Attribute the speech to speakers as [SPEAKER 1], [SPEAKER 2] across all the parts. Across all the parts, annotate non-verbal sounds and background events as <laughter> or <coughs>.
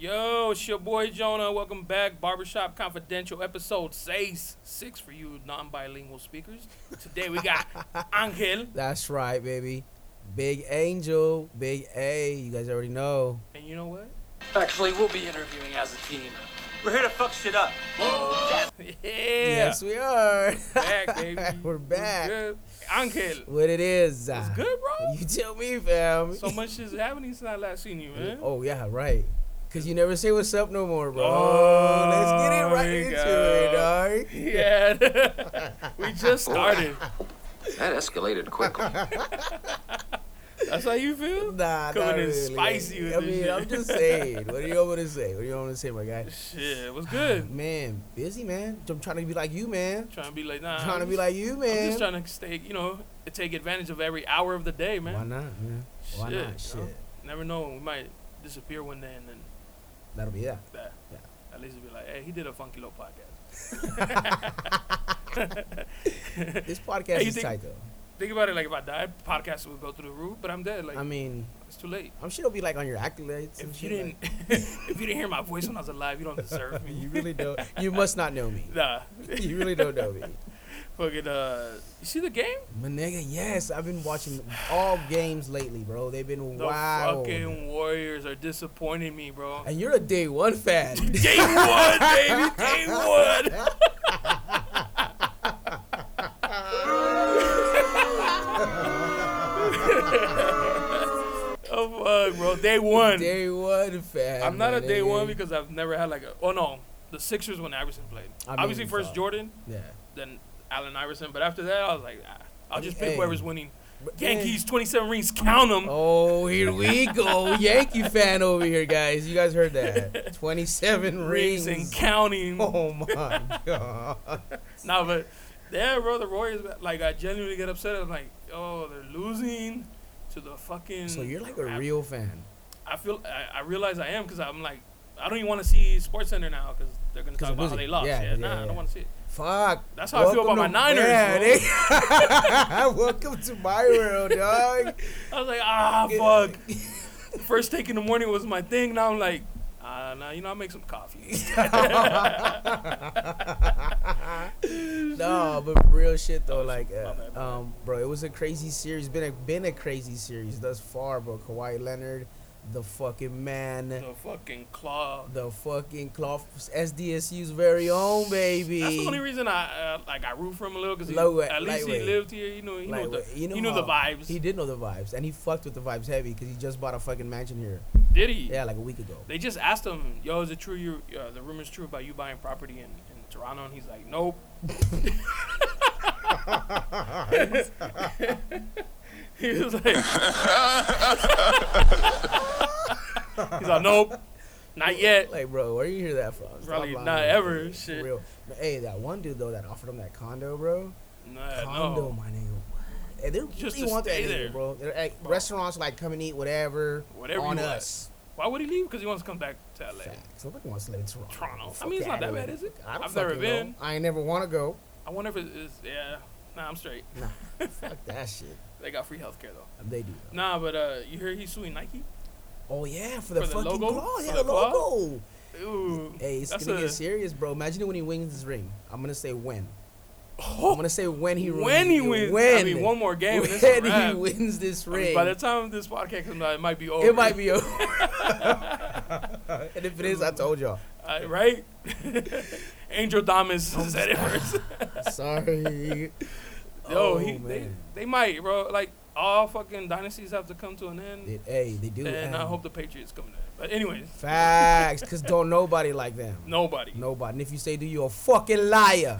[SPEAKER 1] Yo, it's your boy Jonah. Welcome back, Barbershop Confidential, episode six, six for you non-bilingual speakers. Today we
[SPEAKER 2] <laughs>
[SPEAKER 1] got Angel,
[SPEAKER 2] That's right, baby. Big Angel, Big A. You guys already know.
[SPEAKER 1] and you know what?
[SPEAKER 3] Actually, we'll be interviewing as a team.
[SPEAKER 4] We're here to fuck shit up.
[SPEAKER 1] yeah,
[SPEAKER 2] Yes, we are. <laughs>
[SPEAKER 1] back baby.
[SPEAKER 2] We're back.
[SPEAKER 1] good. Angel,
[SPEAKER 2] What it is? It's
[SPEAKER 1] good,
[SPEAKER 2] <laughs>
[SPEAKER 1] bro.
[SPEAKER 2] You tell me, fam.
[SPEAKER 1] So much is happening since I last seen you, man.
[SPEAKER 2] Oh yeah, right. Cause you never say what's up no more, bro.
[SPEAKER 1] Oh,
[SPEAKER 2] Let's get it right
[SPEAKER 1] there you
[SPEAKER 2] into
[SPEAKER 1] go.
[SPEAKER 2] it,
[SPEAKER 1] <laughs>
[SPEAKER 2] dog.
[SPEAKER 1] Yeah, <laughs> we just started.
[SPEAKER 3] That escalated quickly.
[SPEAKER 1] That's how you feel?
[SPEAKER 2] <laughs> Nah,
[SPEAKER 1] Coming
[SPEAKER 2] not
[SPEAKER 1] in
[SPEAKER 2] really.
[SPEAKER 1] spicy with
[SPEAKER 2] I
[SPEAKER 1] this
[SPEAKER 2] mean,
[SPEAKER 1] shit.
[SPEAKER 2] I'm just saying. What do you want me to say? What do you want me to say, my guy?
[SPEAKER 1] Shit, what's good?
[SPEAKER 2] <sighs> Man, busy man. I'm trying to be like you, man.
[SPEAKER 1] Trying to be like, nah.
[SPEAKER 2] Trying to
[SPEAKER 1] I'm
[SPEAKER 2] be
[SPEAKER 1] just-
[SPEAKER 2] like you,
[SPEAKER 1] I'm
[SPEAKER 2] man.
[SPEAKER 1] just trying to stay, you know, take advantage of every hour of the day, man.
[SPEAKER 2] Why not, man? Why
[SPEAKER 1] Shit,
[SPEAKER 2] not? Shit.
[SPEAKER 1] yo. Never know, we might disappear one day and then
[SPEAKER 2] That'll be that.
[SPEAKER 1] that.
[SPEAKER 2] Yeah.
[SPEAKER 1] At least it'll be like, hey, he did a funky little podcast.
[SPEAKER 2] <laughs>
[SPEAKER 1] <laughs>
[SPEAKER 2] This podcast
[SPEAKER 1] Hey, you
[SPEAKER 2] is
[SPEAKER 1] think-
[SPEAKER 2] tight though.
[SPEAKER 1] Think about it, like if I died, podcast would go through the roof, but I'm dead. Like
[SPEAKER 2] I mean,
[SPEAKER 1] it's too late.
[SPEAKER 2] I'm sure it'll be like on your accolades. and
[SPEAKER 1] If you
[SPEAKER 2] shit,
[SPEAKER 1] <laughs> didn't, if you didn't hear my voice when I was alive, you don't deserve
[SPEAKER 2] like,
[SPEAKER 1] me.
[SPEAKER 2] you really don't. You must not know me.
[SPEAKER 1] <laughs> nah,
[SPEAKER 2] You really don't know me,
[SPEAKER 1] fucking. Uh, you see the game?
[SPEAKER 2] my nigga. Yes, I've been watching all games lately, bro. They've been
[SPEAKER 1] The
[SPEAKER 2] wild.
[SPEAKER 1] fucking Warriors are disappointing me, bro.
[SPEAKER 2] And you're a day one fan.
[SPEAKER 1] <laughs> Day one, baby, day one. <laughs> oh fuck, bro, day one.
[SPEAKER 2] day one eh? fan.
[SPEAKER 1] I'm not
[SPEAKER 2] my
[SPEAKER 1] a day one
[SPEAKER 2] nigga.
[SPEAKER 1] because I've never had like a. Oh no, the Sixers when Iverson played.
[SPEAKER 2] I mean,
[SPEAKER 1] Obviously, first
[SPEAKER 2] fuck.
[SPEAKER 1] Jordan,
[SPEAKER 2] yeah.
[SPEAKER 1] then Allen Iverson. But after that, I was like, ah, I'll just
[SPEAKER 2] Hey.
[SPEAKER 1] pick whoever's winning.
[SPEAKER 2] But-
[SPEAKER 1] Yankees, 27 rings, count them.
[SPEAKER 2] Oh,
[SPEAKER 1] <laughs>
[SPEAKER 2] here we go, Yankee fan over here, guys. You guys
[SPEAKER 1] <laughs>
[SPEAKER 2] heard that? Twenty-seven
[SPEAKER 1] rings
[SPEAKER 2] rings.
[SPEAKER 1] and counting.
[SPEAKER 2] <laughs> oh my god.
[SPEAKER 1] <laughs> Nah, but yeah, bro, the Warriors. Like, I genuinely get upset. I'm like, oh, they're losing to the fucking.
[SPEAKER 2] So you're like a
[SPEAKER 1] I-
[SPEAKER 2] real fan.
[SPEAKER 1] I feel. I, I realize I am because I'm like, I don't even want to see Sports Center now because they're gonna
[SPEAKER 2] 'Cause
[SPEAKER 1] talk
[SPEAKER 2] they're
[SPEAKER 1] about how
[SPEAKER 2] losing.
[SPEAKER 1] they lost.
[SPEAKER 2] Yeah,
[SPEAKER 1] Yeah,
[SPEAKER 2] yeah,
[SPEAKER 1] nah, I
[SPEAKER 2] yeah.
[SPEAKER 1] don't want to see it.
[SPEAKER 2] Fuck.
[SPEAKER 1] That's how I feel about my Niners, bro.
[SPEAKER 2] Yeah, they- eh? <laughs> Welcome to my world, dog. <laughs>
[SPEAKER 1] I was like, ah, fuck. First take in the morning was my thing. Now I'm like, ah, nah, you know, I'll make some
[SPEAKER 2] <laughs>
[SPEAKER 1] coffee. <laughs>
[SPEAKER 2] no, but real shit though,
[SPEAKER 1] Oh,
[SPEAKER 2] like,
[SPEAKER 1] my bad, my bad.
[SPEAKER 2] uh, um, bro, it was a crazy series. Been a been a crazy series thus far, bro. Kawhi Leonard, the fucking man,
[SPEAKER 1] the fucking claw.
[SPEAKER 2] the fucking cloth SDSU's very own baby.
[SPEAKER 1] That's the only reason I uh, like I root for him a little because
[SPEAKER 2] Lightweight,
[SPEAKER 1] at least he
[SPEAKER 2] lightweight.
[SPEAKER 1] lived here. You know, he knew
[SPEAKER 2] Like,
[SPEAKER 1] the,
[SPEAKER 2] you know
[SPEAKER 1] he knew the
[SPEAKER 2] how-
[SPEAKER 1] vibes.
[SPEAKER 2] He did know the vibes, and he fucked with the vibes heavy because he just bought a fucking mansion here.
[SPEAKER 1] did he?
[SPEAKER 2] Yeah, like a week ago.
[SPEAKER 1] They just asked him, "Yo, is it true? You uh, the rumor's true about you buying property in, in Toronto?" And he's like, "Nope." <laughs> he was like, <laughs> "He's like, nope, not yet."
[SPEAKER 2] Like, bro, where you hear that from? Stop
[SPEAKER 1] Probably
[SPEAKER 2] lying,
[SPEAKER 1] not
[SPEAKER 2] bro.
[SPEAKER 1] ever,
[SPEAKER 2] For
[SPEAKER 1] shit.
[SPEAKER 2] Real. But, hey, that one dude though that offered him that condo, bro.
[SPEAKER 1] Nah,
[SPEAKER 2] condo,
[SPEAKER 1] no,
[SPEAKER 2] my nigga. What? Hey, they
[SPEAKER 1] Just
[SPEAKER 2] really
[SPEAKER 1] to
[SPEAKER 2] want that
[SPEAKER 1] stay
[SPEAKER 2] nigga,
[SPEAKER 1] there.
[SPEAKER 2] bro. They're, like,
[SPEAKER 1] Bro.
[SPEAKER 2] Restaurants like come and eat whatever.
[SPEAKER 1] Whatever
[SPEAKER 2] on
[SPEAKER 1] you want.
[SPEAKER 2] us.
[SPEAKER 1] why would he leave? Because he wants to come back to LA.
[SPEAKER 2] Facts. Nobody wants to live in Toronto.
[SPEAKER 1] Toronto. I
[SPEAKER 2] Fuck
[SPEAKER 1] mean, it's not
[SPEAKER 2] outta
[SPEAKER 1] that
[SPEAKER 2] here.
[SPEAKER 1] bad, is it?
[SPEAKER 2] I don't
[SPEAKER 1] I've never
[SPEAKER 2] fucking
[SPEAKER 1] been.
[SPEAKER 2] Know. I ain't never want to go.
[SPEAKER 1] I wonder if it is. Yeah, nah, I'm straight. <laughs>
[SPEAKER 2] Nah, fuck that shit.
[SPEAKER 1] They got free healthcare though.
[SPEAKER 2] They do. though.
[SPEAKER 1] Nah, but uh, you hear he's suing Nike?
[SPEAKER 2] Oh yeah, for the
[SPEAKER 1] For the
[SPEAKER 2] fucking
[SPEAKER 1] logo?
[SPEAKER 2] claw.
[SPEAKER 1] For
[SPEAKER 2] Yeah,
[SPEAKER 1] the
[SPEAKER 2] the
[SPEAKER 1] claw?
[SPEAKER 2] logo.
[SPEAKER 1] Ooh,
[SPEAKER 2] Hey, it's
[SPEAKER 1] That's
[SPEAKER 2] gonna
[SPEAKER 1] a-
[SPEAKER 2] get serious, bro. Imagine when he wins this ring. I'm gonna say when. I'm gonna say when he ruins
[SPEAKER 1] Oh, when
[SPEAKER 2] this
[SPEAKER 1] he
[SPEAKER 2] ring.
[SPEAKER 1] wins.
[SPEAKER 2] When
[SPEAKER 1] I mean, one more game. and it's a
[SPEAKER 2] When he
[SPEAKER 1] wrap.
[SPEAKER 2] wins this
[SPEAKER 1] I mean,
[SPEAKER 2] ring,
[SPEAKER 1] by the time this podcast comes out, it might be over.
[SPEAKER 2] it might
[SPEAKER 1] <laughs>
[SPEAKER 2] be over. and if it is, I told y'all.
[SPEAKER 1] Uh, right? <laughs> Angel Damas
[SPEAKER 2] Oh,
[SPEAKER 1] said it first.
[SPEAKER 2] <laughs> Sorry.
[SPEAKER 1] <laughs> Yo,
[SPEAKER 2] Oh,
[SPEAKER 1] he, they,
[SPEAKER 2] man.
[SPEAKER 1] they might, bro. Like, all fucking dynasties have to come to an end.
[SPEAKER 2] It- hey, they do.
[SPEAKER 1] and I
[SPEAKER 2] man.
[SPEAKER 1] hope the Patriots come to an end. But, anyways,
[SPEAKER 2] facts, cause don't nobody like
[SPEAKER 1] <laughs>
[SPEAKER 2] them.
[SPEAKER 1] nobody.
[SPEAKER 2] Nobody. And if you say do, you a fucking liar.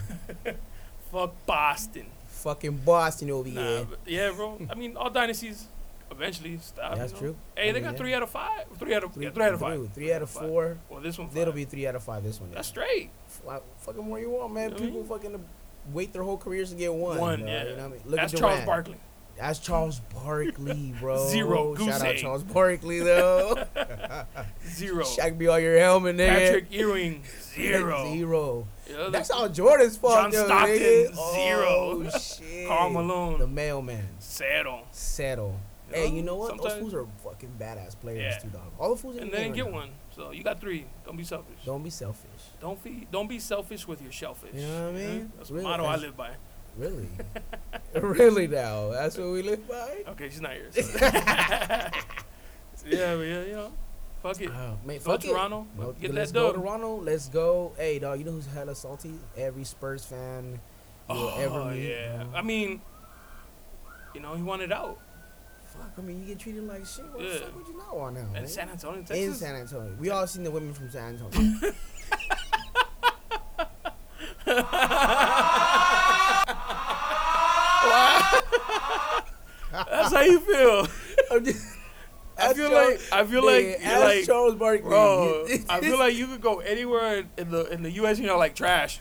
[SPEAKER 1] Fuck Boston.
[SPEAKER 2] fucking Boston over
[SPEAKER 1] Nah,
[SPEAKER 2] here.
[SPEAKER 1] but yeah, bro. I mean, all dynasties eventually stop.
[SPEAKER 2] That's
[SPEAKER 1] you know?
[SPEAKER 2] true.
[SPEAKER 1] Hey,
[SPEAKER 2] I
[SPEAKER 1] they
[SPEAKER 2] mean,
[SPEAKER 1] got
[SPEAKER 2] yeah.
[SPEAKER 1] three out of five. Three out of,
[SPEAKER 2] Three,
[SPEAKER 1] yeah, three out of
[SPEAKER 2] three,
[SPEAKER 1] five.
[SPEAKER 2] three out of
[SPEAKER 1] five.
[SPEAKER 2] four.
[SPEAKER 1] Well, this one,
[SPEAKER 2] That'll
[SPEAKER 1] five.
[SPEAKER 2] be three out of five. This one.
[SPEAKER 1] That's straight.
[SPEAKER 2] Like, fucking more you want, man.
[SPEAKER 1] You know what I
[SPEAKER 2] People
[SPEAKER 1] mean?
[SPEAKER 2] fucking wait their whole careers to get one.
[SPEAKER 1] One,
[SPEAKER 2] bro,
[SPEAKER 1] yeah.
[SPEAKER 2] You know what I mean? Look
[SPEAKER 1] That's
[SPEAKER 2] at
[SPEAKER 1] Charles
[SPEAKER 2] Durant.
[SPEAKER 1] Barkley.
[SPEAKER 2] That's Charles
[SPEAKER 1] <laughs>
[SPEAKER 2] Barkley, bro.
[SPEAKER 1] Zero. Goose
[SPEAKER 2] Shout out
[SPEAKER 1] egg.
[SPEAKER 2] Charles Barkley,
[SPEAKER 1] <laughs>
[SPEAKER 2] though.
[SPEAKER 1] Zero.
[SPEAKER 2] Shaq be on your helmet, nigga.
[SPEAKER 1] Patrick Ewing. Zero.
[SPEAKER 2] <laughs> Zero.
[SPEAKER 1] You know,
[SPEAKER 2] That's
[SPEAKER 1] the-
[SPEAKER 2] all Jordan's
[SPEAKER 1] John
[SPEAKER 2] fault, though, nigga.
[SPEAKER 1] Stockton, zero.
[SPEAKER 2] Oh,
[SPEAKER 1] <laughs>
[SPEAKER 2] shit.
[SPEAKER 1] Karl Malone.
[SPEAKER 2] The mailman.
[SPEAKER 1] Settle.
[SPEAKER 2] Settle.
[SPEAKER 1] You
[SPEAKER 2] Hey,
[SPEAKER 1] know,
[SPEAKER 2] you know what?
[SPEAKER 1] sometimes-
[SPEAKER 2] Those fools are fucking badass players,
[SPEAKER 1] Yeah.
[SPEAKER 2] too, dog. All the fools in
[SPEAKER 1] And
[SPEAKER 2] the
[SPEAKER 1] they
[SPEAKER 2] game
[SPEAKER 1] didn't get
[SPEAKER 2] right now.
[SPEAKER 1] one. So So you got three. Don't be selfish. Don't,
[SPEAKER 2] Don't be selfish.
[SPEAKER 1] feed, don't be selfish with your shellfish.
[SPEAKER 2] You know what I
[SPEAKER 1] Yeah?
[SPEAKER 2] mean?
[SPEAKER 1] That's the
[SPEAKER 2] Really,
[SPEAKER 1] motto I
[SPEAKER 2] that's-
[SPEAKER 1] live by. <laughs>
[SPEAKER 2] Really? really now? That's what we live by?
[SPEAKER 1] Okay, she's not here.
[SPEAKER 2] <laughs>
[SPEAKER 1] so- <laughs> yeah, but yeah, you know, fuck it.
[SPEAKER 2] Oh, man,
[SPEAKER 1] Go
[SPEAKER 2] fuck it.
[SPEAKER 1] Toronto.
[SPEAKER 2] Well,
[SPEAKER 1] Get
[SPEAKER 2] let's
[SPEAKER 1] that
[SPEAKER 2] go
[SPEAKER 1] dub.
[SPEAKER 2] Toronto. Let's go. Hey, dog, you know who's hella salty? Every Spurs fan you'll ever
[SPEAKER 1] Oh,
[SPEAKER 2] meet.
[SPEAKER 1] yeah.
[SPEAKER 2] dawg.
[SPEAKER 1] I mean, you know, he wanted out.
[SPEAKER 2] Fuck, I mean, you get treated like shit. What the
[SPEAKER 1] Yeah.
[SPEAKER 2] fuck would you not want now, man?
[SPEAKER 1] And San Antonio, Texas.
[SPEAKER 2] In San Antonio. We all seen the women from San Antonio.
[SPEAKER 1] <laughs>
[SPEAKER 2] <laughs>
[SPEAKER 1] That's how you
[SPEAKER 2] <laughs>
[SPEAKER 1] feel.
[SPEAKER 2] I'm just-
[SPEAKER 1] I
[SPEAKER 2] Ask
[SPEAKER 1] feel
[SPEAKER 2] Charles-
[SPEAKER 1] like I feel
[SPEAKER 2] Man,
[SPEAKER 1] like
[SPEAKER 2] ask
[SPEAKER 1] like
[SPEAKER 2] Charles Barkley. <laughs>
[SPEAKER 1] bro. I feel like you could go anywhere in- in the in the U.S. and you're like trash,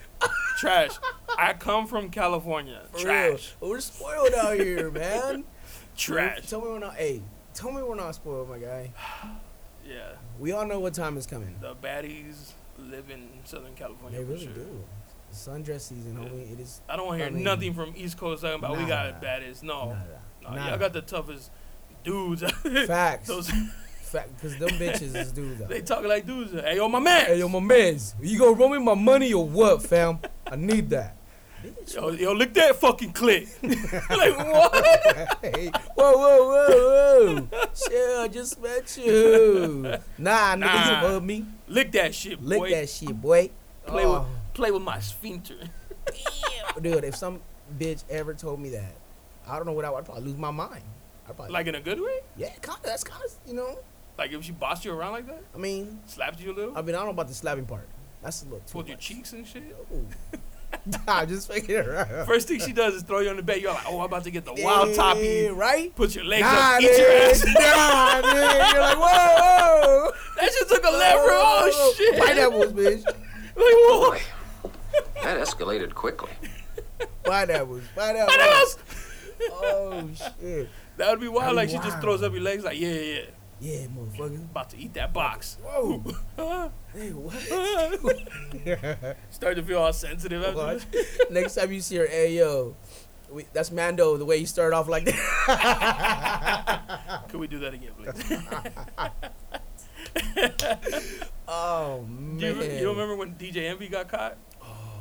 [SPEAKER 1] trash. I come from California.
[SPEAKER 2] For real.
[SPEAKER 1] Trash,
[SPEAKER 2] We're spoiled out here, man.
[SPEAKER 1] <laughs> trash.
[SPEAKER 2] Tell me we're not. Hey, tell me we're not spoiled, my guy.
[SPEAKER 1] Yeah,
[SPEAKER 2] We all know what time is coming.
[SPEAKER 1] the baddies live in Southern California.
[SPEAKER 2] They
[SPEAKER 1] for
[SPEAKER 2] really
[SPEAKER 1] sure.
[SPEAKER 2] do. Sundress season, homie. It is.
[SPEAKER 1] I don't want to
[SPEAKER 2] I
[SPEAKER 1] hear
[SPEAKER 2] mean,
[SPEAKER 1] nothing from East Coast talking about we
[SPEAKER 2] nah,
[SPEAKER 1] got baddies. No,
[SPEAKER 2] Nada.
[SPEAKER 1] no,
[SPEAKER 2] Nada.
[SPEAKER 1] Oh, y'all got the toughest dudes. <laughs>
[SPEAKER 2] Facts.
[SPEAKER 1] Those,
[SPEAKER 2] Fact, because them bitches is dudes. out
[SPEAKER 1] <laughs> they
[SPEAKER 2] there.
[SPEAKER 1] talk like dudes. Hey, yo, my man.
[SPEAKER 2] Hey, yo, my mans, you gonna run me my money or what, fam? I
[SPEAKER 1] <laughs>
[SPEAKER 2] need that.
[SPEAKER 1] Yo, yo, lick that fucking
[SPEAKER 2] <laughs>
[SPEAKER 1] click. <laughs> like what?
[SPEAKER 2] Hey, whoa, whoa, whoa, whoa. Shit, I just met you. Nah, nigga,
[SPEAKER 1] Nah.
[SPEAKER 2] you love me.
[SPEAKER 1] Lick that shit,
[SPEAKER 2] Lick
[SPEAKER 1] boy.
[SPEAKER 2] that shit, boy.
[SPEAKER 1] Play
[SPEAKER 2] Oh,
[SPEAKER 1] with play with my sphincter.
[SPEAKER 2] Dude, if some bitch ever told me that, I don't know what I would I'd probably lose my mind. I'd probably,
[SPEAKER 1] Like in a good way?
[SPEAKER 2] yeah, kind of, that's kind of, you know?
[SPEAKER 1] Like if she bossed you around like that?
[SPEAKER 2] I mean,
[SPEAKER 1] Slapped you a little?
[SPEAKER 2] I mean, I don't know about the slapping part. That's a little too
[SPEAKER 1] pulled your <laughs>
[SPEAKER 2] much.
[SPEAKER 1] cheeks and shit?
[SPEAKER 2] Ooh. <laughs> Nah, just making it right.
[SPEAKER 1] First thing
[SPEAKER 2] <laughs>
[SPEAKER 1] she does is throw you on the bed. You're like, oh, I'm about to get the wild
[SPEAKER 2] Yeah,
[SPEAKER 1] toppy.
[SPEAKER 2] right?
[SPEAKER 1] Put your legs
[SPEAKER 2] Nah,
[SPEAKER 1] up, eat your ass. <laughs>
[SPEAKER 2] dude. <laughs> Nah, dude. You're like, whoa, whoa.
[SPEAKER 1] That shit took a left. Oh, shit.
[SPEAKER 2] Pineapples, bitch.
[SPEAKER 1] <laughs> Like, whoa.
[SPEAKER 3] Boy, that escalated quickly.
[SPEAKER 1] <laughs>
[SPEAKER 2] Pineapples. Pineapples.
[SPEAKER 1] Pineapples.
[SPEAKER 2] Oh, shit.
[SPEAKER 1] That would be wild. Like she
[SPEAKER 2] That'd be
[SPEAKER 1] just
[SPEAKER 2] wild.
[SPEAKER 1] throws up your legs. Like, yeah, yeah, yeah.
[SPEAKER 2] Yeah, motherfucker.
[SPEAKER 1] About to eat that box.
[SPEAKER 2] Whoa. hey, what?
[SPEAKER 1] <laughs>
[SPEAKER 2] <laughs>
[SPEAKER 1] Start to feel all sensitive after
[SPEAKER 2] Watch.
[SPEAKER 1] this.
[SPEAKER 2] Next time you see her, hey, yo. We, that's Mando, the way you start off like that. <laughs>
[SPEAKER 1] Could we do that again, please?
[SPEAKER 2] Oh,
[SPEAKER 1] Do you,
[SPEAKER 2] man.
[SPEAKER 1] you remember when DJ Envy got caught?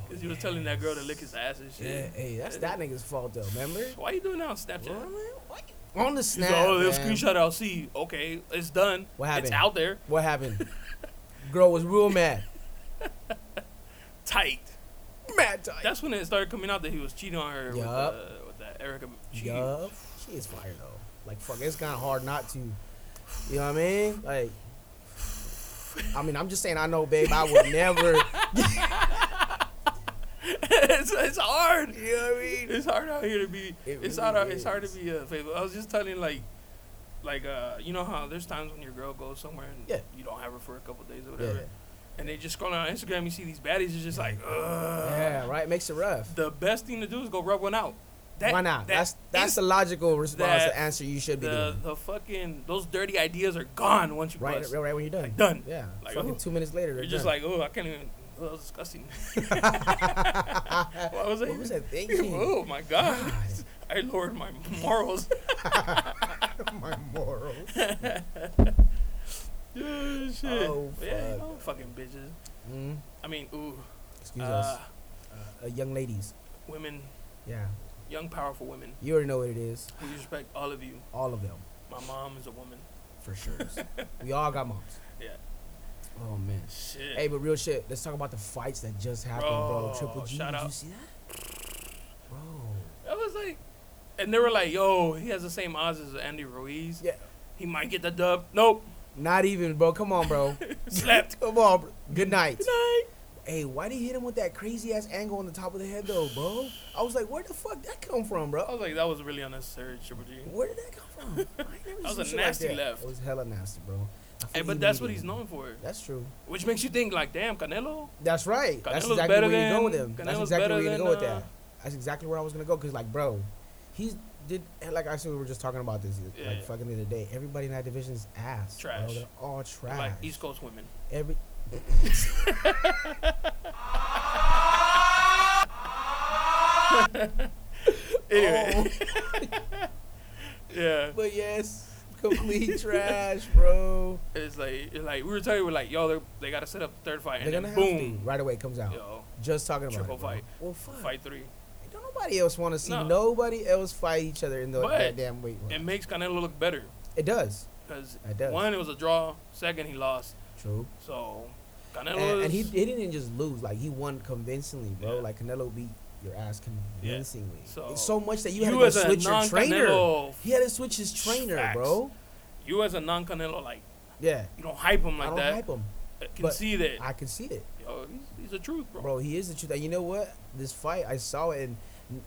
[SPEAKER 1] Because he was telling that girl to lick his ass and shit.
[SPEAKER 2] Oh, Yeah, hey, that's that nigga's fault, though. Remember?
[SPEAKER 1] Why you doing that on Snapchat?
[SPEAKER 2] On the
[SPEAKER 1] He's
[SPEAKER 2] snap.
[SPEAKER 1] like, oh, they'll
[SPEAKER 2] man.
[SPEAKER 1] screenshot. it, I'll see. Okay, it's done.
[SPEAKER 2] What
[SPEAKER 1] It's
[SPEAKER 2] happened?
[SPEAKER 1] out there.
[SPEAKER 2] What happened? Girl was
[SPEAKER 1] <laughs>
[SPEAKER 2] real mad.
[SPEAKER 1] Tight.
[SPEAKER 2] Mad tight.
[SPEAKER 1] That's when it started coming out that he was cheating on her with,
[SPEAKER 2] Yup.
[SPEAKER 1] uh, with that Erica. She,
[SPEAKER 2] Yup. She is fire though. Like fuck, it's kind of hard not to. You know what I mean? Like, I mean, I'm just saying. I know, babe. I
[SPEAKER 1] <laughs>
[SPEAKER 2] would never.
[SPEAKER 1] <laughs> it's, it's hard.
[SPEAKER 2] You know what I mean?
[SPEAKER 1] It's hard out here to be.
[SPEAKER 2] It
[SPEAKER 1] it's
[SPEAKER 2] really
[SPEAKER 1] hard. Out, it's hard to
[SPEAKER 2] is.
[SPEAKER 1] be uh, faithful. I was just telling like, like uh, you know how there's times when your girl goes somewhere and
[SPEAKER 2] Yeah.
[SPEAKER 1] you don't have her for a couple days or
[SPEAKER 2] Yeah.
[SPEAKER 1] whatever, and they just scroll on Instagram. You see these baddies. It's just like, ugh.
[SPEAKER 2] Yeah. Right. Makes it rough.
[SPEAKER 1] The best thing to do is go rub one out. That,
[SPEAKER 2] Why not?
[SPEAKER 1] that
[SPEAKER 2] that's that's
[SPEAKER 1] is-
[SPEAKER 2] the logical response.
[SPEAKER 1] that-
[SPEAKER 2] the answer you should be
[SPEAKER 1] the
[SPEAKER 2] doing.
[SPEAKER 1] the fucking those dirty ideas are gone once you
[SPEAKER 2] Right,
[SPEAKER 1] bust.
[SPEAKER 2] right. Right when you're done.
[SPEAKER 1] done.
[SPEAKER 2] Yeah.
[SPEAKER 1] Like,
[SPEAKER 2] Fucking
[SPEAKER 1] oh.
[SPEAKER 2] two minutes later.
[SPEAKER 1] You're
[SPEAKER 2] they're
[SPEAKER 1] just
[SPEAKER 2] done.
[SPEAKER 1] like, oh, I can't even. Oh, that was
[SPEAKER 2] <laughs>
[SPEAKER 1] disgusting. Why <laughs> was I?
[SPEAKER 2] What was I
[SPEAKER 1] even-
[SPEAKER 2] thinking?
[SPEAKER 1] Oh my god, <laughs> I lowered my morals.
[SPEAKER 2] <laughs>
[SPEAKER 1] <laughs>
[SPEAKER 2] My morals.
[SPEAKER 1] Dude, shit.
[SPEAKER 2] Oh,
[SPEAKER 1] Yeah, you
[SPEAKER 2] fuck.
[SPEAKER 1] know, fucking bitches.
[SPEAKER 2] <laughs> Mm,
[SPEAKER 1] I mean, ooh,
[SPEAKER 2] excuse
[SPEAKER 1] uh,
[SPEAKER 2] us. Uh, young ladies.
[SPEAKER 1] women,
[SPEAKER 2] Yeah.
[SPEAKER 1] young powerful women.
[SPEAKER 2] You already know what it is.
[SPEAKER 1] We respect all of you.
[SPEAKER 2] All of them,
[SPEAKER 1] My mom is a woman. <laughs>
[SPEAKER 2] for sure. we all got moms.
[SPEAKER 1] Yeah.
[SPEAKER 2] Oh man.
[SPEAKER 1] Shit.
[SPEAKER 2] Hey, but real shit. Let's talk about the fights that just happened, bro.
[SPEAKER 1] Bro,
[SPEAKER 2] Triple G,
[SPEAKER 1] shout
[SPEAKER 2] did you
[SPEAKER 1] out.
[SPEAKER 2] see that? Bro.
[SPEAKER 1] I was like, and they were like, yo, he has the same odds as Andy Ruiz.
[SPEAKER 2] Yeah.
[SPEAKER 1] He might get the dub. Nope.
[SPEAKER 2] Not even, bro. Come
[SPEAKER 1] <laughs>
[SPEAKER 2] on, bro.
[SPEAKER 1] Slapped.
[SPEAKER 2] <laughs> Come on, bro. Good night.
[SPEAKER 1] Good night.
[SPEAKER 2] Hey, why did he hit him with that crazy ass angle on the top of the head, though, bro? I was like, where the fuck that come from,
[SPEAKER 1] I
[SPEAKER 2] bro?
[SPEAKER 1] was like, that was really unnecessary, Triple G.
[SPEAKER 2] Where did
[SPEAKER 1] <laughs>
[SPEAKER 2] that come from? I ain't never
[SPEAKER 1] That was
[SPEAKER 2] seen
[SPEAKER 1] a
[SPEAKER 2] shit
[SPEAKER 1] nasty
[SPEAKER 2] like that.
[SPEAKER 1] left.
[SPEAKER 2] It was hella nasty, bro. I
[SPEAKER 1] Hey,
[SPEAKER 2] feel
[SPEAKER 1] but
[SPEAKER 2] he
[SPEAKER 1] that's
[SPEAKER 2] needed
[SPEAKER 1] what
[SPEAKER 2] it.
[SPEAKER 1] he's known for.
[SPEAKER 2] That's true.
[SPEAKER 1] Which makes you think, like, damn, Canelo?
[SPEAKER 2] That's right. That's
[SPEAKER 1] Canelo's
[SPEAKER 2] exactly
[SPEAKER 1] better
[SPEAKER 2] where you go with
[SPEAKER 1] than-
[SPEAKER 2] him. That's
[SPEAKER 1] Canelo's
[SPEAKER 2] exactly where
[SPEAKER 1] better
[SPEAKER 2] you
[SPEAKER 1] than,
[SPEAKER 2] go with
[SPEAKER 1] uh,
[SPEAKER 2] that. That's exactly where I was gonna go. Cause like, bro, he's did and like I said we were just talking about this
[SPEAKER 1] Yeah,
[SPEAKER 2] like
[SPEAKER 1] yeah.
[SPEAKER 2] fucking the other day. Everybody in that division is ass. bro.
[SPEAKER 1] Trash.
[SPEAKER 2] They're all trash.
[SPEAKER 1] Like, East Coast women.
[SPEAKER 2] Every.
[SPEAKER 1] <laughs> Anyway. yeah.
[SPEAKER 2] Oh,
[SPEAKER 1] <laughs>
[SPEAKER 2] But yes.
[SPEAKER 1] <laughs>
[SPEAKER 2] Complete trash, bro.
[SPEAKER 1] It's like it's like we were telling you, we're like, yo, they they gotta set up the third fight,
[SPEAKER 2] They're
[SPEAKER 1] and
[SPEAKER 2] gonna
[SPEAKER 1] then
[SPEAKER 2] have
[SPEAKER 1] boom,
[SPEAKER 2] to. Right away comes out.
[SPEAKER 1] yo,
[SPEAKER 2] Just talking about
[SPEAKER 1] Triple
[SPEAKER 2] it, bro.
[SPEAKER 1] fight.
[SPEAKER 2] Well, fuck.
[SPEAKER 1] fight three.
[SPEAKER 2] Don't nobody else want to see
[SPEAKER 1] No.
[SPEAKER 2] nobody else fight each other in the,
[SPEAKER 1] But-
[SPEAKER 2] that damn weight room.
[SPEAKER 1] It makes Canelo look better
[SPEAKER 2] It does.
[SPEAKER 1] because
[SPEAKER 2] It does.
[SPEAKER 1] one, it was a draw. Second, he lost.
[SPEAKER 2] True.
[SPEAKER 1] So Canelo
[SPEAKER 2] And, and he,
[SPEAKER 1] is-
[SPEAKER 2] he didn't just lose. Like, he won convincingly, bro.
[SPEAKER 1] Yeah.
[SPEAKER 2] Like, Canelo beat your ass convincingly.
[SPEAKER 1] So-
[SPEAKER 2] So, so much that you had to go switch your trainer.
[SPEAKER 1] non-Canelo,
[SPEAKER 2] He had to switch his trainer,
[SPEAKER 1] Facts.
[SPEAKER 2] bro.
[SPEAKER 1] you as a non-Canelo, like
[SPEAKER 2] Yeah.
[SPEAKER 1] you don't hype him
[SPEAKER 2] I
[SPEAKER 1] like
[SPEAKER 2] don't
[SPEAKER 1] that.
[SPEAKER 2] hype him.
[SPEAKER 1] I can
[SPEAKER 2] but
[SPEAKER 1] see that.
[SPEAKER 2] I can see it.
[SPEAKER 1] yo, he's, he's the truth, bro.
[SPEAKER 2] Bro, he is the truth. And you know what? This fight, I saw it and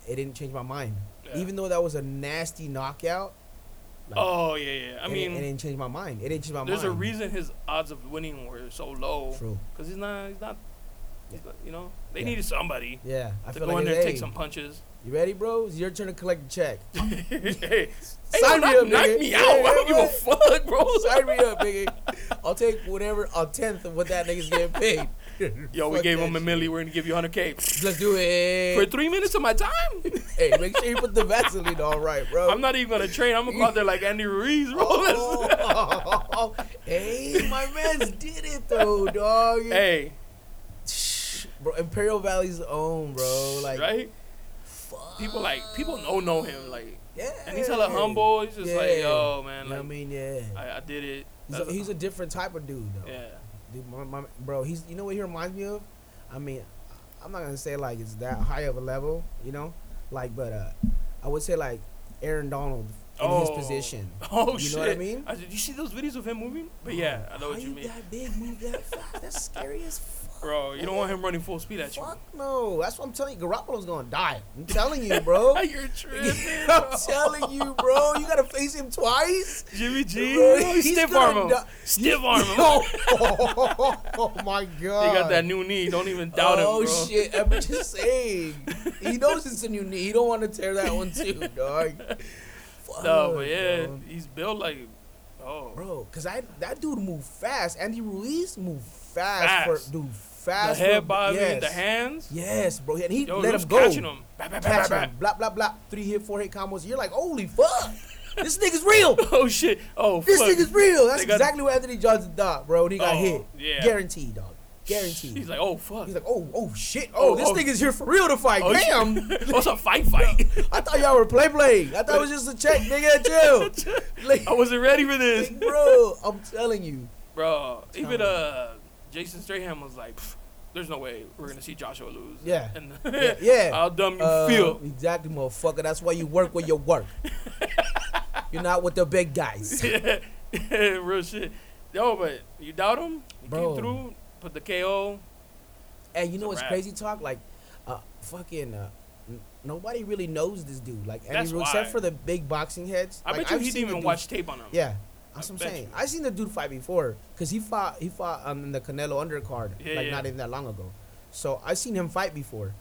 [SPEAKER 2] it didn't change my mind.
[SPEAKER 1] Yeah.
[SPEAKER 2] Even though that was a nasty knockout, like,
[SPEAKER 1] oh yeah, yeah. I
[SPEAKER 2] it,
[SPEAKER 1] mean,
[SPEAKER 2] it didn't change my mind. It didn't change my
[SPEAKER 1] there's
[SPEAKER 2] mind.
[SPEAKER 1] a reason his odds of winning were so low.
[SPEAKER 2] True.
[SPEAKER 1] Cause he's not, he's not, he's
[SPEAKER 2] Yeah.
[SPEAKER 1] not- you know, they
[SPEAKER 2] Yeah.
[SPEAKER 1] needed somebody
[SPEAKER 2] Yeah, I
[SPEAKER 1] to
[SPEAKER 2] feel
[SPEAKER 1] go
[SPEAKER 2] like
[SPEAKER 1] in
[SPEAKER 2] it's,
[SPEAKER 1] there and take
[SPEAKER 2] hey,
[SPEAKER 1] some punches. <laughs>
[SPEAKER 2] <laughs> You ready, bro? It's your turn to collect the check.
[SPEAKER 1] hey, hey, yo,
[SPEAKER 2] Sign me
[SPEAKER 1] knock,
[SPEAKER 2] up,
[SPEAKER 1] knock
[SPEAKER 2] nigga.
[SPEAKER 1] me
[SPEAKER 2] Yeah,
[SPEAKER 1] out. I don't
[SPEAKER 2] right.
[SPEAKER 1] give a fuck, bro.
[SPEAKER 2] <laughs> Sign me up, nigga. I'll take whatever a tenth of what that nigga's getting paid.
[SPEAKER 1] <laughs> Yo, we
[SPEAKER 2] Fuck
[SPEAKER 1] gave
[SPEAKER 2] that
[SPEAKER 1] him a
[SPEAKER 2] shit.
[SPEAKER 1] milli. We're gonna give you 100k
[SPEAKER 2] <laughs> Let's do
[SPEAKER 1] for
[SPEAKER 2] it.
[SPEAKER 1] three minutes of my time.
[SPEAKER 2] <laughs> hey, make sure you put the Vaseline all right, bro.
[SPEAKER 1] I'm not even gonna train. I'm gonna go out there like Andy Ruiz, bro.
[SPEAKER 2] Oh, <laughs> hey, my man's did it though, dog.
[SPEAKER 1] hey,
[SPEAKER 2] bro, Imperial Valley's own, bro. Like,
[SPEAKER 1] right?
[SPEAKER 2] fuck.
[SPEAKER 1] People like people don't know him, like,
[SPEAKER 2] yeah.
[SPEAKER 1] and he's hella humble. He's just like,
[SPEAKER 2] Yeah.
[SPEAKER 1] yo, man,
[SPEAKER 2] You know what I
[SPEAKER 1] like,
[SPEAKER 2] mean, yeah.
[SPEAKER 1] I, I did it.
[SPEAKER 2] He's a, he's a different type of dude, though.
[SPEAKER 1] yeah,
[SPEAKER 2] Dude, my, my, bro, he's you know what he reminds me of? I mean, I'm not gonna say like it's that high of a level, you know, like, but uh, I would say like Aaron Donald in his
[SPEAKER 1] Oh.
[SPEAKER 2] position.
[SPEAKER 1] Oh
[SPEAKER 2] You
[SPEAKER 1] shit!
[SPEAKER 2] know what I mean?
[SPEAKER 1] I said, you see those videos of him moving? <laughs> But yeah, I know
[SPEAKER 2] How
[SPEAKER 1] what you
[SPEAKER 2] you
[SPEAKER 1] mean,
[SPEAKER 2] That big, move that fast. That's scary
[SPEAKER 1] <laughs>
[SPEAKER 2] as fuck.
[SPEAKER 1] bro. You don't want him running full speed at you.
[SPEAKER 2] Fuck no. That's what I'm telling you. Garoppolo's gonna die. I'm telling
[SPEAKER 1] <laughs>
[SPEAKER 2] you, bro. <laughs>
[SPEAKER 1] You're tripping. bro.
[SPEAKER 2] I'm telling you, bro. You gotta face him twice.
[SPEAKER 1] Jimmy G,
[SPEAKER 2] Bro, he's
[SPEAKER 1] stiff
[SPEAKER 2] gonna
[SPEAKER 1] arm him.
[SPEAKER 2] die.
[SPEAKER 1] Stiff arm him.
[SPEAKER 2] <laughs> Oh, my
[SPEAKER 1] He
[SPEAKER 2] god.
[SPEAKER 1] got that new knee. Don't even doubt
[SPEAKER 2] oh,
[SPEAKER 1] him, bro.
[SPEAKER 2] shit!
[SPEAKER 1] <laughs>
[SPEAKER 2] I'm just saying. He knows it's a new knee. He don't want to tear that one
[SPEAKER 1] <laughs>
[SPEAKER 2] too, dog. Fuck,
[SPEAKER 1] No, but yeah,
[SPEAKER 2] bro.
[SPEAKER 1] he's built like, oh,
[SPEAKER 2] bro. Cause I that dude moved fast. Andy Ruiz moved fast,
[SPEAKER 1] Fast.
[SPEAKER 2] for dude.
[SPEAKER 1] the
[SPEAKER 2] Fast.
[SPEAKER 1] head
[SPEAKER 2] for,
[SPEAKER 1] bobbing,
[SPEAKER 2] yes.
[SPEAKER 1] the hands.
[SPEAKER 2] Yes, bro. And he
[SPEAKER 1] Yo,
[SPEAKER 2] let
[SPEAKER 1] he was
[SPEAKER 2] him go.
[SPEAKER 1] catching him. Bah, bah, bah,
[SPEAKER 2] Catch
[SPEAKER 1] bah,
[SPEAKER 2] him.
[SPEAKER 1] bah.
[SPEAKER 2] Blah blah blah. Three hit, four hit combos. You're like, holy fuck! this nigga's real.
[SPEAKER 1] <laughs> Oh shit! Oh,
[SPEAKER 2] This
[SPEAKER 1] fuck.
[SPEAKER 2] nigga's real. That's
[SPEAKER 1] They got-
[SPEAKER 2] exactly what Anthony Johnson thought, bro. When he got
[SPEAKER 1] Oh,
[SPEAKER 2] hit,
[SPEAKER 1] yeah.
[SPEAKER 2] guaranteed, dog.
[SPEAKER 1] <laughs>
[SPEAKER 2] Guaranteed.
[SPEAKER 1] He's like, oh fuck.
[SPEAKER 2] He's like, oh, oh shit, oh,
[SPEAKER 1] Oh,
[SPEAKER 2] this
[SPEAKER 1] oh.
[SPEAKER 2] nigga's here for real to fight.
[SPEAKER 1] oh, <laughs>
[SPEAKER 2] Damn,
[SPEAKER 1] shit. What's a fight fight?
[SPEAKER 2] <laughs> I thought y'all were play playing. I thought it was just a check,
[SPEAKER 1] <laughs>
[SPEAKER 2] nigga. Chill, like,
[SPEAKER 1] I wasn't ready for this,
[SPEAKER 2] like, bro. I'm telling you,
[SPEAKER 1] bro. Even
[SPEAKER 2] me.
[SPEAKER 1] uh, Jason Strahan was like, "Pff, there's no way we're gonna see Joshua lose.
[SPEAKER 2] Yeah.
[SPEAKER 1] <laughs> And
[SPEAKER 2] yeah.
[SPEAKER 1] How dumb you
[SPEAKER 2] Uh,
[SPEAKER 1] feel.
[SPEAKER 2] <laughs>
[SPEAKER 1] <laughs>
[SPEAKER 2] exactly, motherfucker. That's why you work where you work. You're not with the big guys.
[SPEAKER 1] Real shit. Yo, but you doubt him? He
[SPEAKER 2] Bro.
[SPEAKER 1] came through, put the KO.
[SPEAKER 2] And you know
[SPEAKER 1] a
[SPEAKER 2] what's
[SPEAKER 1] wrap.
[SPEAKER 2] crazy talk? Like, uh, fucking, uh, n- nobody really knows this dude. Like, Andy
[SPEAKER 1] That's
[SPEAKER 2] Ruiz, except
[SPEAKER 1] why.
[SPEAKER 2] for the big boxing heads.
[SPEAKER 1] I
[SPEAKER 2] Like,
[SPEAKER 1] bet you
[SPEAKER 2] I've
[SPEAKER 1] he didn't
[SPEAKER 2] seen the
[SPEAKER 1] even
[SPEAKER 2] dude-
[SPEAKER 1] watch tape on him.
[SPEAKER 2] Yeah, that's
[SPEAKER 1] I
[SPEAKER 2] what I'm
[SPEAKER 1] bet
[SPEAKER 2] saying.
[SPEAKER 1] you.
[SPEAKER 2] I seen the dude fight before because he fought he fought um, in the Canelo undercard
[SPEAKER 1] Yeah,
[SPEAKER 2] like
[SPEAKER 1] yeah.
[SPEAKER 2] not even that long ago. So I seen him fight before,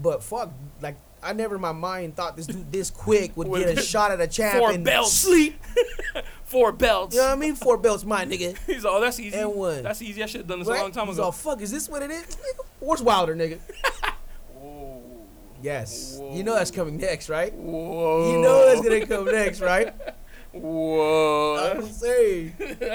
[SPEAKER 2] but fuck, like I never in my mind thought this dude this quick would
[SPEAKER 1] Would- <laughs>
[SPEAKER 2] get a shot at a champ
[SPEAKER 1] Four
[SPEAKER 2] and
[SPEAKER 1] belts. <laughs>
[SPEAKER 2] sleep.
[SPEAKER 1] Four belts.
[SPEAKER 2] You know what I mean? Four belts, my nigga.
[SPEAKER 1] <laughs> He's all that's easy.
[SPEAKER 2] And one.
[SPEAKER 1] That's easy. I should have done this
[SPEAKER 2] Right?
[SPEAKER 1] a long time
[SPEAKER 2] He's
[SPEAKER 1] ago.
[SPEAKER 2] all, fuck, is this what it is? Nigga, Where's Wilder, nigga?
[SPEAKER 1] Whoa.
[SPEAKER 2] Yes, you know that's coming next, right?
[SPEAKER 1] Whoa.
[SPEAKER 2] You know that's gonna come next, right?
[SPEAKER 1] Whoa.
[SPEAKER 2] <laughs> I'm
[SPEAKER 1] <laughs>
[SPEAKER 2] saying.
[SPEAKER 1] I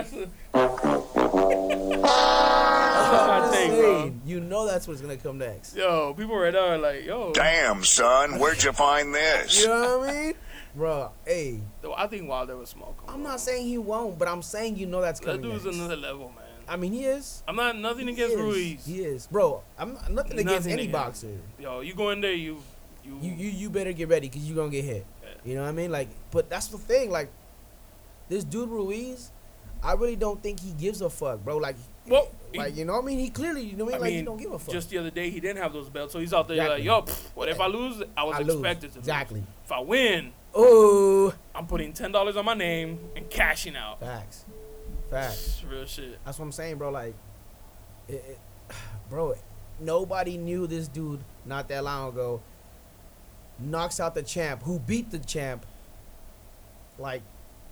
[SPEAKER 2] I'm
[SPEAKER 1] think, bro.
[SPEAKER 2] saying, You know that's what's gonna come next.
[SPEAKER 1] Yo, people right now are like, yo.
[SPEAKER 4] Damn, son, where'd you find this?
[SPEAKER 2] You know
[SPEAKER 1] <laughs>
[SPEAKER 2] what I mean? Bro, hey,
[SPEAKER 1] Though I think Wilder was smoking.
[SPEAKER 2] I'm not saying he won't, but I'm saying you know that's
[SPEAKER 1] that
[SPEAKER 2] coming.
[SPEAKER 1] dude's
[SPEAKER 2] next.
[SPEAKER 1] another level, man.
[SPEAKER 2] I mean, he is.
[SPEAKER 1] I'm not nothing
[SPEAKER 2] He
[SPEAKER 1] against
[SPEAKER 2] is.
[SPEAKER 1] Ruiz.
[SPEAKER 2] He is, bro. I'm nothing, against
[SPEAKER 1] Nothing
[SPEAKER 2] any
[SPEAKER 1] against-
[SPEAKER 2] boxer.
[SPEAKER 1] Yo, you go in there, you, you,
[SPEAKER 2] You you you better get ready because you're gonna get hit.
[SPEAKER 1] Yeah.
[SPEAKER 2] You know what I mean? Like, but that's the thing. Like, this dude Ruiz, I really don't think he gives a fuck, bro. Like,
[SPEAKER 1] well,
[SPEAKER 2] like you know what I mean? He clearly, you know what I mean?
[SPEAKER 1] I
[SPEAKER 2] like,
[SPEAKER 1] mean,
[SPEAKER 2] he don't give a fuck.
[SPEAKER 1] Just the other day, he didn't have those belts, so he's out there like,
[SPEAKER 2] Exactly.
[SPEAKER 1] "Yo, pff, what if I lose? I was
[SPEAKER 2] I lose.
[SPEAKER 1] expected to lose.
[SPEAKER 2] Exactly.
[SPEAKER 1] If I win,
[SPEAKER 2] Oh,
[SPEAKER 1] I'm putting ten dollars on my name and cashing out.
[SPEAKER 2] facts, facts.
[SPEAKER 1] It's real shit.
[SPEAKER 2] That's what I'm saying, bro. Like, it, it, <sighs> bro, nobody knew this dude not that long ago. Knocks out the champ, who beat the champ. Like,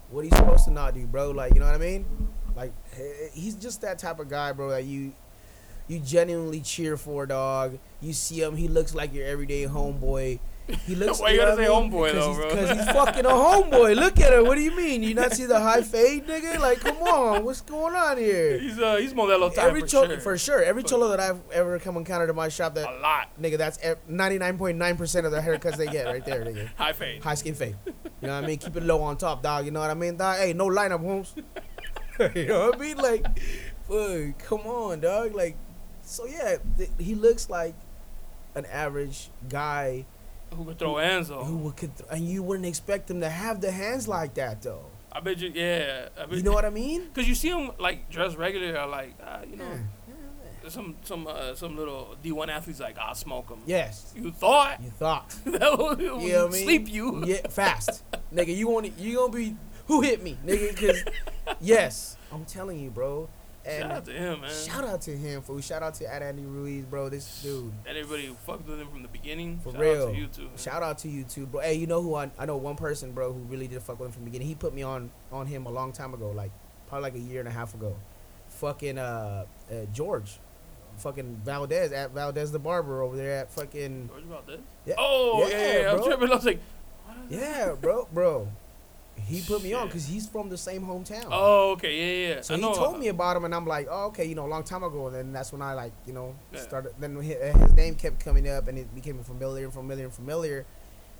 [SPEAKER 2] what are you supposed to not do, bro? Like, you know what I mean? Like, he- he's just that type of guy, bro. That you, you genuinely cheer for, dog. You see him, he looks like your everyday homeboy.
[SPEAKER 1] <laughs>
[SPEAKER 2] He looks.
[SPEAKER 1] Why you
[SPEAKER 2] know
[SPEAKER 1] gotta
[SPEAKER 2] what I
[SPEAKER 1] say
[SPEAKER 2] mean?
[SPEAKER 1] homeboy, though, bro?
[SPEAKER 2] Because he's, 'cause
[SPEAKER 1] <laughs>
[SPEAKER 2] he's fucking a homeboy. Look at her. What do you mean? You not see the high fade, nigga? Like, come on, what's going on here?
[SPEAKER 1] He's uh, he's Modelo type
[SPEAKER 2] Every
[SPEAKER 1] for,
[SPEAKER 2] cholo,
[SPEAKER 1] sure.
[SPEAKER 2] for sure. Every cholo that I've ever come encountered in my shop, that
[SPEAKER 1] A lot.
[SPEAKER 2] nigga, that's ninety nine point nine percent of the haircuts they get right there, nigga.
[SPEAKER 1] High fade.
[SPEAKER 2] High skin fade. You know what I mean? Keep it low on top, dog. You know what I mean? Dog? Hey, no lineup, Holmes. <laughs> you know what I mean? Like, fuck, come on, dog. Like, so yeah, th- he looks like an average guy
[SPEAKER 1] Who could throw hands
[SPEAKER 2] who
[SPEAKER 1] on?
[SPEAKER 2] would could, and you wouldn't expect him to have the hands like that though.
[SPEAKER 1] I bet you. Yeah. I bet
[SPEAKER 2] You know what I mean?
[SPEAKER 1] Cause you see him like dressed regular, or, like uh, you know, some some uh, some little D one athletes like I'll smoke him.
[SPEAKER 2] Yes,
[SPEAKER 1] You thought <laughs>
[SPEAKER 2] you thought.
[SPEAKER 1] that would
[SPEAKER 2] You know what I mean?
[SPEAKER 1] sleep you?
[SPEAKER 2] Yeah, fast, nigga. You want you gonna be who hit me, nigga? Cause yes, I'm telling you, bro. And
[SPEAKER 1] Shout out to him, man.
[SPEAKER 2] Shout out to him, fool. Shout out to Ad Andy Ruiz, bro. This dude.
[SPEAKER 1] And everybody who fucked with him from the beginning.
[SPEAKER 2] For
[SPEAKER 1] shout
[SPEAKER 2] real.
[SPEAKER 1] Out to you too.
[SPEAKER 2] Shout out to you too, bro. Hey, you know who I, I know one person, bro, who really did fuck with him from the beginning. He put me on on him a long time ago, like probably like a year and a half ago. Fucking uh, uh George. Fucking Valdez at Valdez the barber over there at fucking
[SPEAKER 1] George about this.
[SPEAKER 2] Yeah.
[SPEAKER 1] Oh yeah, yeah, yeah. I'm
[SPEAKER 2] bro.
[SPEAKER 1] tripping. I was like,
[SPEAKER 2] Yeah, bro, bro. He put me on
[SPEAKER 1] Shit.
[SPEAKER 2] because he's from the same hometown.
[SPEAKER 1] oh okay, yeah, yeah.
[SPEAKER 2] So
[SPEAKER 1] I
[SPEAKER 2] he
[SPEAKER 1] know,
[SPEAKER 2] told
[SPEAKER 1] uh,
[SPEAKER 2] me about him, and I'm like, oh, okay, you know, a long time ago. And then that's when I like, you know,
[SPEAKER 1] Yeah.
[SPEAKER 2] started. Then his, his name kept coming up, and it became familiar and familiar and familiar.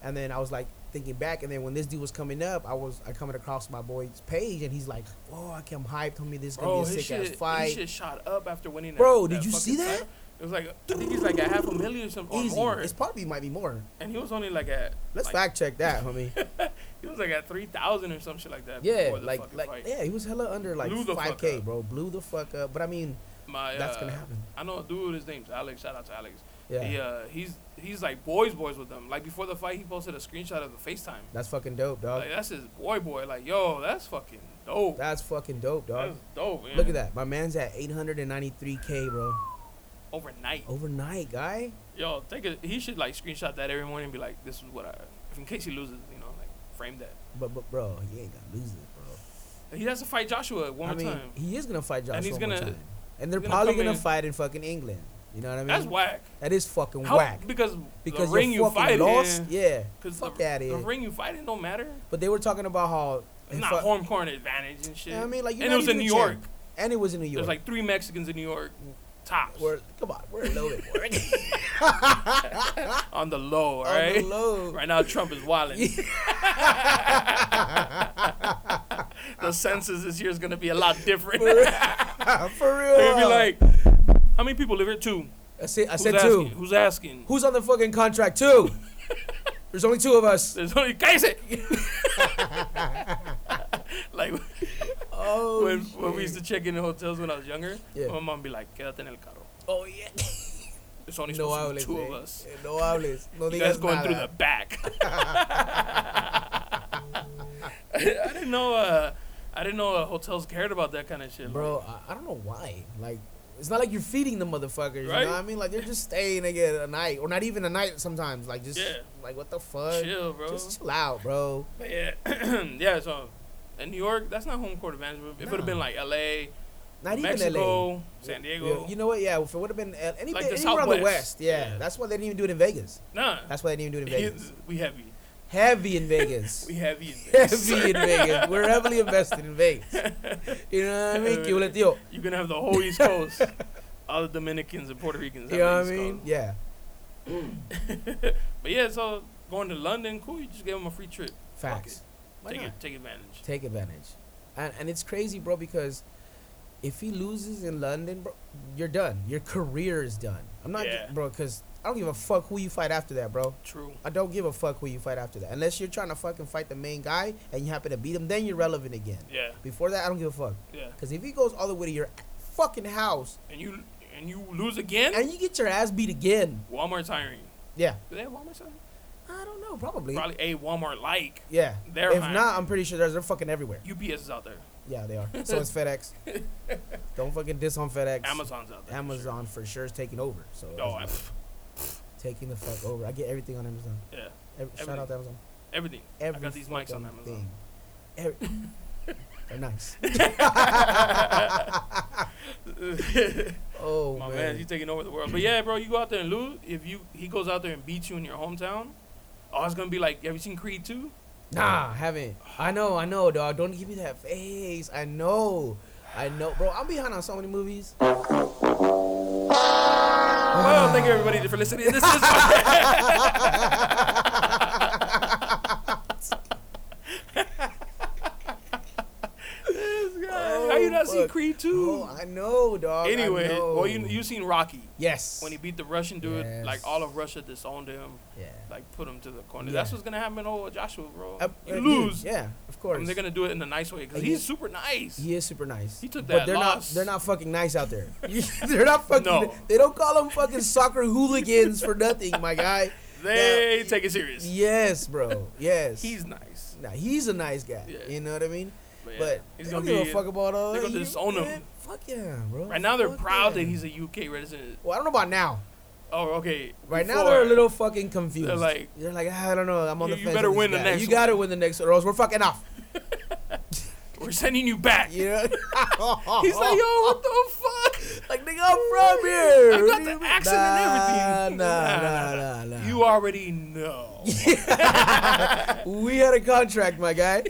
[SPEAKER 2] And then I was like thinking back, and then when this dude was coming up, I was I coming across my boy's page, and he's like, oh, I came hyped, homie. This is gonna
[SPEAKER 1] Bro,
[SPEAKER 2] be a
[SPEAKER 1] his
[SPEAKER 2] sick ass
[SPEAKER 1] shit, his
[SPEAKER 2] fight.
[SPEAKER 1] shit shot up after winning. that-
[SPEAKER 2] Bro,
[SPEAKER 1] that
[SPEAKER 2] did you see
[SPEAKER 1] fucking
[SPEAKER 2] that?
[SPEAKER 1] title. It was like I think he's like a half a million or something
[SPEAKER 2] Easy.
[SPEAKER 1] or more,
[SPEAKER 2] It's probably might be more.
[SPEAKER 1] and he was only like at
[SPEAKER 2] Let's
[SPEAKER 1] like,
[SPEAKER 2] fact check that,
[SPEAKER 1] <laughs>
[SPEAKER 2] homie.
[SPEAKER 1] He was like at three thousand or some shit like that.
[SPEAKER 2] yeah,
[SPEAKER 1] before the
[SPEAKER 2] like
[SPEAKER 1] fucking
[SPEAKER 2] like
[SPEAKER 1] fight.
[SPEAKER 2] yeah, he was hella under like
[SPEAKER 1] Blew the fuck
[SPEAKER 2] five k,
[SPEAKER 1] up.
[SPEAKER 2] bro. Blew the fuck up. But I mean,
[SPEAKER 1] My,
[SPEAKER 2] that's
[SPEAKER 1] uh,
[SPEAKER 2] gonna happen.
[SPEAKER 1] I know a dude. His name's Alex. Shout out to Alex.
[SPEAKER 2] Yeah.
[SPEAKER 1] Yeah. He, uh, he's he's like boys boys with them. Like before the fight, he posted a screenshot of the FaceTime.
[SPEAKER 2] that's fucking dope, dog.
[SPEAKER 1] Like that's his boy boy. Like yo, that's fucking dope.
[SPEAKER 2] That's fucking dope, dog.
[SPEAKER 1] that's dope. Man.
[SPEAKER 2] Look at that. My man's at 893K, bro.
[SPEAKER 1] Overnight.
[SPEAKER 2] Oh. Overnight, guy.
[SPEAKER 1] Yo, take it. He should like screenshot that every morning and be like, this is what I. If in case he loses, you know, like frame that.
[SPEAKER 2] But, but bro, he ain't going to lose it, bro.
[SPEAKER 1] He has to fight Joshua one
[SPEAKER 2] I
[SPEAKER 1] more
[SPEAKER 2] mean,
[SPEAKER 1] time.
[SPEAKER 2] he is going to fight Joshua
[SPEAKER 1] And he's
[SPEAKER 2] one more
[SPEAKER 1] gonna-
[SPEAKER 2] time. And they're
[SPEAKER 1] gonna
[SPEAKER 2] probably
[SPEAKER 1] come
[SPEAKER 2] going to
[SPEAKER 1] in-
[SPEAKER 2] fight in fucking England. You know what I mean?
[SPEAKER 1] That's whack.
[SPEAKER 2] That is fucking
[SPEAKER 1] How-
[SPEAKER 2] whack.
[SPEAKER 1] Because
[SPEAKER 2] Because
[SPEAKER 1] the ring
[SPEAKER 2] you're
[SPEAKER 1] you
[SPEAKER 2] fucking
[SPEAKER 1] fight
[SPEAKER 2] lost.
[SPEAKER 1] in.
[SPEAKER 2] Yeah.
[SPEAKER 1] Because
[SPEAKER 2] Fuck
[SPEAKER 1] the,
[SPEAKER 2] out of
[SPEAKER 1] the
[SPEAKER 2] here.
[SPEAKER 1] ring you fighting don't matter.
[SPEAKER 2] But they were talking about how...
[SPEAKER 1] It's not
[SPEAKER 2] fuck-
[SPEAKER 1] home court advantage and shit.
[SPEAKER 2] You know what I mean? Like, you're
[SPEAKER 1] and
[SPEAKER 2] not
[SPEAKER 1] it was in
[SPEAKER 2] even
[SPEAKER 1] New
[SPEAKER 2] a
[SPEAKER 1] York.
[SPEAKER 2] champ. And it was in New York.
[SPEAKER 1] There's like three Mexicans in New York, tops
[SPEAKER 2] we're, come on, we're loaded.
[SPEAKER 1] <laughs>
[SPEAKER 2] We're
[SPEAKER 1] on the low,
[SPEAKER 2] on
[SPEAKER 1] right?
[SPEAKER 2] the
[SPEAKER 1] <laughs>
[SPEAKER 2] low.
[SPEAKER 1] Right now, Trump is wilding. <laughs> the census this year is gonna be a lot different.
[SPEAKER 2] For
[SPEAKER 1] They're
[SPEAKER 2] real. <laughs>
[SPEAKER 1] <laughs>
[SPEAKER 2] For real.
[SPEAKER 1] gonna be like, how many people live here? Two.
[SPEAKER 2] I said, I
[SPEAKER 1] Who's
[SPEAKER 2] said
[SPEAKER 1] asking?
[SPEAKER 2] two.
[SPEAKER 1] Who's asking?
[SPEAKER 2] Who's on the fucking contract? Two. There's only two of us.
[SPEAKER 1] <laughs> There's only case
[SPEAKER 2] <laughs>
[SPEAKER 1] it. like.
[SPEAKER 2] Oh,
[SPEAKER 1] when, when we used to check in the hotels when I was younger,
[SPEAKER 2] Yeah.
[SPEAKER 1] my mom be like, quédate en el carro.
[SPEAKER 2] oh yeah.
[SPEAKER 1] <laughs> There's only
[SPEAKER 2] No
[SPEAKER 1] supposed to be
[SPEAKER 2] hables.
[SPEAKER 1] two
[SPEAKER 2] eh.
[SPEAKER 1] of us.
[SPEAKER 2] Eh, No hables. No
[SPEAKER 1] You
[SPEAKER 2] digas
[SPEAKER 1] guys going through the
[SPEAKER 2] nada. <laughs>
[SPEAKER 1] back. I didn't know. Uh, I didn't know uh, hotels cared about that kind of shit.
[SPEAKER 2] Bro, I, I don't know why. Like, it's not like you're feeding the motherfuckers. You
[SPEAKER 1] Right?
[SPEAKER 2] know what I mean? Like, they're just staying again a night, or not even a night sometimes. Like, just
[SPEAKER 1] Yeah.
[SPEAKER 2] like what the fuck?
[SPEAKER 1] Like, chill, bro.
[SPEAKER 2] Just chill out, bro.
[SPEAKER 1] But yeah, <clears throat> yeah. So in New York, that's not home court advantage. But it would
[SPEAKER 2] Nah.
[SPEAKER 1] have been like L.A.,
[SPEAKER 2] Not even
[SPEAKER 1] Mexico,
[SPEAKER 2] LA.
[SPEAKER 1] San
[SPEAKER 2] Yeah,
[SPEAKER 1] Diego.
[SPEAKER 2] you know what? Yeah, if it would have been L- anything,
[SPEAKER 1] the
[SPEAKER 2] anywhere on the
[SPEAKER 1] Southwest.
[SPEAKER 2] West. Yeah.
[SPEAKER 1] Yeah.
[SPEAKER 2] that's why they didn't even do it in Vegas.
[SPEAKER 1] nah,
[SPEAKER 2] That's why they didn't even do it in Vegas.
[SPEAKER 1] <laughs> we heavy.
[SPEAKER 2] Heavy in Vegas.
[SPEAKER 1] We
[SPEAKER 2] <laughs>
[SPEAKER 1] heavy. In Vegas.
[SPEAKER 2] heavy in
[SPEAKER 1] <laughs>
[SPEAKER 2] Vegas. We're heavily invested in Vegas. You know what I mean? Que huele, tío.
[SPEAKER 1] You're gonna have the whole East
[SPEAKER 2] <laughs>
[SPEAKER 1] Coast, all the Dominicans and Puerto Ricans.
[SPEAKER 2] You
[SPEAKER 1] have the
[SPEAKER 2] know what I
[SPEAKER 1] East
[SPEAKER 2] mean?
[SPEAKER 1] Coast.
[SPEAKER 2] Yeah.
[SPEAKER 1] <laughs> But yeah, so going to London, cool. You just gave them a free trip. Fuck
[SPEAKER 2] Facts.
[SPEAKER 1] it.
[SPEAKER 2] Why
[SPEAKER 1] take
[SPEAKER 2] not?
[SPEAKER 1] it, take advantage.
[SPEAKER 2] Take advantage. And, and it's crazy, bro, because if he loses in London, bro, you're done. Your career is done. I'm not,
[SPEAKER 1] Yeah.
[SPEAKER 2] bro, because I don't give a fuck who you fight after that, bro.
[SPEAKER 1] True.
[SPEAKER 2] I don't give a fuck who you fight after that. Unless you're trying to fucking fight the main guy and you happen to beat him, then you're relevant again.
[SPEAKER 1] Yeah,
[SPEAKER 2] Before that, I don't give a fuck.
[SPEAKER 1] yeah.
[SPEAKER 2] Because if he goes all the way to your fucking house
[SPEAKER 1] And you and you lose again.
[SPEAKER 2] and you get your ass beat again,
[SPEAKER 1] Walmart's hiring.
[SPEAKER 2] yeah.
[SPEAKER 1] Do they have Walmart hiring?
[SPEAKER 2] I don't know, probably.
[SPEAKER 1] Probably a Walmart like
[SPEAKER 2] Yeah.
[SPEAKER 1] They're
[SPEAKER 2] if
[SPEAKER 1] hiring.
[SPEAKER 2] not, I'm pretty sure there's they're fucking everywhere.
[SPEAKER 1] UPS is out there.
[SPEAKER 2] Yeah, they are.
[SPEAKER 1] <laughs>
[SPEAKER 2] So it's FedEx. Don't fucking diss on FedEx.
[SPEAKER 1] Amazon's out there. for sure.
[SPEAKER 2] Amazon for sure is taking over. So
[SPEAKER 1] Oh, I,
[SPEAKER 2] it's taking the fuck over. I get everything on Amazon.
[SPEAKER 1] yeah.
[SPEAKER 2] Every, shout out to Amazon.
[SPEAKER 1] Everything.
[SPEAKER 2] Every
[SPEAKER 1] I got these mics on
[SPEAKER 2] fucking
[SPEAKER 1] Amazon.
[SPEAKER 2] thing. Every,
[SPEAKER 1] <laughs>
[SPEAKER 2] they're nice. <laughs> Oh
[SPEAKER 1] <laughs> My
[SPEAKER 2] man.
[SPEAKER 1] man, he's taking over the world. But yeah, bro, you go out there and lose. If you he goes out there and beats you in your hometown, Oh, it's gonna be like, have you seen Creed 2?
[SPEAKER 2] Nah, haven't. I know, I know, dog. Don't give me that face. I know, I know, bro. I'm behind on so many movies.
[SPEAKER 1] Well, thank you everybody for listening. This is
[SPEAKER 2] <laughs>
[SPEAKER 1] This guy, How you not see
[SPEAKER 2] Oh, fuck.
[SPEAKER 1] Creed 2?
[SPEAKER 2] Oh, I know, dog. I
[SPEAKER 1] anyway,
[SPEAKER 2] know.
[SPEAKER 1] well, you you seen Rocky
[SPEAKER 2] yes.
[SPEAKER 1] when he beat the Russian dude,
[SPEAKER 2] Yes.
[SPEAKER 1] like all of Russia disowned him,
[SPEAKER 2] yeah.
[SPEAKER 1] like put him to the corner.
[SPEAKER 2] Yeah.
[SPEAKER 1] That's what's gonna happen to old Joshua, bro.
[SPEAKER 2] Uh,
[SPEAKER 1] you
[SPEAKER 2] uh, dude,
[SPEAKER 1] lose,
[SPEAKER 2] yeah, of course.
[SPEAKER 1] and they're gonna do it in a nice way because
[SPEAKER 2] And
[SPEAKER 1] he's
[SPEAKER 2] he-
[SPEAKER 1] super nice.
[SPEAKER 2] He is super nice.
[SPEAKER 1] He took
[SPEAKER 2] But
[SPEAKER 1] that
[SPEAKER 2] they're
[SPEAKER 1] loss.
[SPEAKER 2] not they're not fucking nice
[SPEAKER 1] <laughs>
[SPEAKER 2] out there. <laughs> they're not fucking
[SPEAKER 1] No.
[SPEAKER 2] they don't call them fucking soccer hooligans for nothing,
[SPEAKER 1] <laughs>
[SPEAKER 2] my guy.
[SPEAKER 1] They
[SPEAKER 2] Now-
[SPEAKER 1] take it serious.
[SPEAKER 2] Yes, bro. Yes.
[SPEAKER 1] He's nice,
[SPEAKER 2] now he's a nice guy.
[SPEAKER 1] Yeah.
[SPEAKER 2] You know what I mean?
[SPEAKER 1] but, yeah,
[SPEAKER 2] But
[SPEAKER 1] he's
[SPEAKER 2] they
[SPEAKER 1] gonna
[SPEAKER 2] don't
[SPEAKER 1] be.
[SPEAKER 2] give a fuck about all
[SPEAKER 1] they're
[SPEAKER 2] that.
[SPEAKER 1] gonna
[SPEAKER 2] You-
[SPEAKER 1] disown him.
[SPEAKER 2] man, Fuck yeah, bro.
[SPEAKER 1] right now, they're
[SPEAKER 2] Fuck
[SPEAKER 1] proud
[SPEAKER 2] yeah.
[SPEAKER 1] that he's a UK resident.
[SPEAKER 2] Well, I don't know about now.
[SPEAKER 1] Oh, okay.
[SPEAKER 2] Right now
[SPEAKER 1] before.
[SPEAKER 2] they're a little fucking confused.
[SPEAKER 1] They're like-
[SPEAKER 2] they're like, "Ah, I don't know. I'm on
[SPEAKER 1] You-
[SPEAKER 2] the
[SPEAKER 1] you
[SPEAKER 2] fence.
[SPEAKER 1] better
[SPEAKER 2] with
[SPEAKER 1] win the
[SPEAKER 2] guy.
[SPEAKER 1] next
[SPEAKER 2] You
[SPEAKER 1] one."
[SPEAKER 2] gotta win the next, or else we're fucking off.
[SPEAKER 1] We're sending you back.
[SPEAKER 2] You <laughs> know?
[SPEAKER 1] He's like, yo, what the fuck?
[SPEAKER 2] Like nigga, I'm from
[SPEAKER 1] I
[SPEAKER 2] here. What
[SPEAKER 1] got
[SPEAKER 2] do
[SPEAKER 1] the
[SPEAKER 2] you mean?
[SPEAKER 1] accent and everything.
[SPEAKER 2] Nah, nah, nah, nah, nah.
[SPEAKER 1] You already know.
[SPEAKER 2] <laughs>
[SPEAKER 1] <laughs>
[SPEAKER 2] We had a contract, my <laughs> guy.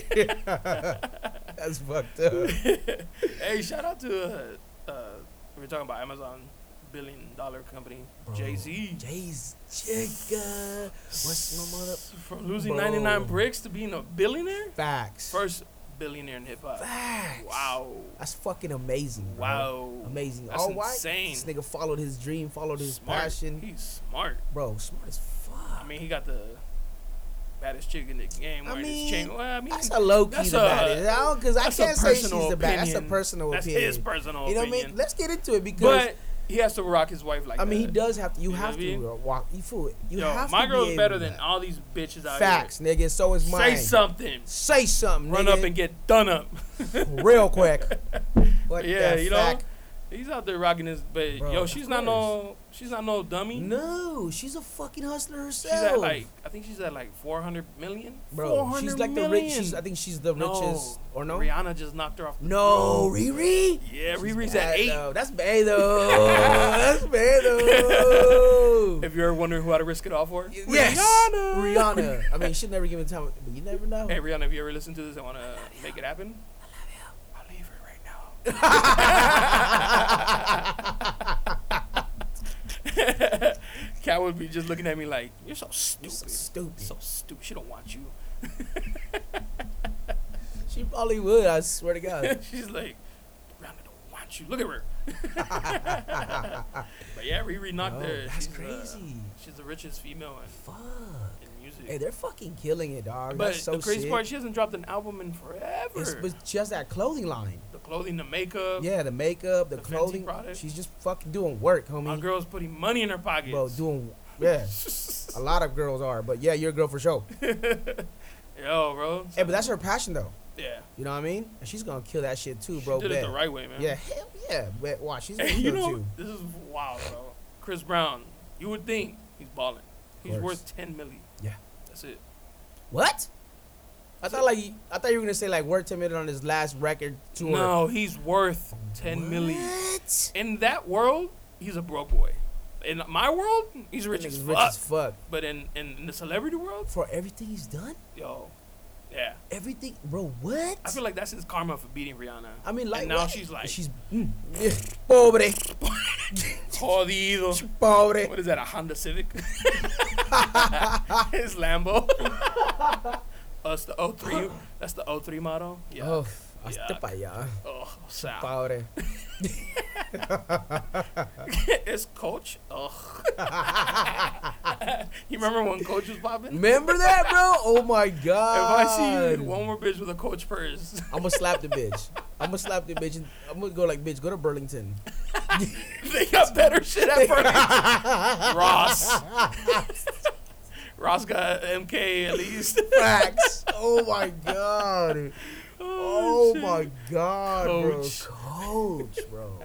[SPEAKER 2] That's fucked up.
[SPEAKER 1] hey, shout out to uh, uh, we were talking about Amazon billion dollar company Jay Z.
[SPEAKER 2] Jay's Jigga. What's my mother?
[SPEAKER 1] From losing
[SPEAKER 2] Bro.
[SPEAKER 1] 99 bricks to being a billionaire,
[SPEAKER 2] Facts.
[SPEAKER 1] first billionaire in hip hop.
[SPEAKER 2] Facts.
[SPEAKER 1] Wow.
[SPEAKER 2] That's fucking amazing. bro.
[SPEAKER 1] Wow.
[SPEAKER 2] Amazing.
[SPEAKER 1] That's
[SPEAKER 2] All white.
[SPEAKER 1] insane.
[SPEAKER 2] This nigga followed his dream, followed his
[SPEAKER 1] Smart.
[SPEAKER 2] passion.
[SPEAKER 1] He's smart.
[SPEAKER 2] bro, smart as fuck.
[SPEAKER 1] I mean, he got the baddest chick in the game.
[SPEAKER 2] I
[SPEAKER 1] wearing his
[SPEAKER 2] mean,
[SPEAKER 1] chain. Well, I mean,
[SPEAKER 2] That's a low key
[SPEAKER 1] that's
[SPEAKER 2] the
[SPEAKER 1] a-
[SPEAKER 2] baddest. Because I
[SPEAKER 1] that's a
[SPEAKER 2] can't say she's
[SPEAKER 1] personal
[SPEAKER 2] the baddest. That's a
[SPEAKER 1] opinion.
[SPEAKER 2] personal
[SPEAKER 1] That's
[SPEAKER 2] opinion.
[SPEAKER 1] his personal
[SPEAKER 2] You know what I mean?
[SPEAKER 1] opinion.
[SPEAKER 2] Let's get into it because
[SPEAKER 1] But he has to rock his wife like
[SPEAKER 2] I
[SPEAKER 1] that.
[SPEAKER 2] mean, he does have to. You
[SPEAKER 1] You know
[SPEAKER 2] have
[SPEAKER 1] what I mean?
[SPEAKER 2] to uh, walk. You fool. You
[SPEAKER 1] Yo,
[SPEAKER 2] have
[SPEAKER 1] my
[SPEAKER 2] to be
[SPEAKER 1] girl's
[SPEAKER 2] able
[SPEAKER 1] better
[SPEAKER 2] to
[SPEAKER 1] than
[SPEAKER 2] that.
[SPEAKER 1] all these bitches out
[SPEAKER 2] Facts, nigga. So is
[SPEAKER 1] here. Say
[SPEAKER 2] mine.
[SPEAKER 1] something.
[SPEAKER 2] Say something.
[SPEAKER 1] Run
[SPEAKER 2] nigga,
[SPEAKER 1] up and get done
[SPEAKER 2] <laughs>
[SPEAKER 1] up. <laughs>
[SPEAKER 2] real quick. What
[SPEAKER 1] yeah,
[SPEAKER 2] the
[SPEAKER 1] you
[SPEAKER 2] fuck?
[SPEAKER 1] know, he's out there rocking his. But
[SPEAKER 2] Bro,
[SPEAKER 1] yo,
[SPEAKER 2] of
[SPEAKER 1] she's not no, she's not no dummy.
[SPEAKER 2] No, she's a fucking hustler
[SPEAKER 1] she's at
[SPEAKER 2] herself.
[SPEAKER 1] like, I think she's at like 400 million.
[SPEAKER 2] bro, she's
[SPEAKER 1] 400
[SPEAKER 2] like the
[SPEAKER 1] million.
[SPEAKER 2] richest. I think she's the
[SPEAKER 1] No,
[SPEAKER 2] richest, or no?
[SPEAKER 1] Rihanna just knocked her off. The
[SPEAKER 2] No,
[SPEAKER 1] throne.
[SPEAKER 2] Riri.
[SPEAKER 1] Yeah,
[SPEAKER 2] She's
[SPEAKER 1] Riri's
[SPEAKER 2] bad,
[SPEAKER 1] at eight.
[SPEAKER 2] Though. That's
[SPEAKER 1] <laughs>
[SPEAKER 2] bad though. That's bad though.
[SPEAKER 1] If you're wondering who I'd risk it all for,
[SPEAKER 2] yes,
[SPEAKER 1] Rihanna.
[SPEAKER 2] Rihanna. I mean, she'll never give him time, but you never know.
[SPEAKER 1] Hey Rihanna, if you ever listen to this and want to make it happen, I love you. I'll leave her right now. <laughs> Cat would be just looking at me like, "You're so
[SPEAKER 2] You're
[SPEAKER 1] stupid,
[SPEAKER 2] so
[SPEAKER 1] so,
[SPEAKER 2] stupid.
[SPEAKER 1] stupid. She don't want you."
[SPEAKER 2] She probably would. I swear to God.
[SPEAKER 1] <laughs> She's like, "Rihanna don't want you. Look at
[SPEAKER 2] <laughs>
[SPEAKER 1] her." but yeah, Riri knocked
[SPEAKER 2] No,
[SPEAKER 1] her.
[SPEAKER 2] that's
[SPEAKER 1] she's, uh,
[SPEAKER 2] crazy.
[SPEAKER 1] she's the richest female
[SPEAKER 2] Fuck.
[SPEAKER 1] in, in music.
[SPEAKER 2] Hey, they're fucking killing it, dog.
[SPEAKER 1] but
[SPEAKER 2] That's so
[SPEAKER 1] the crazy
[SPEAKER 2] sick.
[SPEAKER 1] part, she hasn't dropped an album in forever.
[SPEAKER 2] It's, but just that clothing line.
[SPEAKER 1] the clothing, the makeup.
[SPEAKER 2] Yeah, the makeup, the,
[SPEAKER 1] Oh. The Fenty
[SPEAKER 2] clothing.
[SPEAKER 1] product.
[SPEAKER 2] She's just fucking doing work, homie.
[SPEAKER 1] My girl's putting money in her pockets.
[SPEAKER 2] Bro, doing yeah. a lot of girls are, but yeah, you're a girl for sure.
[SPEAKER 1] <laughs> Yo, bro.
[SPEAKER 2] Hey, but that's her passion though.
[SPEAKER 1] yeah.
[SPEAKER 2] You know what I mean? And she's gonna kill that shit too, bro.
[SPEAKER 1] she did
[SPEAKER 2] bet.
[SPEAKER 1] it the right way, man.
[SPEAKER 2] Yeah, hell yeah. Bet. Watch, she's gonna
[SPEAKER 1] <laughs> Hey, you
[SPEAKER 2] kill
[SPEAKER 1] know,
[SPEAKER 2] too.
[SPEAKER 1] this is wild, bro. Chris Brown, you would think he's balling. He's
[SPEAKER 2] course.
[SPEAKER 1] worth 10 million.
[SPEAKER 2] Yeah.
[SPEAKER 1] That's it.
[SPEAKER 2] What? I thought like you- I thought you were gonna say like we're timid on his last record tour.
[SPEAKER 1] No, he's worth ten
[SPEAKER 2] What?
[SPEAKER 1] million. In that world, he's a broke boy. In my world, he's rich as
[SPEAKER 2] Nigga's
[SPEAKER 1] fuck.
[SPEAKER 2] rich as fuck.
[SPEAKER 1] But in, in, in the celebrity world,
[SPEAKER 2] For everything he's done,
[SPEAKER 1] yo, yeah.
[SPEAKER 2] everything, bro. What?
[SPEAKER 1] I feel like that's his karma for beating Rihanna.
[SPEAKER 2] I mean, like
[SPEAKER 1] and now
[SPEAKER 2] what?
[SPEAKER 1] she's like, she's
[SPEAKER 2] she's mm, yeah, pobre,
[SPEAKER 1] jodido.
[SPEAKER 2] pobre.
[SPEAKER 1] What is that? A Honda
[SPEAKER 2] <laughs>
[SPEAKER 1] Civic? His Lambo. That's the 03. That's the 03 model. Yeah.
[SPEAKER 2] Oh,
[SPEAKER 1] Oh,
[SPEAKER 2] hasta
[SPEAKER 1] Yuck.
[SPEAKER 2] pa allá,
[SPEAKER 1] sad.
[SPEAKER 2] pobre.
[SPEAKER 1] <laughs> it's Coach. Oh. <laughs> you remember when Coach was popping?
[SPEAKER 2] Remember that, bro? Oh my
[SPEAKER 1] If
[SPEAKER 2] god.
[SPEAKER 1] I see you one more bitch with a Coach purse, <laughs>
[SPEAKER 2] I'm gonna slap the bitch. I'm gonna slap the bitch. And I'm gonna go like, bitch, go to Burlington.
[SPEAKER 1] they got better shit
[SPEAKER 2] <laughs>
[SPEAKER 1] at first. Ross. Ross got MK at least. <laughs>
[SPEAKER 2] Facts. Oh my god. Oh
[SPEAKER 1] shit.
[SPEAKER 2] my god,
[SPEAKER 1] Coach.
[SPEAKER 2] bro. Coach, bro.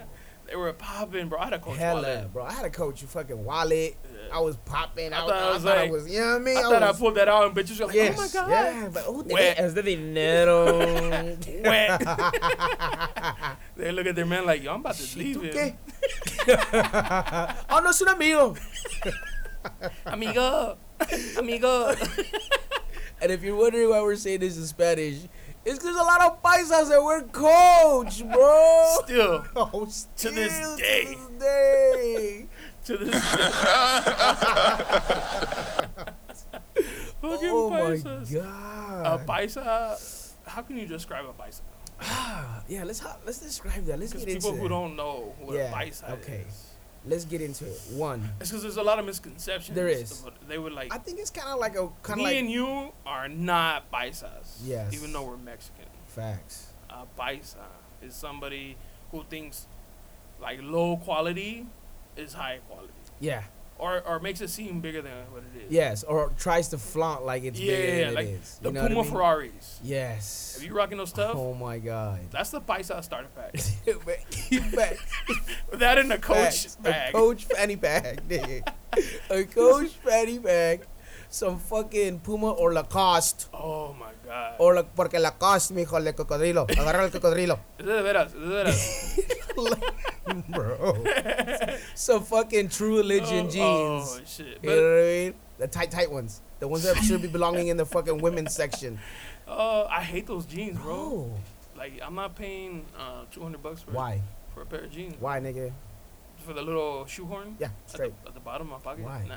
[SPEAKER 1] They were popping, bro. I had a <laughs> Coach
[SPEAKER 2] Hella,
[SPEAKER 1] wallet.
[SPEAKER 2] bro. I had a coach who fucking wallet. I was popping. I,
[SPEAKER 1] I
[SPEAKER 2] was,
[SPEAKER 1] thought I was
[SPEAKER 2] I thought I
[SPEAKER 1] like-
[SPEAKER 2] was, you know what I mean?
[SPEAKER 1] I thought I
[SPEAKER 2] was,
[SPEAKER 1] pulled that out and bitches were like,
[SPEAKER 2] yes,
[SPEAKER 1] oh my god.
[SPEAKER 2] Yeah, but oh, they
[SPEAKER 1] Wet.
[SPEAKER 2] as
[SPEAKER 1] <laughs>
[SPEAKER 2] the dinero. <laughs>
[SPEAKER 1] wet. they look at their man like, yo, I'm about to leave
[SPEAKER 2] ¿Tú
[SPEAKER 1] him. <laughs>
[SPEAKER 2] <laughs> qué? oh, no es un amigo. <laughs>
[SPEAKER 1] Amigo. amigo.
[SPEAKER 2] And if you're wondering why we're saying this in Spanish, it's 'cause there's a lot of paisas that we're coach, bro.
[SPEAKER 1] Still,
[SPEAKER 2] Oh,
[SPEAKER 1] To this
[SPEAKER 2] still
[SPEAKER 1] day. <laughs>
[SPEAKER 2] this day.
[SPEAKER 1] to this. Fucking
[SPEAKER 2] oh
[SPEAKER 1] paisas.
[SPEAKER 2] my
[SPEAKER 1] A
[SPEAKER 2] god.
[SPEAKER 1] paisa. How can you describe a paisa?
[SPEAKER 2] Ah, yeah, let's ha- let's describe that. Let's
[SPEAKER 1] Because
[SPEAKER 2] get
[SPEAKER 1] people
[SPEAKER 2] into
[SPEAKER 1] who
[SPEAKER 2] it.
[SPEAKER 1] don't know what
[SPEAKER 2] Yeah,
[SPEAKER 1] a paisa
[SPEAKER 2] okay.
[SPEAKER 1] is.
[SPEAKER 2] Let's get into it.
[SPEAKER 1] <laughs>
[SPEAKER 2] One,
[SPEAKER 1] It's because there's a lot of misconceptions.
[SPEAKER 2] There is.
[SPEAKER 1] about- They were like,
[SPEAKER 2] I think it's kind of like a kind
[SPEAKER 1] me
[SPEAKER 2] of like
[SPEAKER 1] and you are not paisas.
[SPEAKER 2] Yes.
[SPEAKER 1] Even though we're Mexican.
[SPEAKER 2] <laughs> facts.
[SPEAKER 1] A paisa is somebody who thinks like low quality is high quality.
[SPEAKER 2] Yeah.
[SPEAKER 1] Or, or makes it seem bigger than what it is.
[SPEAKER 2] Yes, or tries to flaunt like it's
[SPEAKER 1] Yeah,
[SPEAKER 2] bigger
[SPEAKER 1] yeah,
[SPEAKER 2] than
[SPEAKER 1] like
[SPEAKER 2] it is.
[SPEAKER 1] the
[SPEAKER 2] you know what
[SPEAKER 1] Puma
[SPEAKER 2] I mean?
[SPEAKER 1] Ferraris.
[SPEAKER 2] Yes.
[SPEAKER 1] If you rocking those stuff,
[SPEAKER 2] Oh my god. <laughs>
[SPEAKER 1] that's the paisa starter pack. <laughs>
[SPEAKER 2] Back-
[SPEAKER 1] that in a coach
[SPEAKER 2] Facts.
[SPEAKER 1] bag.
[SPEAKER 2] A coach
[SPEAKER 1] <laughs>
[SPEAKER 2] fanny bag, nigga. a coach fanny bag. Some fucking Puma or Lacoste.
[SPEAKER 1] Oh my god.
[SPEAKER 2] Or la, porque Lacoste, mijo, le cocodrilo. Agarra el cocodrilo.
[SPEAKER 1] Is that veras? Is that
[SPEAKER 2] <laughs>
[SPEAKER 1] veras?
[SPEAKER 2] Like, <laughs> bro. Some fucking true religion jeans.
[SPEAKER 1] Oh shit.
[SPEAKER 2] you know
[SPEAKER 1] But,
[SPEAKER 2] what I mean? The tight, tight ones. The ones that should be belonging in the fucking women's section.
[SPEAKER 1] uh, I hate those jeans, bro.
[SPEAKER 2] Bro.
[SPEAKER 1] Like I'm not paying uh 200 bucks for
[SPEAKER 2] Oh. Why?
[SPEAKER 1] for a pair of jeans.
[SPEAKER 2] Why, nigga?
[SPEAKER 1] For the little shoehorn
[SPEAKER 2] Yeah,
[SPEAKER 1] at the,
[SPEAKER 2] straight.
[SPEAKER 1] at the bottom of my pocket.
[SPEAKER 2] Why?
[SPEAKER 1] Nah.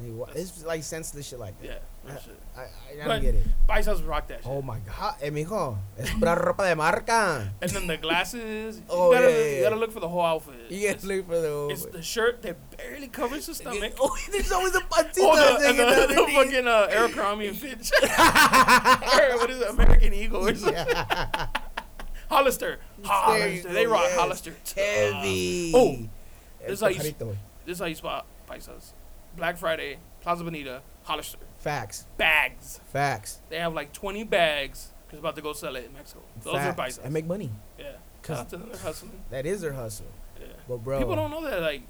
[SPEAKER 2] Nigga, why- It's like senseless shit like that.
[SPEAKER 1] Yeah. no shit.
[SPEAKER 2] I, I, I
[SPEAKER 1] But
[SPEAKER 2] don't get it.
[SPEAKER 1] Paisas rock that shit.
[SPEAKER 2] Oh my god. Eh, mijo. Es pura ropa de marca.
[SPEAKER 1] And then the glasses.
[SPEAKER 2] <laughs> Oh,
[SPEAKER 1] you gotta,
[SPEAKER 2] yeah, yeah,
[SPEAKER 1] you gotta
[SPEAKER 2] yeah.
[SPEAKER 1] look for the whole outfit.
[SPEAKER 2] You
[SPEAKER 1] It's-
[SPEAKER 2] gotta look for the.
[SPEAKER 1] It's the shirt that barely covers the stomach.
[SPEAKER 2] <laughs> Oh, there's always a
[SPEAKER 1] <laughs>
[SPEAKER 2] patita.
[SPEAKER 1] Oh, the, and
[SPEAKER 2] hanging
[SPEAKER 1] the,
[SPEAKER 2] out
[SPEAKER 1] <laughs> the,
[SPEAKER 2] underneath.
[SPEAKER 1] fucking uh,
[SPEAKER 2] <laughs>
[SPEAKER 1] Abercrombie and Fitch. Or what is it? American Eagle or something. <laughs> Hollister.
[SPEAKER 2] There you
[SPEAKER 1] Hollister. They
[SPEAKER 2] go,
[SPEAKER 1] rock
[SPEAKER 2] yes.
[SPEAKER 1] Hollister.
[SPEAKER 2] Heavy.
[SPEAKER 1] Uh, oh,
[SPEAKER 2] El
[SPEAKER 1] it's like-
[SPEAKER 2] pajarito.
[SPEAKER 1] this is how you spot paisas. Black Friday, Plaza Bonita, Hollister.
[SPEAKER 2] Facts.
[SPEAKER 1] Bags.
[SPEAKER 2] Facts.
[SPEAKER 1] They have like 20 bags because about to go sell it in Mexico. Those
[SPEAKER 2] Facts.
[SPEAKER 1] are paisas.
[SPEAKER 2] And make money.
[SPEAKER 1] yeah. Shout
[SPEAKER 2] 'cause-
[SPEAKER 1] out to them. They're hustling.
[SPEAKER 2] That is their hustle.
[SPEAKER 1] Yeah.
[SPEAKER 2] But, bro.
[SPEAKER 1] People don't know that. Like,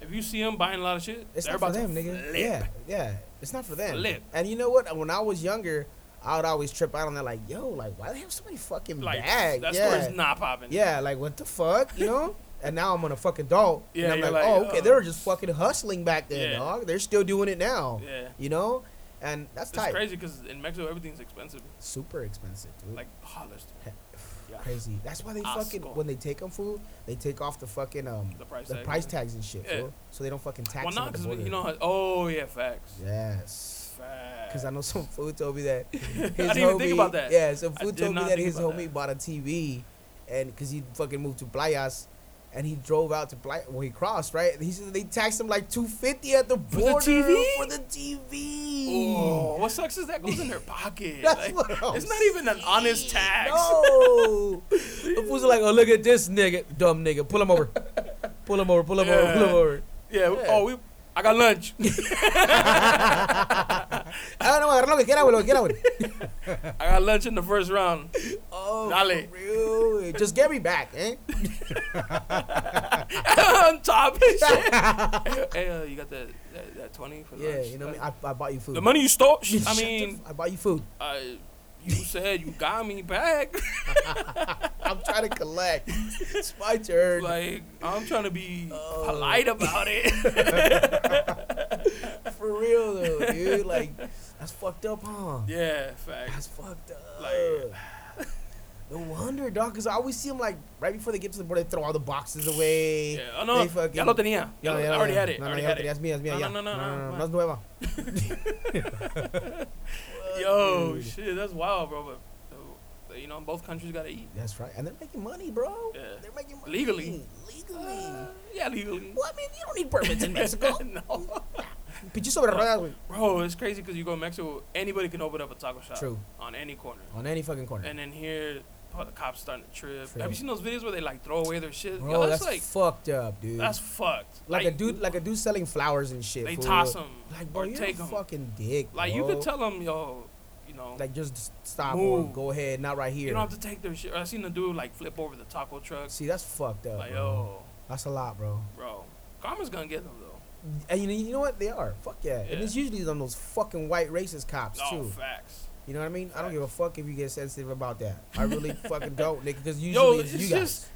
[SPEAKER 1] if you see them buying a lot of shit,
[SPEAKER 2] It's
[SPEAKER 1] they're
[SPEAKER 2] not for
[SPEAKER 1] about
[SPEAKER 2] them,
[SPEAKER 1] to
[SPEAKER 2] nigga.
[SPEAKER 1] flip.
[SPEAKER 2] Yeah, yeah. It's not for them.
[SPEAKER 1] Flip.
[SPEAKER 2] And you know what? When I was younger, I would always trip out on that, like, yo, like, why they have so many fucking
[SPEAKER 1] Like,
[SPEAKER 2] bags?
[SPEAKER 1] that
[SPEAKER 2] yeah.
[SPEAKER 1] store's not popping.
[SPEAKER 2] Yeah, like, what the fuck, you know? <laughs> and now I'm on a fucking dog.
[SPEAKER 1] Yeah,
[SPEAKER 2] and I'm
[SPEAKER 1] you're
[SPEAKER 2] like,
[SPEAKER 1] like,
[SPEAKER 2] oh, okay,
[SPEAKER 1] oh.
[SPEAKER 2] they were just fucking hustling back then,
[SPEAKER 1] Yeah.
[SPEAKER 2] dog. They're still doing it now.
[SPEAKER 1] Yeah.
[SPEAKER 2] You know? And that's
[SPEAKER 1] It's
[SPEAKER 2] tight.
[SPEAKER 1] crazy because in Mexico everything's expensive.
[SPEAKER 2] Super expensive, dude.
[SPEAKER 1] Like oh, Hollister, yeah.
[SPEAKER 2] <laughs> crazy. That's why they
[SPEAKER 1] Ah,
[SPEAKER 2] fucking
[SPEAKER 1] score.
[SPEAKER 2] when they take them food, they take off the fucking um
[SPEAKER 1] the price.
[SPEAKER 2] the
[SPEAKER 1] tag.
[SPEAKER 2] price tags and shit,
[SPEAKER 1] Yeah.
[SPEAKER 2] fool. so they don't fucking tax.
[SPEAKER 1] Well,
[SPEAKER 2] them
[SPEAKER 1] not
[SPEAKER 2] at the
[SPEAKER 1] because you
[SPEAKER 2] border.
[SPEAKER 1] know. how- Oh yeah, facts.
[SPEAKER 2] Yes.
[SPEAKER 1] Facts.
[SPEAKER 2] Cause I know some <laughs> fool told me that his
[SPEAKER 1] didn't even think about that.
[SPEAKER 2] Yeah, some
[SPEAKER 1] I
[SPEAKER 2] fool
[SPEAKER 1] did
[SPEAKER 2] told me
[SPEAKER 1] not
[SPEAKER 2] that
[SPEAKER 1] think
[SPEAKER 2] his
[SPEAKER 1] about
[SPEAKER 2] homie
[SPEAKER 1] that.
[SPEAKER 2] bought a TV, and cause he fucking moved to Playas, and he drove out to Play. Well, he crossed right. And he said they taxed him like two fifty at the border
[SPEAKER 1] TV?
[SPEAKER 2] for the TV.
[SPEAKER 1] Oh, what sucks is that goes in their pocket.
[SPEAKER 2] <laughs> That's
[SPEAKER 1] Like,
[SPEAKER 2] what I'm
[SPEAKER 1] it's not even an honest tax.
[SPEAKER 2] No, <laughs> the fools are like, oh look at this nigga, dumb nigga, pull him over, pull him over, pull him over, pull him
[SPEAKER 1] Yeah.
[SPEAKER 2] over.
[SPEAKER 1] Yeah. Oh, we. I got
[SPEAKER 2] <laughs>
[SPEAKER 1] lunch.
[SPEAKER 2] Ah, no, agarra lo que quiera, güey, lo que quiera, güey.
[SPEAKER 1] <laughs> I got lunch in the first round. <laughs>
[SPEAKER 2] Oh,
[SPEAKER 1] Dale.
[SPEAKER 2] for real, eh. Just get me back,
[SPEAKER 1] <laughs>
[SPEAKER 2] eh?
[SPEAKER 1] On top. and
[SPEAKER 2] <laughs>
[SPEAKER 1] shit. hey, hey, uh, you got that that, that twenty for
[SPEAKER 2] Yeah,
[SPEAKER 1] lunch?
[SPEAKER 2] you know what I
[SPEAKER 1] Uh,
[SPEAKER 2] mean? I, I bought you food.
[SPEAKER 1] The money you stole.
[SPEAKER 2] <laughs> Shut
[SPEAKER 1] I
[SPEAKER 2] the
[SPEAKER 1] mean,
[SPEAKER 2] f- I bought you food.
[SPEAKER 1] I. You said you got me back. <laughs>
[SPEAKER 2] I'm trying to collect. it's my turn.
[SPEAKER 1] like I'm trying to be
[SPEAKER 2] Oh.
[SPEAKER 1] polite about it. <laughs>
[SPEAKER 2] <laughs> For real though, dude. Like that's fucked up, huh?
[SPEAKER 1] yeah, facts.
[SPEAKER 2] That's fucked up.
[SPEAKER 1] Like-
[SPEAKER 2] no wonder, dog. Cause I always see them like right before they get to the board, they throw all the boxes away.
[SPEAKER 1] Yeah, oh no,
[SPEAKER 2] They fucking-
[SPEAKER 1] ya lo tenía. Ya
[SPEAKER 2] Yeah,
[SPEAKER 1] lo,
[SPEAKER 2] yeah,
[SPEAKER 1] I already
[SPEAKER 2] yeah.
[SPEAKER 1] had it.
[SPEAKER 2] No,
[SPEAKER 1] I
[SPEAKER 2] no,
[SPEAKER 1] already
[SPEAKER 2] ya
[SPEAKER 1] had
[SPEAKER 2] lo
[SPEAKER 1] it.
[SPEAKER 2] tenías, mía, es mía,
[SPEAKER 1] No,
[SPEAKER 2] ya.
[SPEAKER 1] no, no, no,
[SPEAKER 2] no,
[SPEAKER 1] no.
[SPEAKER 2] no es nueva.
[SPEAKER 1] <laughs> Yo,
[SPEAKER 2] Dude.
[SPEAKER 1] shit, that's wild, bro. But, uh, you know, both countries gotta eat.
[SPEAKER 2] That's right. And they're making money, bro.
[SPEAKER 1] Yeah.
[SPEAKER 2] They're making money.
[SPEAKER 1] Legally.
[SPEAKER 2] Legally.
[SPEAKER 1] Uh, yeah, legally.
[SPEAKER 2] well, I mean, you don't need permits
[SPEAKER 1] <laughs>
[SPEAKER 2] in Mexico.
[SPEAKER 1] no.
[SPEAKER 2] Pinche sobre ruedas, güey.
[SPEAKER 1] Bro, it's crazy because you go to Mexico, anybody can open up a taco shop
[SPEAKER 2] True.
[SPEAKER 1] on any corner.
[SPEAKER 2] On any fucking corner.
[SPEAKER 1] And then here, oh, the cops starting to trip.
[SPEAKER 2] True.
[SPEAKER 1] Have you seen those videos where they like throw away their shit?
[SPEAKER 2] Bro,
[SPEAKER 1] Yo, that's,
[SPEAKER 2] that's
[SPEAKER 1] like,
[SPEAKER 2] fucked up, dude.
[SPEAKER 1] that's fucked.
[SPEAKER 2] like, a dude, like a dude selling flowers and shit.
[SPEAKER 1] They
[SPEAKER 2] fool.
[SPEAKER 1] toss 'em
[SPEAKER 2] Like, bro,
[SPEAKER 1] or
[SPEAKER 2] you're
[SPEAKER 1] take
[SPEAKER 2] a
[SPEAKER 1] 'em.
[SPEAKER 2] fucking dick.
[SPEAKER 1] Like you
[SPEAKER 2] bro.
[SPEAKER 1] could tell them, yo, you know,
[SPEAKER 2] Like, just s- stop or
[SPEAKER 1] Move.
[SPEAKER 2] go ahead, not right here.
[SPEAKER 1] you don't have to take their shit. I seen the dude like flip over the taco truck.
[SPEAKER 2] See, that's fucked up.
[SPEAKER 1] Like,
[SPEAKER 2] bro.
[SPEAKER 1] yo,
[SPEAKER 2] That's a lot, bro.
[SPEAKER 1] bro, karma's gonna get them though.
[SPEAKER 2] And you know, you know what? They are. Fuck yeah.
[SPEAKER 1] Yeah.
[SPEAKER 2] And it's usually on those fucking white racist cops
[SPEAKER 1] No
[SPEAKER 2] too.
[SPEAKER 1] facts.
[SPEAKER 2] you know what I mean?
[SPEAKER 1] <laughs>
[SPEAKER 2] I don't give a fuck if you get sensitive about that. I really fucking don't, nigga. Because usually
[SPEAKER 1] Yo,
[SPEAKER 2] it's,
[SPEAKER 1] it's
[SPEAKER 2] you guys.
[SPEAKER 1] just-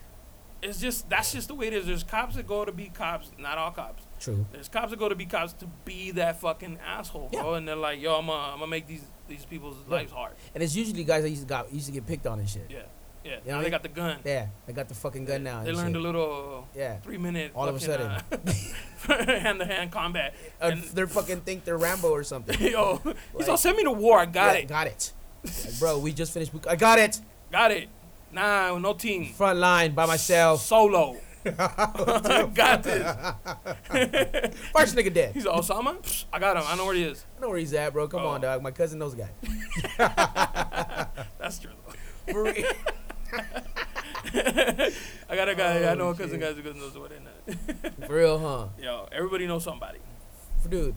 [SPEAKER 1] it's just that's just the way it is. There's cops that go to be cops, not all cops.
[SPEAKER 2] True.
[SPEAKER 1] There's cops that go to be cops to be that fucking asshole, bro. And they're like, yo, I'm gonna I'm gonna make these these people's lives hard.
[SPEAKER 2] And it's usually guys that used to got used to get picked on and shit.
[SPEAKER 1] Yeah, yeah.
[SPEAKER 2] You know
[SPEAKER 1] now
[SPEAKER 2] what
[SPEAKER 1] they
[SPEAKER 2] I
[SPEAKER 1] got the gun.
[SPEAKER 2] Yeah, they got the fucking gun now.
[SPEAKER 1] They
[SPEAKER 2] and
[SPEAKER 1] learned
[SPEAKER 2] shit.
[SPEAKER 1] a little
[SPEAKER 2] Yeah.
[SPEAKER 1] three minute
[SPEAKER 2] All of a <laughs>
[SPEAKER 1] <laughs> hand to hand combat.
[SPEAKER 2] Uh,
[SPEAKER 1] uh, and
[SPEAKER 2] they fucking think they're Rambo or something.
[SPEAKER 1] <laughs> yo, he's all
[SPEAKER 2] Like-
[SPEAKER 1] send me to war. I got
[SPEAKER 2] Yeah,
[SPEAKER 1] it,
[SPEAKER 2] Got it. Like, bro, we just finished. I got it.
[SPEAKER 1] got it. Nah, no team.
[SPEAKER 2] Front line by myself. <laughs>
[SPEAKER 1] Solo. got this.
[SPEAKER 2] <laughs> First nigga dead.
[SPEAKER 1] He's all Osama. Psh, I got him. I know where he is.
[SPEAKER 2] I know where he's at, bro. Come
[SPEAKER 1] Oh.
[SPEAKER 2] on, dog. My cousin knows a guy.
[SPEAKER 1] That's true. <laughs> though.
[SPEAKER 2] For real.
[SPEAKER 1] I got a guy. I
[SPEAKER 2] Oh,
[SPEAKER 1] know a cousin.
[SPEAKER 2] shit.
[SPEAKER 1] Guys, because knows what in that.
[SPEAKER 2] For real, huh?
[SPEAKER 1] <laughs> Yo, everybody knows somebody.
[SPEAKER 2] For dude,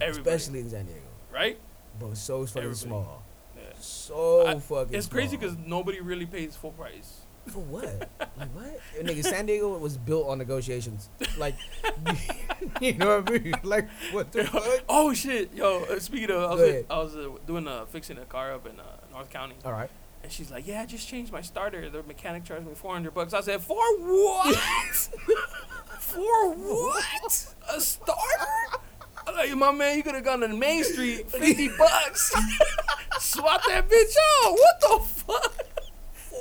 [SPEAKER 1] Everybody.
[SPEAKER 2] especially in San Diego,
[SPEAKER 1] right?
[SPEAKER 2] bro. it's So fucking
[SPEAKER 1] Everybody.
[SPEAKER 2] small.
[SPEAKER 1] Yeah.
[SPEAKER 2] So
[SPEAKER 1] I-
[SPEAKER 2] fucking.
[SPEAKER 1] It's crazy
[SPEAKER 2] small.
[SPEAKER 1] because nobody really pays full price.
[SPEAKER 2] For what? Like what? Nigga, San Diego was built on negotiations. Like, <laughs> you know what I mean? Like, what the fuck?
[SPEAKER 1] Oh shit, yo! uh, Speaking of, I was,
[SPEAKER 2] Go
[SPEAKER 1] at-
[SPEAKER 2] ahead.
[SPEAKER 1] I was uh, doing uh, fixing a car up in uh, North County,
[SPEAKER 2] All right.
[SPEAKER 1] and she's like, "Yeah, I just changed my starter. The mechanic charged me four hundred bucks." I said, "For what? <laughs> For what? A starter?" I'm like, "My man, you could have gone to the main street, <laughs> fifty bucks. Swap that bitch out. What the fuck?"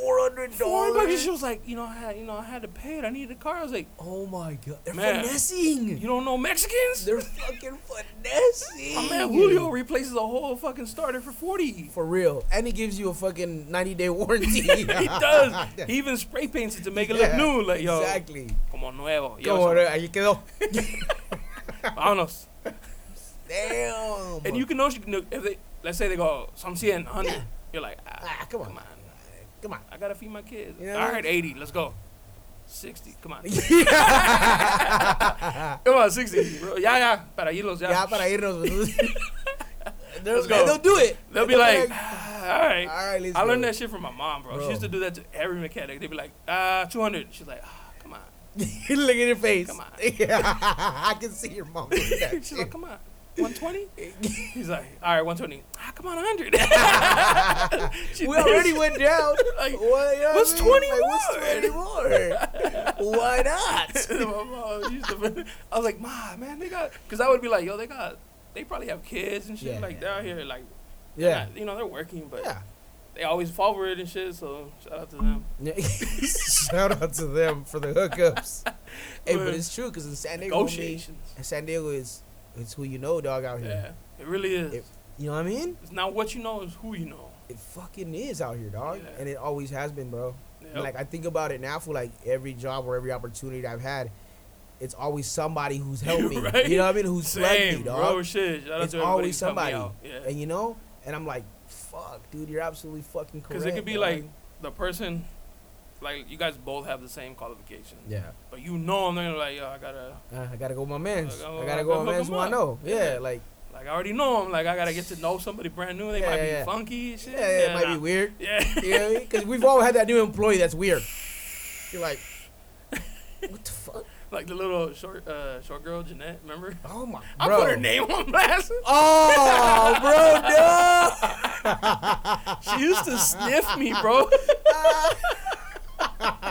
[SPEAKER 2] Four hundred
[SPEAKER 1] Four hundred bucks.
[SPEAKER 2] dollars.
[SPEAKER 1] She was like, "You know, I had, you know, I had to pay it. I needed a car." I was like,
[SPEAKER 2] Oh my god, they're
[SPEAKER 1] Man.
[SPEAKER 2] finessing.
[SPEAKER 1] "You don't know Mexicans?"
[SPEAKER 2] They're fucking finessing.
[SPEAKER 1] My man Julio replaces a whole fucking starter for forty.
[SPEAKER 2] For real, and he gives you a fucking ninety day warranty. he
[SPEAKER 1] <laughs> he <laughs> does. He even spray paints it to make it look new. Like, yo,
[SPEAKER 2] Exactly.
[SPEAKER 1] como nuevo. Yo,
[SPEAKER 2] Come on, ahí
[SPEAKER 1] <laughs>
[SPEAKER 2] quedó.
[SPEAKER 1] vámonos.
[SPEAKER 2] Damn.
[SPEAKER 1] And you can know, she can know- if they, let's say they go, some 100, 100.
[SPEAKER 2] <coughs> Yeah.
[SPEAKER 1] You're like, ah,
[SPEAKER 2] Ah, come on.
[SPEAKER 1] come on.
[SPEAKER 2] come on.
[SPEAKER 1] <laughs>
[SPEAKER 2] <laughs>
[SPEAKER 1] I got to feed my kids.
[SPEAKER 2] You know?
[SPEAKER 1] All right, 80, let's go. 60, come on.
[SPEAKER 2] yeah,
[SPEAKER 1] come on, 60. Bro. Yeah, yeah, para irlos, yeah.
[SPEAKER 2] para irnos.
[SPEAKER 1] Let's
[SPEAKER 2] Let's
[SPEAKER 1] go.
[SPEAKER 2] They'll do it.
[SPEAKER 1] They'll be
[SPEAKER 2] <laughs>
[SPEAKER 1] like, ah, all right.
[SPEAKER 2] all right, let's
[SPEAKER 1] I learned
[SPEAKER 2] go.
[SPEAKER 1] that shit from my mom, bro. She
[SPEAKER 2] Bro.
[SPEAKER 1] used to do that to every mechanic. They'd be like, ah, 200. She's like, ah,
[SPEAKER 2] <laughs>
[SPEAKER 1] come on.
[SPEAKER 2] Look at your face. <laughs>
[SPEAKER 1] Come on.
[SPEAKER 2] I can see your mom. doing
[SPEAKER 1] <laughs>
[SPEAKER 2] that
[SPEAKER 1] She's like,
[SPEAKER 2] shit.
[SPEAKER 1] come on,
[SPEAKER 2] <laughs>
[SPEAKER 1] 120? He's like, all right, 120. Ah, come on, 100.
[SPEAKER 2] <laughs>
[SPEAKER 1] <laughs> She
[SPEAKER 2] we
[SPEAKER 1] thinks-
[SPEAKER 2] already went down.
[SPEAKER 1] <laughs> Like,
[SPEAKER 2] What- you know what I
[SPEAKER 1] what's
[SPEAKER 2] mean?
[SPEAKER 1] 20
[SPEAKER 2] Like, What's
[SPEAKER 1] <laughs>
[SPEAKER 2] 20 more? Why not?
[SPEAKER 1] My mom used to- I was like, ma, man, they got, because I would be like, yo, they got, they probably have kids and shit.
[SPEAKER 2] Yeah.
[SPEAKER 1] like, they're out here, like, they're
[SPEAKER 2] Yeah.
[SPEAKER 1] not- you know, they're working, but
[SPEAKER 2] Yeah.
[SPEAKER 1] they always fall for it and shit, so shout out to them.
[SPEAKER 2] <laughs> Shout out to them for the hookups. hey, but
[SPEAKER 1] Man.
[SPEAKER 2] it's true because in San Diego, homie,
[SPEAKER 1] Negotiations.
[SPEAKER 2] San Diego is it's who you know, dog, out
[SPEAKER 1] Yeah,
[SPEAKER 2] here.
[SPEAKER 1] it really is.
[SPEAKER 2] It- You know what I mean?
[SPEAKER 1] it's not what you know, it's who you know.
[SPEAKER 2] It fucking is out here, dog,
[SPEAKER 1] Yeah.
[SPEAKER 2] and it always has been, bro.
[SPEAKER 1] Yep.
[SPEAKER 2] And, Like I think about it now for like every job or every opportunity that I've had, it's always somebody who's
[SPEAKER 1] <laughs>
[SPEAKER 2] helped me.
[SPEAKER 1] Right?
[SPEAKER 2] You know what I mean? Who's plugged
[SPEAKER 1] Same,
[SPEAKER 2] me,
[SPEAKER 1] bro,
[SPEAKER 2] dog?
[SPEAKER 1] shit. Shout out
[SPEAKER 2] It's
[SPEAKER 1] to everybody who
[SPEAKER 2] always
[SPEAKER 1] helped me
[SPEAKER 2] somebody,
[SPEAKER 1] out. Yeah.
[SPEAKER 2] and you know, and I'm like, fuck, dude, you're absolutely fucking correct.
[SPEAKER 1] Because it could be
[SPEAKER 2] dog.
[SPEAKER 1] like the person, like you guys both have the same qualification,
[SPEAKER 2] yeah.
[SPEAKER 1] but you know them. They're like, yo, I gotta,
[SPEAKER 2] Uh, I gotta go with my mans.
[SPEAKER 1] gotta-
[SPEAKER 2] I gotta go
[SPEAKER 1] gotta
[SPEAKER 2] with my
[SPEAKER 1] hook
[SPEAKER 2] mans who
[SPEAKER 1] 'em
[SPEAKER 2] I
[SPEAKER 1] up.
[SPEAKER 2] know. Yeah,
[SPEAKER 1] Yeah.
[SPEAKER 2] like
[SPEAKER 1] like I already know them. Like I gotta get to know somebody brand new. They
[SPEAKER 2] Yeah,
[SPEAKER 1] might
[SPEAKER 2] yeah,
[SPEAKER 1] be
[SPEAKER 2] yeah.
[SPEAKER 1] funky, and shit.
[SPEAKER 2] yeah, it might
[SPEAKER 1] nah.
[SPEAKER 2] be weird.
[SPEAKER 1] Yeah, <laughs>
[SPEAKER 2] You know Because we've all had that new employee that's weird. You're like, what the fuck?
[SPEAKER 1] like the little short, uh, short girl Jeanette. Remember?
[SPEAKER 2] Oh my
[SPEAKER 1] I
[SPEAKER 2] bro.
[SPEAKER 1] put her name on blast.
[SPEAKER 2] Oh, bro,
[SPEAKER 1] <laughs>
[SPEAKER 2] no.
[SPEAKER 1] She used to sniff me, bro. <laughs>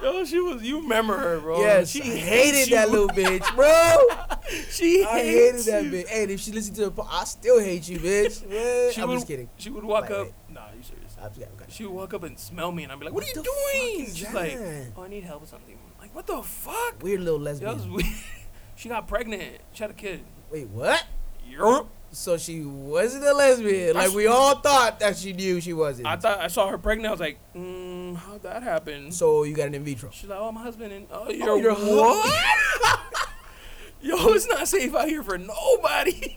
[SPEAKER 1] Yo, she was. You remember her, bro?
[SPEAKER 2] Yes,
[SPEAKER 1] Oh, she
[SPEAKER 2] she hated
[SPEAKER 1] you.
[SPEAKER 2] that little bitch, bro.
[SPEAKER 1] <laughs> She
[SPEAKER 2] I hated
[SPEAKER 1] hates
[SPEAKER 2] that
[SPEAKER 1] you.
[SPEAKER 2] bitch. Hey, and if she listened to the, po- I still hate
[SPEAKER 1] <laughs>
[SPEAKER 2] you, bitch. What?
[SPEAKER 1] She
[SPEAKER 2] I'm
[SPEAKER 1] would,
[SPEAKER 2] just kidding.
[SPEAKER 1] She would walk
[SPEAKER 2] Wait,
[SPEAKER 1] up.
[SPEAKER 2] wait.
[SPEAKER 1] Nah, you serious?
[SPEAKER 2] I'm just- I'm kidding.
[SPEAKER 1] She would walk up and smell me, and I'd be like, "What,
[SPEAKER 2] What
[SPEAKER 1] are
[SPEAKER 2] the fuck
[SPEAKER 1] you doing?"
[SPEAKER 2] is
[SPEAKER 1] She's
[SPEAKER 2] that?
[SPEAKER 1] like, "Oh, I need help with something." I'm like, what the fuck?
[SPEAKER 2] Weird little
[SPEAKER 1] That was
[SPEAKER 2] lesbian.
[SPEAKER 1] weird. <laughs> she got pregnant. She had a kid.
[SPEAKER 2] Wait, what?
[SPEAKER 1] Yup.
[SPEAKER 2] So she wasn't a lesbian, like we all thought that she knew she wasn't.
[SPEAKER 1] I thought I saw her pregnant. I was like, mm, "How'd that happen?"
[SPEAKER 2] so you got an in vitro.
[SPEAKER 1] She's like, "Oh, my husband and oh, you're,
[SPEAKER 2] Oh, you're hu-
[SPEAKER 1] what? <laughs> Yo, it's not safe out here for nobody."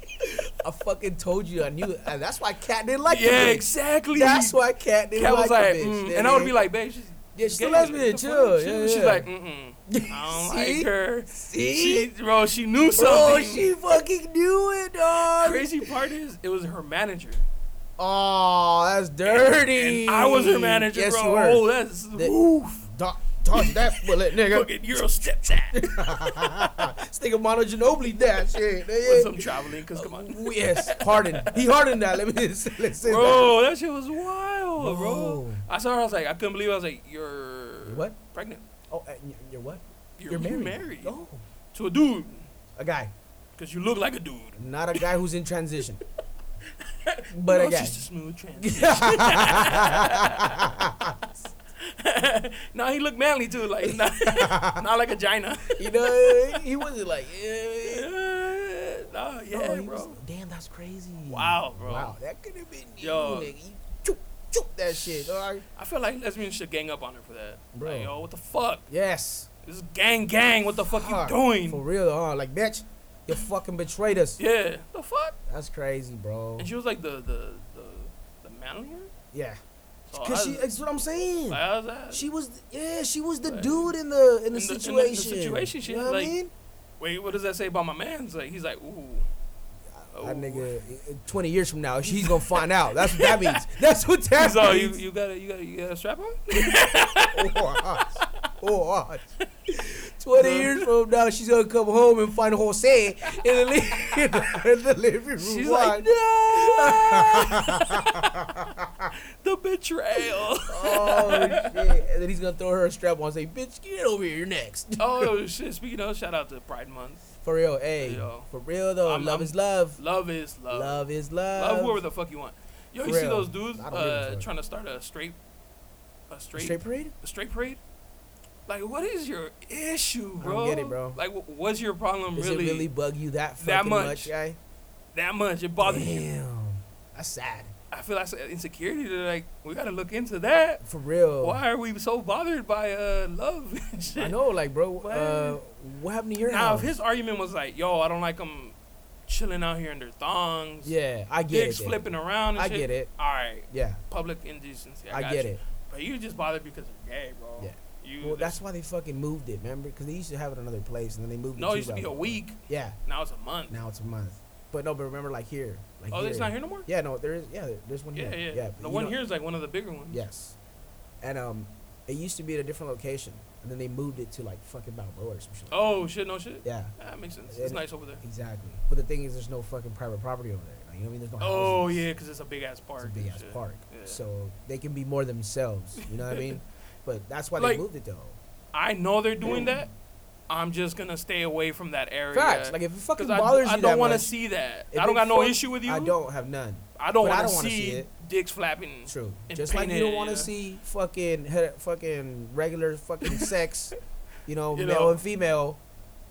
[SPEAKER 2] I fucking told you I knew. And that's why Cat didn't like
[SPEAKER 1] yeah,
[SPEAKER 2] the bitch.
[SPEAKER 1] exactly.
[SPEAKER 2] That's why Cat didn't
[SPEAKER 1] Cat
[SPEAKER 2] like
[SPEAKER 1] was like,
[SPEAKER 2] the bitch.
[SPEAKER 1] mm, and I would be like, "Babe, she's
[SPEAKER 2] Yeah, she's a
[SPEAKER 1] gay.
[SPEAKER 2] lesbian,
[SPEAKER 1] What the
[SPEAKER 2] chill,
[SPEAKER 1] fuck?"
[SPEAKER 2] yeah,
[SPEAKER 1] She- She's
[SPEAKER 2] yeah.
[SPEAKER 1] like, "Mm-mm." I
[SPEAKER 2] <laughs>
[SPEAKER 1] don't
[SPEAKER 2] See?
[SPEAKER 1] like her. She,
[SPEAKER 2] see,
[SPEAKER 1] bro, she knew something.
[SPEAKER 2] bro, she fucking knew it, dog.
[SPEAKER 1] Crazy part is, it was her manager.
[SPEAKER 2] Oh, that's dirty.
[SPEAKER 1] And I was her manager,
[SPEAKER 2] yes,
[SPEAKER 1] bro.
[SPEAKER 2] You were.
[SPEAKER 1] Oh, that's
[SPEAKER 2] The-
[SPEAKER 1] woof.
[SPEAKER 2] Dog, Dodge that bullet, nigga.
[SPEAKER 1] Fucking Euro step
[SPEAKER 2] <laughs>
[SPEAKER 1] that.
[SPEAKER 2] this nigga Mono Ginobili that shit.
[SPEAKER 1] With some traveling, cause come on.
[SPEAKER 2] Ooh, yes, Harden. He hardened that. Let me <laughs> just, let's say that.
[SPEAKER 1] Bro, that shit was wild, bro.
[SPEAKER 2] Whoa.
[SPEAKER 1] I saw her, I was like, I couldn't believe it. I was like, you're
[SPEAKER 2] What?
[SPEAKER 1] pregnant.
[SPEAKER 2] Oh, uh, y- you're what?
[SPEAKER 1] You're, married.
[SPEAKER 2] Oh,
[SPEAKER 1] To a dude.
[SPEAKER 2] a guy,
[SPEAKER 1] Because you look like a dude.
[SPEAKER 2] not a guy who's
[SPEAKER 1] <laughs>
[SPEAKER 2] in transition, but
[SPEAKER 1] no,
[SPEAKER 2] a
[SPEAKER 1] it's
[SPEAKER 2] guy.
[SPEAKER 1] just a smooth <laughs> transition.
[SPEAKER 2] <laughs>
[SPEAKER 1] no, he looked manly too,
[SPEAKER 2] <laughs>
[SPEAKER 1] like not, <laughs> not like a gina.
[SPEAKER 2] you know, he wasn't like.
[SPEAKER 1] <laughs>
[SPEAKER 2] eh.
[SPEAKER 1] no, yeah,
[SPEAKER 2] No, he
[SPEAKER 1] bro.
[SPEAKER 2] was- damn, that's crazy.
[SPEAKER 1] Wow, bro.
[SPEAKER 2] Wow, that could have been you,
[SPEAKER 1] Yo.
[SPEAKER 2] nigga. You choop, choop that shit. All right.
[SPEAKER 1] I feel like lesbians should gang up on her for that.
[SPEAKER 2] Bro.
[SPEAKER 1] Like, yo, what the fuck?
[SPEAKER 2] Yes.
[SPEAKER 1] This is gang, gang. What the fuck
[SPEAKER 2] Huh,
[SPEAKER 1] you doing?
[SPEAKER 2] For real, huh? Like, bitch, you fucking betrayed us.
[SPEAKER 1] Yeah, the fuck.
[SPEAKER 2] That's crazy, bro.
[SPEAKER 1] And she was like the the the, the manlier.
[SPEAKER 2] yeah.
[SPEAKER 1] So
[SPEAKER 2] Cause she,
[SPEAKER 1] Oh, I,
[SPEAKER 2] that's what I'm saying.
[SPEAKER 1] like, I was at,
[SPEAKER 2] She was, yeah, she was the
[SPEAKER 1] Like,
[SPEAKER 2] dude in the in
[SPEAKER 1] in
[SPEAKER 2] the
[SPEAKER 1] the- in the- in the
[SPEAKER 2] situation.
[SPEAKER 1] situation,
[SPEAKER 2] you know what
[SPEAKER 1] like-
[SPEAKER 2] I mean?
[SPEAKER 1] wait, what does that say about my man's? Like he's like, ooh, oh.
[SPEAKER 2] That nigga, i- i- 20 years from now, he's gonna find out. That's what that means. That's what
[SPEAKER 1] <laughs> <laughs>
[SPEAKER 2] that
[SPEAKER 1] He's all, you
[SPEAKER 2] means.
[SPEAKER 1] you got a you got a, you got a strap on?
[SPEAKER 2] or us. Or us. 20 years from now, she's gonna come home and find Jose in the, li- <laughs> in the, in the living room.
[SPEAKER 1] She's
[SPEAKER 2] Why?
[SPEAKER 1] like, no, <laughs> the betrayal.
[SPEAKER 2] <laughs>
[SPEAKER 1] <laughs>
[SPEAKER 2] oh, shit. And then he's gonna throw her a strap on and say, Bitch, get over here, you're next.
[SPEAKER 1] oh shit! Speaking of, shout out to Pride Month.
[SPEAKER 2] For real, hey.
[SPEAKER 1] Yo.
[SPEAKER 2] For real, though.
[SPEAKER 1] I'm-
[SPEAKER 2] love
[SPEAKER 1] I'm-
[SPEAKER 2] is love.
[SPEAKER 1] Love is love.
[SPEAKER 2] Love is
[SPEAKER 1] Love
[SPEAKER 2] love.
[SPEAKER 1] whoever the fuck you want. Yo, you
[SPEAKER 2] For
[SPEAKER 1] see
[SPEAKER 2] real.
[SPEAKER 1] those dudes
[SPEAKER 2] I don't give a
[SPEAKER 1] uh,
[SPEAKER 2] fuck.
[SPEAKER 1] trying to start a straight, a straight,
[SPEAKER 2] Straight parade?
[SPEAKER 1] a straight parade? Like, what is your issue,
[SPEAKER 2] I don't
[SPEAKER 1] bro?
[SPEAKER 2] get it, bro.
[SPEAKER 1] Like, wh- what's your problem
[SPEAKER 2] Does
[SPEAKER 1] really,
[SPEAKER 2] it really bug you that fucking
[SPEAKER 1] that
[SPEAKER 2] much?
[SPEAKER 1] much?
[SPEAKER 2] guy?
[SPEAKER 1] that much? It bothers you.
[SPEAKER 2] Damn. That's sad.
[SPEAKER 1] I feel like s- insecurity. They're like, we gotta look into that.
[SPEAKER 2] For real.
[SPEAKER 1] Why are we so bothered by uh love <laughs> and shit?
[SPEAKER 2] I know, like, bro,
[SPEAKER 1] What?
[SPEAKER 2] uh, what happened to your
[SPEAKER 1] Now, if
[SPEAKER 2] house?
[SPEAKER 1] his argument was like, yo, I don't like them chilling out here in their thongs,
[SPEAKER 2] yeah, I get
[SPEAKER 1] dicks
[SPEAKER 2] it. then.
[SPEAKER 1] flipping around. And
[SPEAKER 2] I
[SPEAKER 1] shit.
[SPEAKER 2] get it.
[SPEAKER 1] All right,
[SPEAKER 2] Yeah,
[SPEAKER 1] public indecency. I,
[SPEAKER 2] I
[SPEAKER 1] got
[SPEAKER 2] get
[SPEAKER 1] you.
[SPEAKER 2] it.
[SPEAKER 1] But you just bothered because you're gay, bro.
[SPEAKER 2] Yeah.
[SPEAKER 1] You,
[SPEAKER 2] Well, that's why they fucking moved it, remember? Because they used to have it another place, and then they moved it.
[SPEAKER 1] no, it used to be a
[SPEAKER 2] Cuba.
[SPEAKER 1] week.
[SPEAKER 2] Yeah,
[SPEAKER 1] Now it's a month.
[SPEAKER 2] now it's a month. But no, but remember, like here, like
[SPEAKER 1] oh,
[SPEAKER 2] here.
[SPEAKER 1] it's not here no more.
[SPEAKER 2] Yeah, no, there is. Yeah, there's one
[SPEAKER 1] Yeah,
[SPEAKER 2] here.
[SPEAKER 1] yeah.
[SPEAKER 2] but
[SPEAKER 1] the
[SPEAKER 2] you
[SPEAKER 1] one
[SPEAKER 2] know-
[SPEAKER 1] here is like one of the bigger ones.
[SPEAKER 2] Yes, and um, it used to be at a different location, and then they moved it to like fucking Balboa or some shit.
[SPEAKER 1] Oh shit, no shit.
[SPEAKER 2] Yeah,
[SPEAKER 1] That makes sense.
[SPEAKER 2] And-
[SPEAKER 1] It's nice over there.
[SPEAKER 2] exactly. But the thing is, there's no fucking private property over there. Like, you know what I mean? There's no.
[SPEAKER 1] Oh
[SPEAKER 2] houses.
[SPEAKER 1] yeah, because it's a big ass park.
[SPEAKER 2] It's a big
[SPEAKER 1] and
[SPEAKER 2] ass
[SPEAKER 1] shit.
[SPEAKER 2] park,
[SPEAKER 1] Yeah.
[SPEAKER 2] so they can be more themselves. You know what I mean?
[SPEAKER 1] <laughs>
[SPEAKER 2] But that's why
[SPEAKER 1] Like-
[SPEAKER 2] they moved it though.
[SPEAKER 1] I know they're doing that. I'm just gonna stay away from that area.
[SPEAKER 2] Facts. Like if it fucking
[SPEAKER 1] 'Cause
[SPEAKER 2] bothers
[SPEAKER 1] I,
[SPEAKER 2] you
[SPEAKER 1] I don't
[SPEAKER 2] that
[SPEAKER 1] wanna
[SPEAKER 2] much,
[SPEAKER 1] see that.
[SPEAKER 2] if
[SPEAKER 1] I don't
[SPEAKER 2] it
[SPEAKER 1] got no
[SPEAKER 2] fuck-
[SPEAKER 1] issue with you.
[SPEAKER 2] I don't have none.
[SPEAKER 1] I don't
[SPEAKER 2] but I
[SPEAKER 1] want to
[SPEAKER 2] don't wanna see
[SPEAKER 1] see
[SPEAKER 2] it.
[SPEAKER 1] dicks flapping.
[SPEAKER 2] True.
[SPEAKER 1] And
[SPEAKER 2] Just like you don't
[SPEAKER 1] painted,
[SPEAKER 2] want to
[SPEAKER 1] yeah.
[SPEAKER 2] see fucking he- fucking regular
[SPEAKER 1] <laughs>
[SPEAKER 2] fucking sex, you know,
[SPEAKER 1] You
[SPEAKER 2] male
[SPEAKER 1] know.
[SPEAKER 2] and female.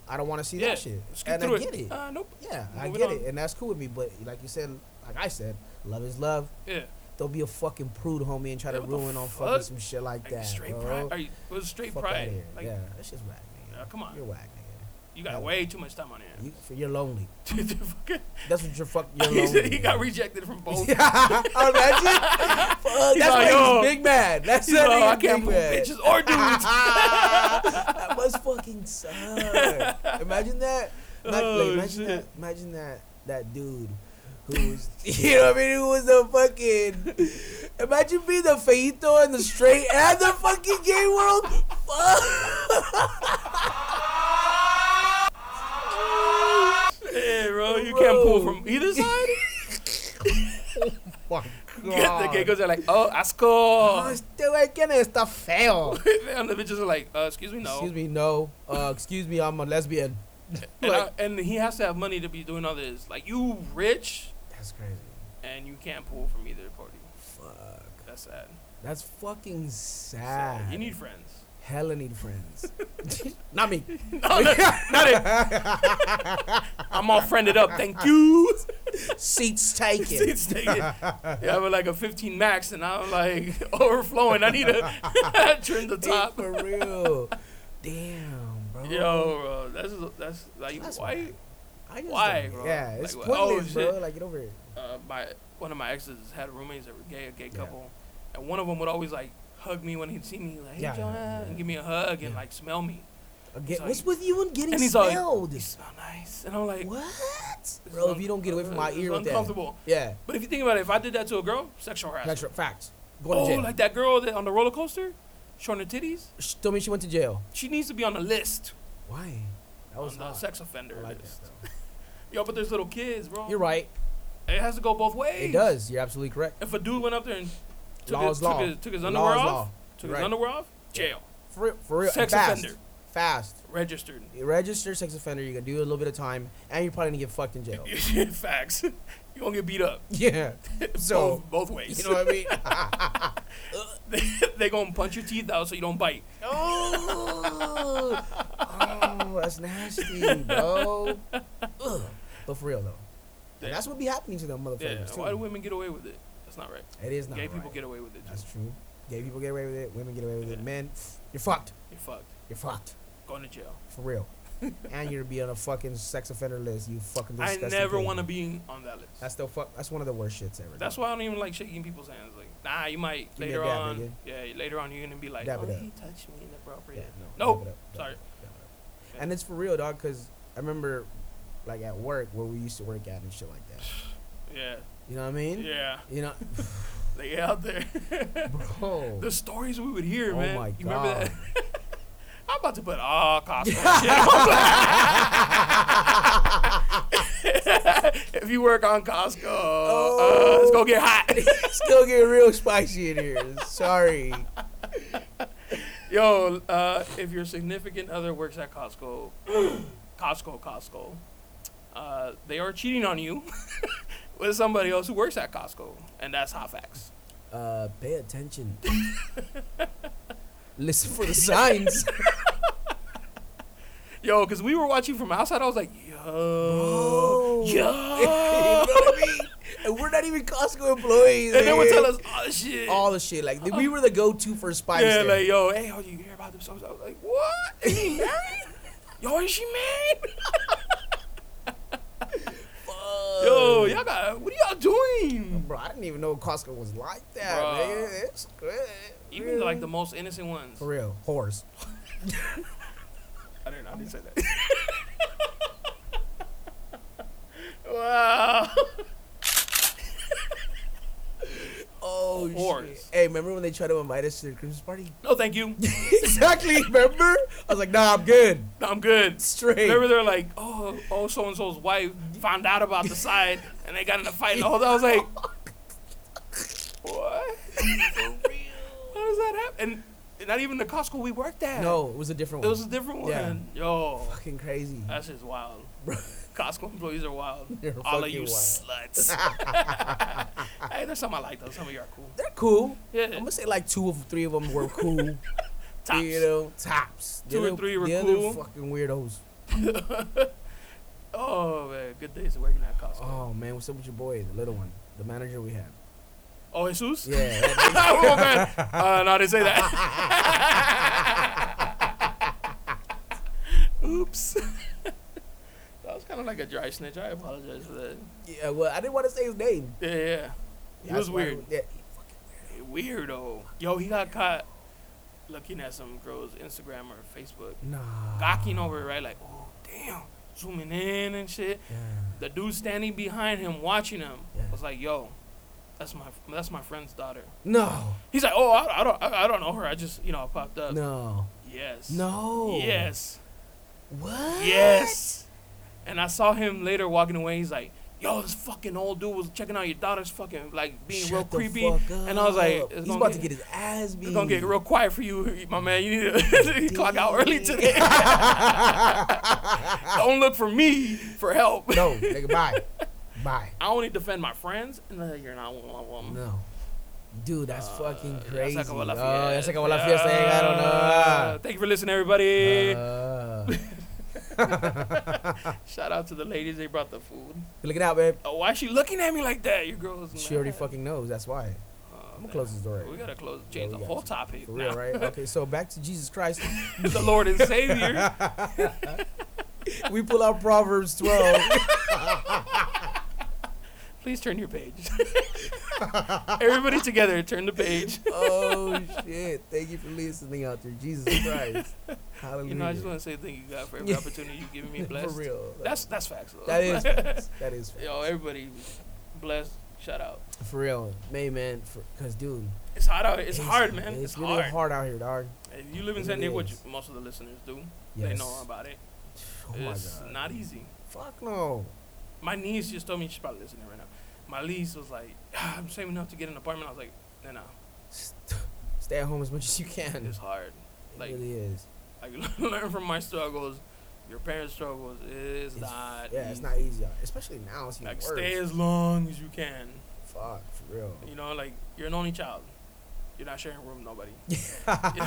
[SPEAKER 2] I don't want to see
[SPEAKER 1] Yeah.
[SPEAKER 2] that shit.
[SPEAKER 1] Skip
[SPEAKER 2] and
[SPEAKER 1] through
[SPEAKER 2] I get it.
[SPEAKER 1] Uh, nope.
[SPEAKER 2] yeah, I
[SPEAKER 1] moving
[SPEAKER 2] get
[SPEAKER 1] on.
[SPEAKER 2] it, and that's cool with me. But like you said, like I said, love is love.
[SPEAKER 1] Yeah.
[SPEAKER 2] Don't be a fucking prude, homie, and try
[SPEAKER 1] Yeah,
[SPEAKER 2] to
[SPEAKER 1] what the
[SPEAKER 2] ruin on
[SPEAKER 1] fuck?
[SPEAKER 2] fucking some shit like
[SPEAKER 1] Like
[SPEAKER 2] that,
[SPEAKER 1] straight
[SPEAKER 2] bro.
[SPEAKER 1] pride. Are you, it was straight
[SPEAKER 2] Fuck outta
[SPEAKER 1] pride.
[SPEAKER 2] here.
[SPEAKER 1] Like
[SPEAKER 2] yeah, that shit's whack, nigga.
[SPEAKER 1] Yeah, come on.
[SPEAKER 2] You're whack, nigga.
[SPEAKER 1] you got
[SPEAKER 2] Yeah.
[SPEAKER 1] way too much time on here. <laughs>
[SPEAKER 2] You, you're lonely. <laughs>
[SPEAKER 1] Fucking- <laughs>
[SPEAKER 2] That's what you're fuck. You're
[SPEAKER 1] he,
[SPEAKER 2] lonely.
[SPEAKER 1] said he
[SPEAKER 2] nigga.
[SPEAKER 1] got rejected from <laughs>
[SPEAKER 2] <laughs>
[SPEAKER 1] both.
[SPEAKER 2] oh, that's it. Fuck,
[SPEAKER 1] He's
[SPEAKER 2] that's
[SPEAKER 1] like,
[SPEAKER 2] why
[SPEAKER 1] "Yo."
[SPEAKER 2] he's big mad.
[SPEAKER 1] <laughs>
[SPEAKER 2] That's
[SPEAKER 1] He's
[SPEAKER 2] that
[SPEAKER 1] like, "Oh,
[SPEAKER 2] nigga
[SPEAKER 1] I can't
[SPEAKER 2] big
[SPEAKER 1] pull
[SPEAKER 2] mad." <laughs>
[SPEAKER 1] bitches or dudes. <laughs>
[SPEAKER 2] that must fucking suck. Imagine that. Ima- like,
[SPEAKER 1] Oh,
[SPEAKER 2] imagine
[SPEAKER 1] shit.
[SPEAKER 2] that. Imagine that. That dude.
[SPEAKER 1] <laughs>
[SPEAKER 2] Who's <laughs> you know what I mean? Who was the fucking? Imagine being the feito and the straight and the fucking gay world.
[SPEAKER 1] <laughs>
[SPEAKER 2] Fuck.
[SPEAKER 1] yeah, bro, you can't pull
[SPEAKER 2] Bro.
[SPEAKER 1] from
[SPEAKER 2] <laughs>
[SPEAKER 1] either side. <laughs> the
[SPEAKER 2] God.
[SPEAKER 1] gay girls are like, oh, I score.
[SPEAKER 2] Este güey, ¿quién está feo?
[SPEAKER 1] <laughs> and the bitches are like, uh, excuse me, no.
[SPEAKER 2] Excuse me, no. Uh, excuse me, I'm a lesbian.
[SPEAKER 1] And,
[SPEAKER 2] Like-
[SPEAKER 1] I- and he has to have money to be doing all this. Like, you rich
[SPEAKER 2] That's crazy.
[SPEAKER 1] and you can't pull from either party.
[SPEAKER 2] Fuck.
[SPEAKER 1] That's sad.
[SPEAKER 2] That's fucking
[SPEAKER 1] sad.
[SPEAKER 2] sad.
[SPEAKER 1] You need friends. <laughs>
[SPEAKER 2] hella need friends. <laughs> Not me.
[SPEAKER 1] No, no, not it.
[SPEAKER 2] <laughs>
[SPEAKER 1] I'm all friended up. Thank you. <laughs>
[SPEAKER 2] Seats taken.
[SPEAKER 1] Seats taken. Yeah, I'm like a 15 max, and I'm like <laughs> overflowing. I need to <laughs> trim the
[SPEAKER 2] Hey,
[SPEAKER 1] top.
[SPEAKER 2] for real. Damn, bro.
[SPEAKER 1] Yo, bro, that's that's like
[SPEAKER 2] That's
[SPEAKER 1] why
[SPEAKER 2] whack. I just
[SPEAKER 1] why,
[SPEAKER 2] don't-
[SPEAKER 1] bro?
[SPEAKER 2] Yeah,
[SPEAKER 1] Like,
[SPEAKER 2] it's
[SPEAKER 1] what- oh,
[SPEAKER 2] pointless, bro.
[SPEAKER 1] shit.
[SPEAKER 2] Like get over it.
[SPEAKER 1] uh, my one of my exes had roommates that were gay, a gay
[SPEAKER 2] Yeah.
[SPEAKER 1] couple, and one of them would always like hug me when he'd see me, like hey
[SPEAKER 2] Yeah, yeah,
[SPEAKER 1] Joanne,
[SPEAKER 2] yeah.
[SPEAKER 1] and give me a hug and
[SPEAKER 2] Yeah.
[SPEAKER 1] like smell me,
[SPEAKER 2] Again,
[SPEAKER 1] like-
[SPEAKER 2] what's with you and getting
[SPEAKER 1] and he's all,
[SPEAKER 2] smelled?
[SPEAKER 1] you smell nice, and I'm like,
[SPEAKER 2] what?
[SPEAKER 1] "This
[SPEAKER 2] Bro,
[SPEAKER 1] is
[SPEAKER 2] if you don't get away
[SPEAKER 1] un-
[SPEAKER 2] from my
[SPEAKER 1] this is
[SPEAKER 2] ear with that.
[SPEAKER 1] uncomfortable.
[SPEAKER 2] Yeah.
[SPEAKER 1] But if you think about it, if I did that to a girl, sexual harassment.
[SPEAKER 2] That's your facts. Go to
[SPEAKER 1] Oh,
[SPEAKER 2] jail.
[SPEAKER 1] like that girl that on the roller coaster. Showing her titties?
[SPEAKER 2] She told me she went to jail.
[SPEAKER 1] She needs to be on the list.
[SPEAKER 2] Why? That was
[SPEAKER 1] on the
[SPEAKER 2] hot.
[SPEAKER 1] sex offender
[SPEAKER 2] Oh, I like
[SPEAKER 1] list.
[SPEAKER 2] that.
[SPEAKER 1] Yo, but there's little kids, bro.
[SPEAKER 2] You're right.
[SPEAKER 1] It has to go both ways.
[SPEAKER 2] It does. You're absolutely correct.
[SPEAKER 1] If a dude went up there and took,
[SPEAKER 2] Law
[SPEAKER 1] his,
[SPEAKER 2] is law.
[SPEAKER 1] took, his, took his
[SPEAKER 2] Law
[SPEAKER 1] underwear
[SPEAKER 2] is
[SPEAKER 1] off,
[SPEAKER 2] law.
[SPEAKER 1] took
[SPEAKER 2] Right.
[SPEAKER 1] his underwear off, jail,
[SPEAKER 2] For real. For real.
[SPEAKER 1] Sex
[SPEAKER 2] Fast.
[SPEAKER 1] offender.
[SPEAKER 2] Fast.
[SPEAKER 1] registered.
[SPEAKER 2] You register sex offender, you're gonna do a little bit of time, and you're probably gonna get fucked
[SPEAKER 1] <laughs>
[SPEAKER 2] in jail.
[SPEAKER 1] Facts. You gonna get beat up. <laughs>
[SPEAKER 2] yeah. So
[SPEAKER 1] both, both ways.
[SPEAKER 2] you know what
[SPEAKER 1] <laughs>
[SPEAKER 2] I mean? <laughs>
[SPEAKER 1] they gonna punch your teeth out so you don't bite.
[SPEAKER 2] oh, oh, that's nasty, bro. Ugh. But for real though,
[SPEAKER 1] Yeah.
[SPEAKER 2] and that's what be happening to them
[SPEAKER 1] Yeah.
[SPEAKER 2] motherfuckers.
[SPEAKER 1] Why do
[SPEAKER 2] too.
[SPEAKER 1] women get away with it? That's not right.
[SPEAKER 2] It is not.
[SPEAKER 1] Gay people
[SPEAKER 2] right.
[SPEAKER 1] get away with it.
[SPEAKER 2] That's
[SPEAKER 1] Just,
[SPEAKER 2] true. Gay people get away with it. Women get away with it.
[SPEAKER 1] Yeah.
[SPEAKER 2] Men, you're fucked.
[SPEAKER 1] you're fucked.
[SPEAKER 2] You're fucked.
[SPEAKER 1] Going to jail.
[SPEAKER 2] For real. <laughs> and you're to be on a fucking sex offender list. You fucking disgusting.
[SPEAKER 1] I never
[SPEAKER 2] pig.
[SPEAKER 1] want to be on that list.
[SPEAKER 2] That's the fuck. That's one of the worst shits ever.
[SPEAKER 1] That's why I don't even like shaking people's hands. Like, nah, you might
[SPEAKER 2] Give me a
[SPEAKER 1] later
[SPEAKER 2] dab,
[SPEAKER 1] on.
[SPEAKER 2] nigga.
[SPEAKER 1] Yeah, later on you're gonna be like,
[SPEAKER 2] Dab
[SPEAKER 1] oh,
[SPEAKER 2] it up.
[SPEAKER 1] he touched me inappropriate.
[SPEAKER 2] Yeah, no.
[SPEAKER 1] Nope.
[SPEAKER 2] dab it up, dab
[SPEAKER 1] Sorry.
[SPEAKER 2] it up, dab it up. And it's for real, dog. Cause I remember, like at work where we used to work at and shit like that.
[SPEAKER 1] Yeah,
[SPEAKER 2] You know what I mean?
[SPEAKER 1] yeah,
[SPEAKER 2] You
[SPEAKER 1] <laughs>
[SPEAKER 2] know,
[SPEAKER 1] they out there. <laughs>
[SPEAKER 2] bro.
[SPEAKER 1] the stories we would hear,
[SPEAKER 2] Oh
[SPEAKER 1] man.
[SPEAKER 2] my
[SPEAKER 1] you remember
[SPEAKER 2] God.
[SPEAKER 1] that? <laughs> I'm about to put all Costco
[SPEAKER 2] <laughs>
[SPEAKER 1] shit. <laughs> if you work on Costco, uh, it's gonna get
[SPEAKER 2] Oh.
[SPEAKER 1] hot.
[SPEAKER 2] Still getting real spicy in here. Sorry.
[SPEAKER 1] <laughs> Yo, uh, if your significant other works at Costco, <clears throat> Costco, Costco, uh, they are cheating on you <laughs> with somebody else who works at Costco, and that's hot facts.
[SPEAKER 2] Uh,
[SPEAKER 1] <laughs>
[SPEAKER 2] pay attention. Listen for
[SPEAKER 1] <laughs>
[SPEAKER 2] the signs.
[SPEAKER 1] Yo, because we were watching from outside, I was like, yo,
[SPEAKER 2] <laughs> Bro.
[SPEAKER 1] yo.
[SPEAKER 2] you know what I mean? And we're not even Costco employees.
[SPEAKER 1] And they would
[SPEAKER 2] man.
[SPEAKER 1] tell us, oh shit.
[SPEAKER 2] all the shit. Like we were the go-to for spice.
[SPEAKER 1] yeah,
[SPEAKER 2] there.
[SPEAKER 1] like,
[SPEAKER 2] <laughs>
[SPEAKER 1] yo, hey, oh, you hear about this? I was like, what? <laughs> Is he married? yo, is she <laughs> married? yo, y'all got, what are y'all doing?
[SPEAKER 2] bro, I didn't even know Costco was like that.
[SPEAKER 1] Bruh.
[SPEAKER 2] Nigga. It's good.
[SPEAKER 1] Even like the most innocent ones.
[SPEAKER 2] for real horse.
[SPEAKER 1] I didn't, I didn't say that. <laughs> wow. <laughs>
[SPEAKER 2] Oh
[SPEAKER 1] Horse.
[SPEAKER 2] shit! Hey, remember when they tried to invite us to their Christmas party? <laughs>
[SPEAKER 1] No, thank you.
[SPEAKER 2] exactly. Remember? I was like, Nah, I'm good.
[SPEAKER 1] No, I'm good.
[SPEAKER 2] Straight.
[SPEAKER 1] Remember they're like, oh, oh, so and so's wife found out about the side, and they got in a fight. And all that. I was like, what? How does that happen? And not even the Costco we worked at.
[SPEAKER 2] No, it was a different
[SPEAKER 1] it
[SPEAKER 2] one.
[SPEAKER 1] was a different one.
[SPEAKER 2] Yeah.
[SPEAKER 1] Yo,
[SPEAKER 2] fucking crazy.
[SPEAKER 1] that's just wild.
[SPEAKER 2] Bro.
[SPEAKER 1] Costco employees are wild.
[SPEAKER 2] <laughs> They're
[SPEAKER 1] all of you
[SPEAKER 2] fucking <laughs>
[SPEAKER 1] sluts. <laughs> hey, there's some I like though. Some of you are cool.
[SPEAKER 2] They're cool.
[SPEAKER 1] Yeah.
[SPEAKER 2] I'm gonna say like two of three
[SPEAKER 1] <laughs>
[SPEAKER 2] of them were cool.
[SPEAKER 1] Tops.
[SPEAKER 2] You know, tops.
[SPEAKER 1] Two or
[SPEAKER 2] They're-
[SPEAKER 1] three were
[SPEAKER 2] they're
[SPEAKER 1] cool.
[SPEAKER 2] Fucking weirdos.
[SPEAKER 1] Oh man, good days of working at Costco. Oh,
[SPEAKER 2] Oh man, what's up with your boy, the little one, the manager we had?
[SPEAKER 1] <laughs> Oh, Jesus.
[SPEAKER 2] Yeah, that nigga-
[SPEAKER 1] <laughs> oh
[SPEAKER 2] <laughs>
[SPEAKER 1] man. Uh, no, I didn't say that. Oops. <laughs> that was kind of like a dry snitch. I apologize for that.
[SPEAKER 2] yeah. Well, I didn't want to say his name.
[SPEAKER 1] Yeah, yeah, yeah. He
[SPEAKER 2] That's
[SPEAKER 1] was
[SPEAKER 2] why I-
[SPEAKER 1] weird.
[SPEAKER 2] Yeah,
[SPEAKER 1] Weirdo. Yo, he got caught looking at some girl's Instagram or Facebook,
[SPEAKER 2] nah.
[SPEAKER 1] gawking over it, right? Like, oh damn, zooming in and shit.
[SPEAKER 2] Yeah.
[SPEAKER 1] The dude standing behind him, watching him,
[SPEAKER 2] Yeah.
[SPEAKER 1] was like, yo, that's my that's my friend's daughter.
[SPEAKER 2] No.
[SPEAKER 1] He's like, oh, I, I don't I, I don't know her. I just you know I popped up.
[SPEAKER 2] No.
[SPEAKER 1] Yes.
[SPEAKER 2] No.
[SPEAKER 1] Yes.
[SPEAKER 2] What?
[SPEAKER 1] Yes. And I saw him later walking away. He's like, yo, this fucking old dude was checking out your daughter's fucking, like, being
[SPEAKER 2] Shut
[SPEAKER 1] real
[SPEAKER 2] the
[SPEAKER 1] creepy.
[SPEAKER 2] fuck
[SPEAKER 1] And I was like,
[SPEAKER 2] up.
[SPEAKER 1] it's
[SPEAKER 2] he's
[SPEAKER 1] gonna
[SPEAKER 2] about to get his ass beat.
[SPEAKER 1] it's gonna get real quiet for you, my man. You need to <laughs> clock out early today. Don't look for me for help.
[SPEAKER 2] <laughs> No, nigga, bye, bye.
[SPEAKER 1] <laughs> I only defend my friends. No, you're not one of them.
[SPEAKER 2] No. Dude, that's fucking
[SPEAKER 1] Uh,
[SPEAKER 2] crazy.
[SPEAKER 1] that's like a
[SPEAKER 2] oh,
[SPEAKER 1] la
[SPEAKER 2] that's like a la
[SPEAKER 1] fiesta.
[SPEAKER 2] fiesta. eh, I don't know.
[SPEAKER 1] Uh,
[SPEAKER 2] Ah.
[SPEAKER 1] Thank you for listening, everybody.
[SPEAKER 2] Uh, <laughs>
[SPEAKER 1] Shout out to the ladies. They brought the food.
[SPEAKER 2] look it out, babe.
[SPEAKER 1] Oh, why is she looking at me like that? Your girl's
[SPEAKER 2] She
[SPEAKER 1] <laughs>
[SPEAKER 2] already
[SPEAKER 1] mad.
[SPEAKER 2] fucking knows. That's why.
[SPEAKER 1] Oh,
[SPEAKER 2] I'm gonna
[SPEAKER 1] man.
[SPEAKER 2] close this door.
[SPEAKER 1] We
[SPEAKER 2] right
[SPEAKER 1] gotta close, change
[SPEAKER 2] we
[SPEAKER 1] the
[SPEAKER 2] got
[SPEAKER 1] whole
[SPEAKER 2] to.
[SPEAKER 1] topic.
[SPEAKER 2] For real,
[SPEAKER 1] now.
[SPEAKER 2] right? Okay, so back to Jesus Christ.
[SPEAKER 1] <laughs> the Lord and
[SPEAKER 2] <laughs>
[SPEAKER 1] Savior.
[SPEAKER 2] we pull out Proverbs 12.
[SPEAKER 1] Please turn your page. <laughs> Everybody together, turn the
[SPEAKER 2] <laughs>
[SPEAKER 1] page.
[SPEAKER 2] oh shit! Thank you for listening out there, Jesus Christ. Hallelujah.
[SPEAKER 1] You know, I just want to say thank you, God, for every opportunity you've
[SPEAKER 2] <laughs>
[SPEAKER 1] given me.
[SPEAKER 2] for
[SPEAKER 1] Blessed.
[SPEAKER 2] real.
[SPEAKER 1] <laughs> That's that's facts. Though.
[SPEAKER 2] that is facts. that is facts.
[SPEAKER 1] yo, everybody blessed. Shut up.
[SPEAKER 2] For real, man, man, for, cause dude,
[SPEAKER 1] It's hot out. It's, hard, man. It's,
[SPEAKER 2] really
[SPEAKER 1] hard.
[SPEAKER 2] out here, dog.
[SPEAKER 1] If you live in
[SPEAKER 2] It
[SPEAKER 1] San Diego, which
[SPEAKER 2] is.
[SPEAKER 1] most of the listeners do, they
[SPEAKER 2] Yes.
[SPEAKER 1] know about it.
[SPEAKER 2] Oh
[SPEAKER 1] it's
[SPEAKER 2] my god,
[SPEAKER 1] not easy.
[SPEAKER 2] fuck no.
[SPEAKER 1] My niece just told me she's probably listening right now. My niece was like, "Ah, "I'm saving up to get an apartment." I was like, "No, no,
[SPEAKER 2] St- Stay at home as much as you can.
[SPEAKER 1] it's hard. like-
[SPEAKER 2] it really is.
[SPEAKER 1] Like <laughs> learn from my struggles. Your parents' struggles is
[SPEAKER 2] It's-
[SPEAKER 1] not.
[SPEAKER 2] Yeah, it's not easy, out- especially now. It's even
[SPEAKER 1] Like
[SPEAKER 2] worse.
[SPEAKER 1] stay as long as you can.
[SPEAKER 2] Fuck, for real.
[SPEAKER 1] You know, like you're an only child. You're not sharing a room with
[SPEAKER 2] <laughs>
[SPEAKER 1] nobody.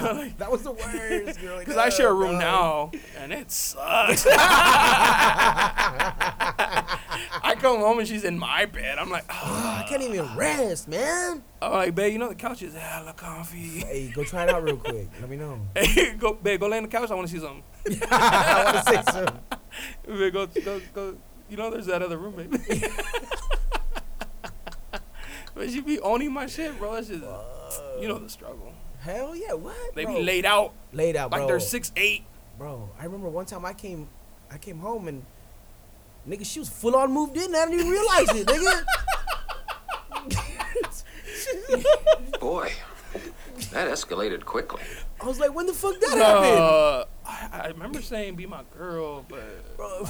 [SPEAKER 1] know, like-
[SPEAKER 2] that was the worst. You're <laughs> like,
[SPEAKER 1] Because I share a
[SPEAKER 2] "No,
[SPEAKER 1] room
[SPEAKER 2] no." <laughs>
[SPEAKER 1] now, and it sucks. <laughs> I come home and she's in my bed. I'm like,
[SPEAKER 2] Ah,
[SPEAKER 1] ah.
[SPEAKER 2] <sighs> I can't even rest, man.
[SPEAKER 1] I'm like, babe, you know the couch is hella comfy.
[SPEAKER 2] Hey, go try it out real quick. Let me know.
[SPEAKER 1] <laughs>
[SPEAKER 2] <laughs>
[SPEAKER 1] Hey, go, babe, go lay on the couch. I want to see something.
[SPEAKER 2] I want to say something.
[SPEAKER 1] Babe, go, go, go. You know, there's that other room, babe. but she be owning my shit, bro. That's just, you know the struggle.
[SPEAKER 2] Hell yeah, what?
[SPEAKER 1] They
[SPEAKER 2] bro?
[SPEAKER 1] be laid out
[SPEAKER 2] Laid out,
[SPEAKER 1] like
[SPEAKER 2] bro.
[SPEAKER 1] they're six eight.
[SPEAKER 2] Bro, I remember one time I came, I came home and nigga, she was full on moved in. I didn't even realize it, nigga.
[SPEAKER 3] Boy, that escalated quickly.
[SPEAKER 2] <laughs> I was like, when the fuck that happened?
[SPEAKER 1] Uh, I, I remember saying be my girl, but
[SPEAKER 2] <laughs> Bro,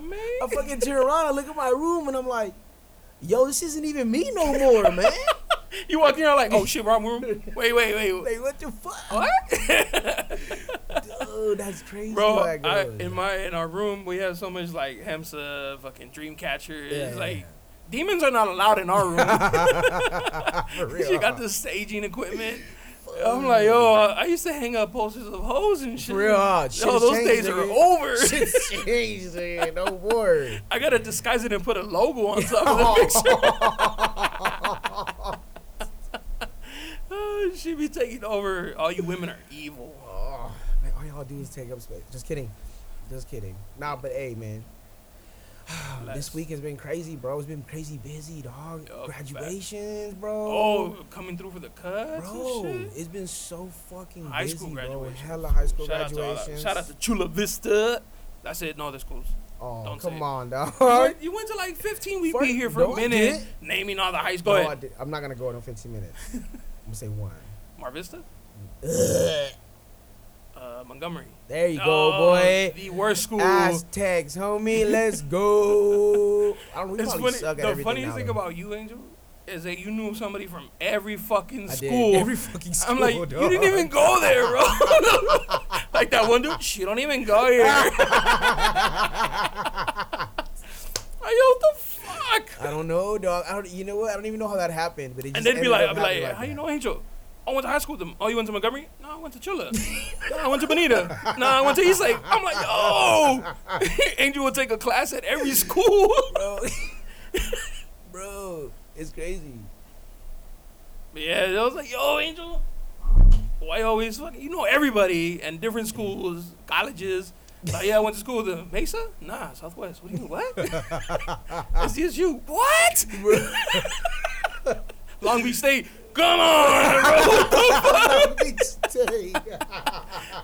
[SPEAKER 1] man,
[SPEAKER 2] I fucking turn around, I look at my room, and I'm like, yo, this isn't even me no more, man. <laughs>
[SPEAKER 1] you walk in, you're like, oh shit, wrong room. Wait, wait, wait. wait.
[SPEAKER 2] Like, what the fuck? <laughs>
[SPEAKER 1] What?
[SPEAKER 2] Dude, that's
[SPEAKER 1] <laughs>
[SPEAKER 2] crazy. oh,
[SPEAKER 1] Bro,
[SPEAKER 2] how that
[SPEAKER 1] I,
[SPEAKER 2] goes.
[SPEAKER 1] in my in our room we have so much like Hamsa, fucking Dreamcatcher.
[SPEAKER 2] Yeah, yeah,
[SPEAKER 1] like
[SPEAKER 2] yeah.
[SPEAKER 1] demons are not allowed in our
[SPEAKER 2] <laughs>
[SPEAKER 1] room.
[SPEAKER 2] For real.
[SPEAKER 1] she got
[SPEAKER 2] <laughs>
[SPEAKER 1] the staging equipment. I'm like, yo, I I used to hang up posters of hoes and shit.
[SPEAKER 2] For real. huh? Shit's
[SPEAKER 1] Yo, those
[SPEAKER 2] changed,
[SPEAKER 1] days are
[SPEAKER 2] nigga.
[SPEAKER 1] over.
[SPEAKER 2] <laughs> Shit's changed, nigga. No
[SPEAKER 1] <laughs>
[SPEAKER 2] more.
[SPEAKER 1] I gotta disguise it and put a logo on top of the picture. <laughs> oh, she be taking over. All you women are evil.
[SPEAKER 2] Oh, man, all y'all do is take up space. Just kidding. Just kidding. Nah, but hey, man. <sighs>
[SPEAKER 1] Bless.
[SPEAKER 2] This week has been crazy, bro. It's been crazy busy, dog.
[SPEAKER 1] Yo, facts.
[SPEAKER 2] Graduations, bro.
[SPEAKER 1] Oh, coming through for the cuts
[SPEAKER 2] bro,
[SPEAKER 1] and shit.
[SPEAKER 2] it's been so fucking
[SPEAKER 1] High
[SPEAKER 2] busy,
[SPEAKER 1] school
[SPEAKER 2] bro.
[SPEAKER 1] graduation.
[SPEAKER 2] Hella high school
[SPEAKER 1] Shout out, to all
[SPEAKER 2] graduations.
[SPEAKER 1] that. Shout out to Chula Vista. That's it. No, the schools.
[SPEAKER 2] Oh,
[SPEAKER 1] Don't say
[SPEAKER 2] come
[SPEAKER 1] it.
[SPEAKER 2] on, dog.
[SPEAKER 1] You went- You went to like 15. We
[SPEAKER 2] Fuck,
[SPEAKER 1] be here for
[SPEAKER 2] no,
[SPEAKER 1] a
[SPEAKER 2] I
[SPEAKER 1] minute,
[SPEAKER 2] didn't.
[SPEAKER 1] naming all the high school.
[SPEAKER 2] No,
[SPEAKER 1] Go
[SPEAKER 2] I
[SPEAKER 1] ahead.
[SPEAKER 2] did- I'm not gonna go in on 15 minutes.
[SPEAKER 1] <laughs>
[SPEAKER 2] I'm gonna say one.
[SPEAKER 1] Mar Vista, uh, Montgomery.
[SPEAKER 2] There you go,
[SPEAKER 1] Oh,
[SPEAKER 2] boy.
[SPEAKER 1] The worst school.
[SPEAKER 2] Aztecs, homie. Let's go. I don't. We
[SPEAKER 1] It's
[SPEAKER 2] probably
[SPEAKER 1] funny.
[SPEAKER 2] suck
[SPEAKER 1] The
[SPEAKER 2] at everything
[SPEAKER 1] funniest
[SPEAKER 2] now,
[SPEAKER 1] thing
[SPEAKER 2] though.
[SPEAKER 1] about you, Angel, is that you knew somebody from every fucking
[SPEAKER 2] I did.
[SPEAKER 1] school.
[SPEAKER 2] Every fucking school.
[SPEAKER 1] I'm like, you
[SPEAKER 2] dog.
[SPEAKER 1] didn't even go there, bro. <laughs> like that one dude, she don't even go here. <laughs> like, yo, what the fuck?
[SPEAKER 2] I don't know, dog. I don't. You know what? I don't even know how that happened, but it just
[SPEAKER 1] and they'd be
[SPEAKER 2] ended
[SPEAKER 1] like,
[SPEAKER 2] up
[SPEAKER 1] I'd be like,
[SPEAKER 2] happening
[SPEAKER 1] how you
[SPEAKER 2] that.
[SPEAKER 1] know Angel? I went to high school with them. Oh, you went to Montgomery? No, I went to Chula. no, I went to Bonita. No, I went to Eastlake. I'm like, oh, <laughs> Angel would take a class at every school. <laughs>
[SPEAKER 2] bro? bro, it's crazy.
[SPEAKER 1] <laughs> yeah, I was like, yo, Angel, why you always fucking? You know everybody and different schools, colleges. Like, yeah, I went to school with them. Mesa? Nah, Southwest. What do you mean? What?
[SPEAKER 2] <laughs>
[SPEAKER 1] It's just you. What? Long Beach State. Come on, bro.
[SPEAKER 2] Big stay. <laughs>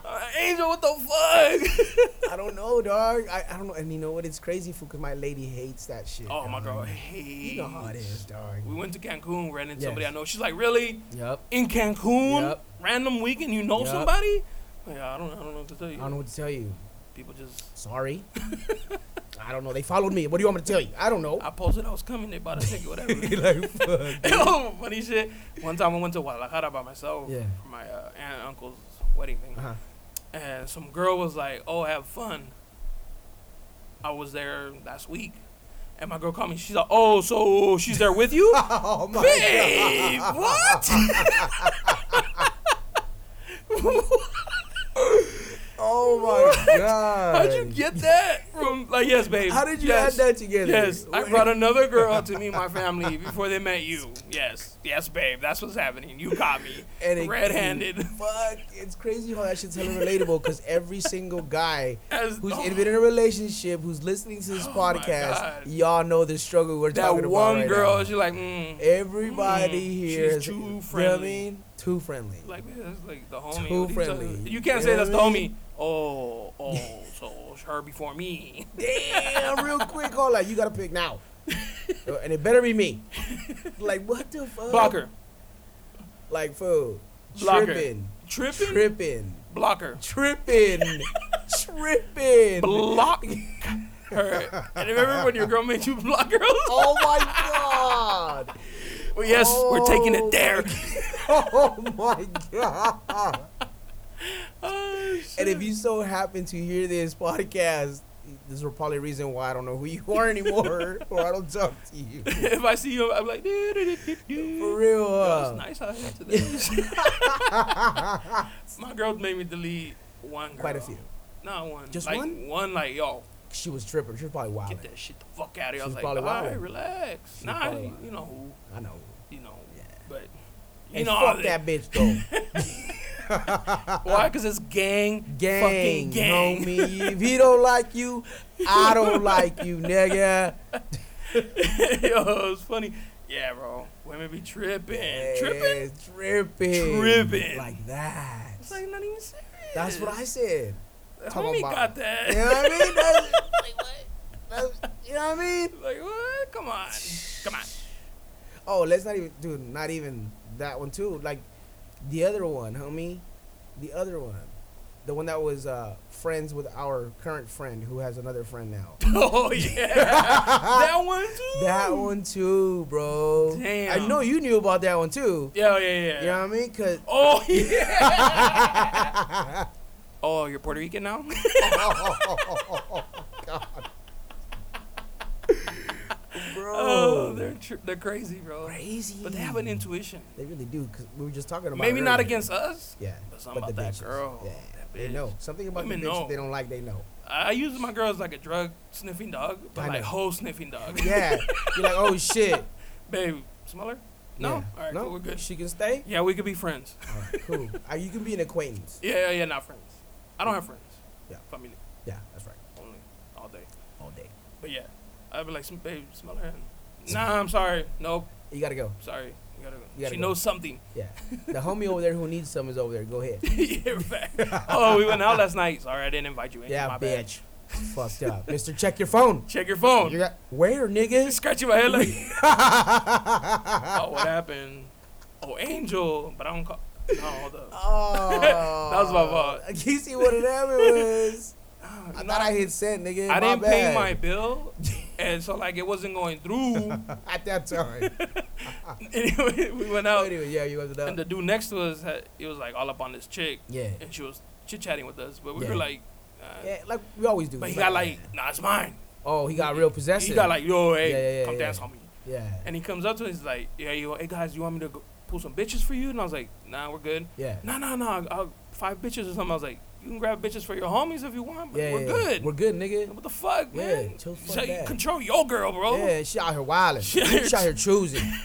[SPEAKER 1] Uh, Angel, what the fuck?
[SPEAKER 2] <laughs> I don't know, dog. I, I don't know. And you know what? It's crazy for because my lady hates that shit.
[SPEAKER 1] Oh my
[SPEAKER 2] dog.
[SPEAKER 1] god, hey.
[SPEAKER 2] You know how it is, dog.
[SPEAKER 1] We went to Cancun, ran into somebody I
[SPEAKER 2] Yes.
[SPEAKER 1] know. She's like, really?
[SPEAKER 2] Yep.
[SPEAKER 1] In Cancun?
[SPEAKER 2] Yep.
[SPEAKER 1] Random weekend, you know
[SPEAKER 2] Yep.
[SPEAKER 1] somebody? Yeah, I don't, I don't know what to tell you.
[SPEAKER 2] I don't know what to tell you.
[SPEAKER 1] People just,
[SPEAKER 2] Sorry. I don't know. They followed me. What do you want me to tell you? I don't know. <laughs>
[SPEAKER 1] I posted I was coming, they bought a ticket, whatever. <laughs>
[SPEAKER 2] like, fuck.
[SPEAKER 1] Yo, funny shit. One time I went to Guadalajara by myself
[SPEAKER 2] Yeah.
[SPEAKER 1] for my uh, aunt and uncle's wedding thing.
[SPEAKER 2] Uh-huh. <laughs>
[SPEAKER 1] And some girl was like, oh, have fun. I was there last week. And my girl called me. She's like, oh, so she's there with
[SPEAKER 2] <laughs>
[SPEAKER 1] you?
[SPEAKER 2] Oh my
[SPEAKER 1] Babe,
[SPEAKER 2] <laughs>
[SPEAKER 1] what? <laughs>
[SPEAKER 2] Oh my god.
[SPEAKER 1] How'd you get that <laughs> from? Like, yes, babe.
[SPEAKER 2] How did you
[SPEAKER 1] yes.
[SPEAKER 2] add that together?
[SPEAKER 1] Yes, I
[SPEAKER 2] Wait. <laughs>
[SPEAKER 1] brought another girl to meet my family before they met you. Yes, yes, babe. That's what's happening. You got me
[SPEAKER 2] And it-
[SPEAKER 1] red-handed.
[SPEAKER 2] Fuck, it's crazy how that shit's hella relatable because every single guy
[SPEAKER 1] <laughs> As-
[SPEAKER 2] who's
[SPEAKER 1] oh.
[SPEAKER 2] in- been in a relationship, who's listening to this
[SPEAKER 1] my
[SPEAKER 2] podcast,
[SPEAKER 1] God.
[SPEAKER 2] y'all know the struggle we're talking
[SPEAKER 1] That
[SPEAKER 2] about.
[SPEAKER 1] one
[SPEAKER 2] right
[SPEAKER 1] girl,
[SPEAKER 2] now.
[SPEAKER 1] she's like, mm,
[SPEAKER 2] Everybody
[SPEAKER 1] Mm,
[SPEAKER 2] here
[SPEAKER 1] she's
[SPEAKER 2] is
[SPEAKER 1] too
[SPEAKER 2] you know what I
[SPEAKER 1] friendly.
[SPEAKER 2] mean? Too friendly.
[SPEAKER 1] like man, that's like the homie.
[SPEAKER 2] Too
[SPEAKER 1] What are you talking-
[SPEAKER 2] friendly.
[SPEAKER 1] You can't
[SPEAKER 2] You
[SPEAKER 1] say
[SPEAKER 2] know
[SPEAKER 1] that's the
[SPEAKER 2] what I
[SPEAKER 1] homie.
[SPEAKER 2] mean?
[SPEAKER 1] Oh, oh, so it's her before me.
[SPEAKER 2] <laughs>
[SPEAKER 1] <laughs>
[SPEAKER 2] Damn, real quick, all like you gotta pick now. and it better
[SPEAKER 1] <laughs>
[SPEAKER 2] be me. like what the fuck?
[SPEAKER 1] Blocker.
[SPEAKER 2] Like fool.
[SPEAKER 1] Blocker.
[SPEAKER 2] Tripping.
[SPEAKER 1] Tripping.
[SPEAKER 2] Tripping.
[SPEAKER 1] Blocker. <laughs>
[SPEAKER 2] Tripping. Tripping. <laughs>
[SPEAKER 1] Block her. And remember when your girl made you block her?
[SPEAKER 2] oh my god.
[SPEAKER 1] Well, yes, we're taking
[SPEAKER 2] Oh.
[SPEAKER 1] it there.
[SPEAKER 2] <laughs> Oh my god.
[SPEAKER 1] <laughs> Oh, shit.
[SPEAKER 2] And if
[SPEAKER 1] <laughs>
[SPEAKER 2] you so happen to hear this podcast, this is probably the reason why I don't know who you are anymore, <laughs> or I don't talk to you.
[SPEAKER 1] <laughs> if I see you, I'm like, "Doo, doo, doo, doo, doo."
[SPEAKER 2] For real.
[SPEAKER 1] Yo,
[SPEAKER 2] Uh,
[SPEAKER 1] it's nice out here
[SPEAKER 2] <laughs>
[SPEAKER 1] today. My girl made me delete one. Girl.
[SPEAKER 2] Quite a few.
[SPEAKER 1] Not one.
[SPEAKER 2] Just
[SPEAKER 1] like,
[SPEAKER 2] one?
[SPEAKER 1] One, like, yo,
[SPEAKER 2] She was tripping. She was probably wild.
[SPEAKER 1] get that shit the fuck out of here. I
[SPEAKER 2] She's
[SPEAKER 1] was like, all
[SPEAKER 2] probably
[SPEAKER 1] right,
[SPEAKER 2] wildin'.
[SPEAKER 1] relax.
[SPEAKER 2] She's
[SPEAKER 1] nah,
[SPEAKER 2] probably
[SPEAKER 1] you,
[SPEAKER 2] wildin'.
[SPEAKER 1] you know who,
[SPEAKER 2] I know.
[SPEAKER 1] you know,
[SPEAKER 2] Yeah.
[SPEAKER 1] but you
[SPEAKER 2] And
[SPEAKER 1] know
[SPEAKER 2] fuck that bitch
[SPEAKER 1] <laughs>
[SPEAKER 2] though.
[SPEAKER 1] Why? Because it's gang,
[SPEAKER 2] gang,
[SPEAKER 1] fucking gang.
[SPEAKER 2] homie. If he don't like you, I don't like you, nigga.
[SPEAKER 1] <laughs> Yo, it's funny. Yeah, bro. Women be tripping, tripping.
[SPEAKER 2] Yeah, tripping,
[SPEAKER 1] Tripping.
[SPEAKER 2] like that.
[SPEAKER 1] It's like not even serious.
[SPEAKER 2] That's what I said. talking
[SPEAKER 1] Homie
[SPEAKER 2] about.
[SPEAKER 1] got that.
[SPEAKER 2] You know what I mean?
[SPEAKER 1] <laughs>
[SPEAKER 2] That's, like, what? That's- you know what I mean?
[SPEAKER 1] like what? Come on, come on. <laughs>
[SPEAKER 2] Oh, let's not even, dude. Not even that one too. Like the other one, homie. The other one, the one that was uh, friends with our current friend who has another friend now.
[SPEAKER 1] Oh
[SPEAKER 2] <laughs>
[SPEAKER 1] yeah, that one too.
[SPEAKER 2] That one too, bro.
[SPEAKER 1] Damn.
[SPEAKER 2] I know you knew about that one too.
[SPEAKER 1] Yeah, oh, yeah, yeah.
[SPEAKER 2] You know what I mean? Cause
[SPEAKER 1] Oh yeah.
[SPEAKER 2] <laughs>
[SPEAKER 1] oh, you're Puerto Rican now.
[SPEAKER 2] bro,
[SPEAKER 1] oh, they're tr- they're crazy, bro.
[SPEAKER 2] crazy.
[SPEAKER 1] But they have an intuition.
[SPEAKER 2] They really do. Cause we were just talking about. it
[SPEAKER 1] Maybe not
[SPEAKER 2] earlier.
[SPEAKER 1] against us.
[SPEAKER 2] Yeah,
[SPEAKER 1] But something about that girl,
[SPEAKER 2] Yeah,
[SPEAKER 1] that
[SPEAKER 2] they
[SPEAKER 1] bitch.
[SPEAKER 2] know something about
[SPEAKER 1] Women
[SPEAKER 2] the bitch
[SPEAKER 1] know.
[SPEAKER 2] they don't like.
[SPEAKER 1] <laughs>
[SPEAKER 2] They know.
[SPEAKER 1] I I use my girl as like a drug sniffing dog, but
[SPEAKER 2] I
[SPEAKER 1] like
[SPEAKER 2] know.
[SPEAKER 1] whole sniffing dog.
[SPEAKER 2] Yeah, you're like, oh shit.
[SPEAKER 1] <laughs> Babe, smell her? <laughs> No.
[SPEAKER 2] Yeah.
[SPEAKER 1] All right, cool, we're good.
[SPEAKER 2] She can stay.
[SPEAKER 1] yeah, we could be friends. <laughs>
[SPEAKER 2] All right, cool. Uh, you can be an acquaintance.
[SPEAKER 1] Yeah, yeah, yeah, not friends. I don't have friends.
[SPEAKER 2] Yeah.
[SPEAKER 1] Family
[SPEAKER 2] Yeah, that's right.
[SPEAKER 1] only all day.
[SPEAKER 2] All day.
[SPEAKER 1] But yeah, I'd be like, "Sm- babe, smell her. Nah, I'm sorry. Nope,
[SPEAKER 2] You gotta go.
[SPEAKER 1] sorry. You gotta go.
[SPEAKER 2] You gotta
[SPEAKER 1] she
[SPEAKER 2] go.
[SPEAKER 1] knows something. <laughs>
[SPEAKER 2] Yeah. The homie over there who needs some is over there. Go ahead.
[SPEAKER 1] yeah, fact. Oh, we went out last night. Sorry, I didn't invite you in.
[SPEAKER 2] Yeah,
[SPEAKER 1] my bad.
[SPEAKER 2] bitch. Fucked up, Mister. Check your phone.
[SPEAKER 1] Check your phone.
[SPEAKER 2] You got where,
[SPEAKER 1] <laughs>
[SPEAKER 2] niggas? <laughs>
[SPEAKER 1] scratching my head like, oh, what happened? Oh, Angel, but I don't call. No, hold up.
[SPEAKER 2] Oh, that
[SPEAKER 1] was my fault.
[SPEAKER 2] <laughs> You see what it
[SPEAKER 1] <laughs>
[SPEAKER 2] ever was?
[SPEAKER 1] Ah,
[SPEAKER 2] I
[SPEAKER 1] no,
[SPEAKER 2] thought I hit send, nigga.
[SPEAKER 1] I
[SPEAKER 2] My
[SPEAKER 1] didn't
[SPEAKER 2] bad.
[SPEAKER 1] pay my bill, and so like it wasn't going through. <laughs>
[SPEAKER 2] <laughs> at that time.
[SPEAKER 1] anyway, we went out,
[SPEAKER 2] anyway, yeah, you was
[SPEAKER 1] and
[SPEAKER 2] up.
[SPEAKER 1] the dude next to us, had, it was like all up on this chick,
[SPEAKER 2] Yeah,
[SPEAKER 1] and she was chit chatting with us, but we
[SPEAKER 2] Yeah.
[SPEAKER 1] were like, uh,
[SPEAKER 2] yeah, like we always do.
[SPEAKER 1] but he
[SPEAKER 2] Like,
[SPEAKER 1] got like, nah, it's mine.
[SPEAKER 2] oh, he got real possessive.
[SPEAKER 1] He got like, yo, hey,
[SPEAKER 2] Yeah, yeah, yeah,
[SPEAKER 1] come
[SPEAKER 2] yeah.
[SPEAKER 1] dance on me.
[SPEAKER 2] yeah,
[SPEAKER 1] And he comes up to us, he's like, yeah, yo, hey guys, you want me to go pull some bitches for you? And I was like, nah, we're good.
[SPEAKER 2] yeah,
[SPEAKER 1] No, no, no, I'll- I'll- five bitches or something. I was like, you can grab bitches for your homies if you want, but
[SPEAKER 2] yeah.
[SPEAKER 1] we're
[SPEAKER 2] yeah.
[SPEAKER 1] good.
[SPEAKER 2] We're good, nigga.
[SPEAKER 1] what the fuck,
[SPEAKER 2] Yeah,
[SPEAKER 1] man?
[SPEAKER 2] chill
[SPEAKER 1] You
[SPEAKER 2] fuck
[SPEAKER 1] say you
[SPEAKER 2] that.
[SPEAKER 1] control your girl, bro.
[SPEAKER 2] Yeah, she out here wilding. she out here choosing.
[SPEAKER 1] <laughs>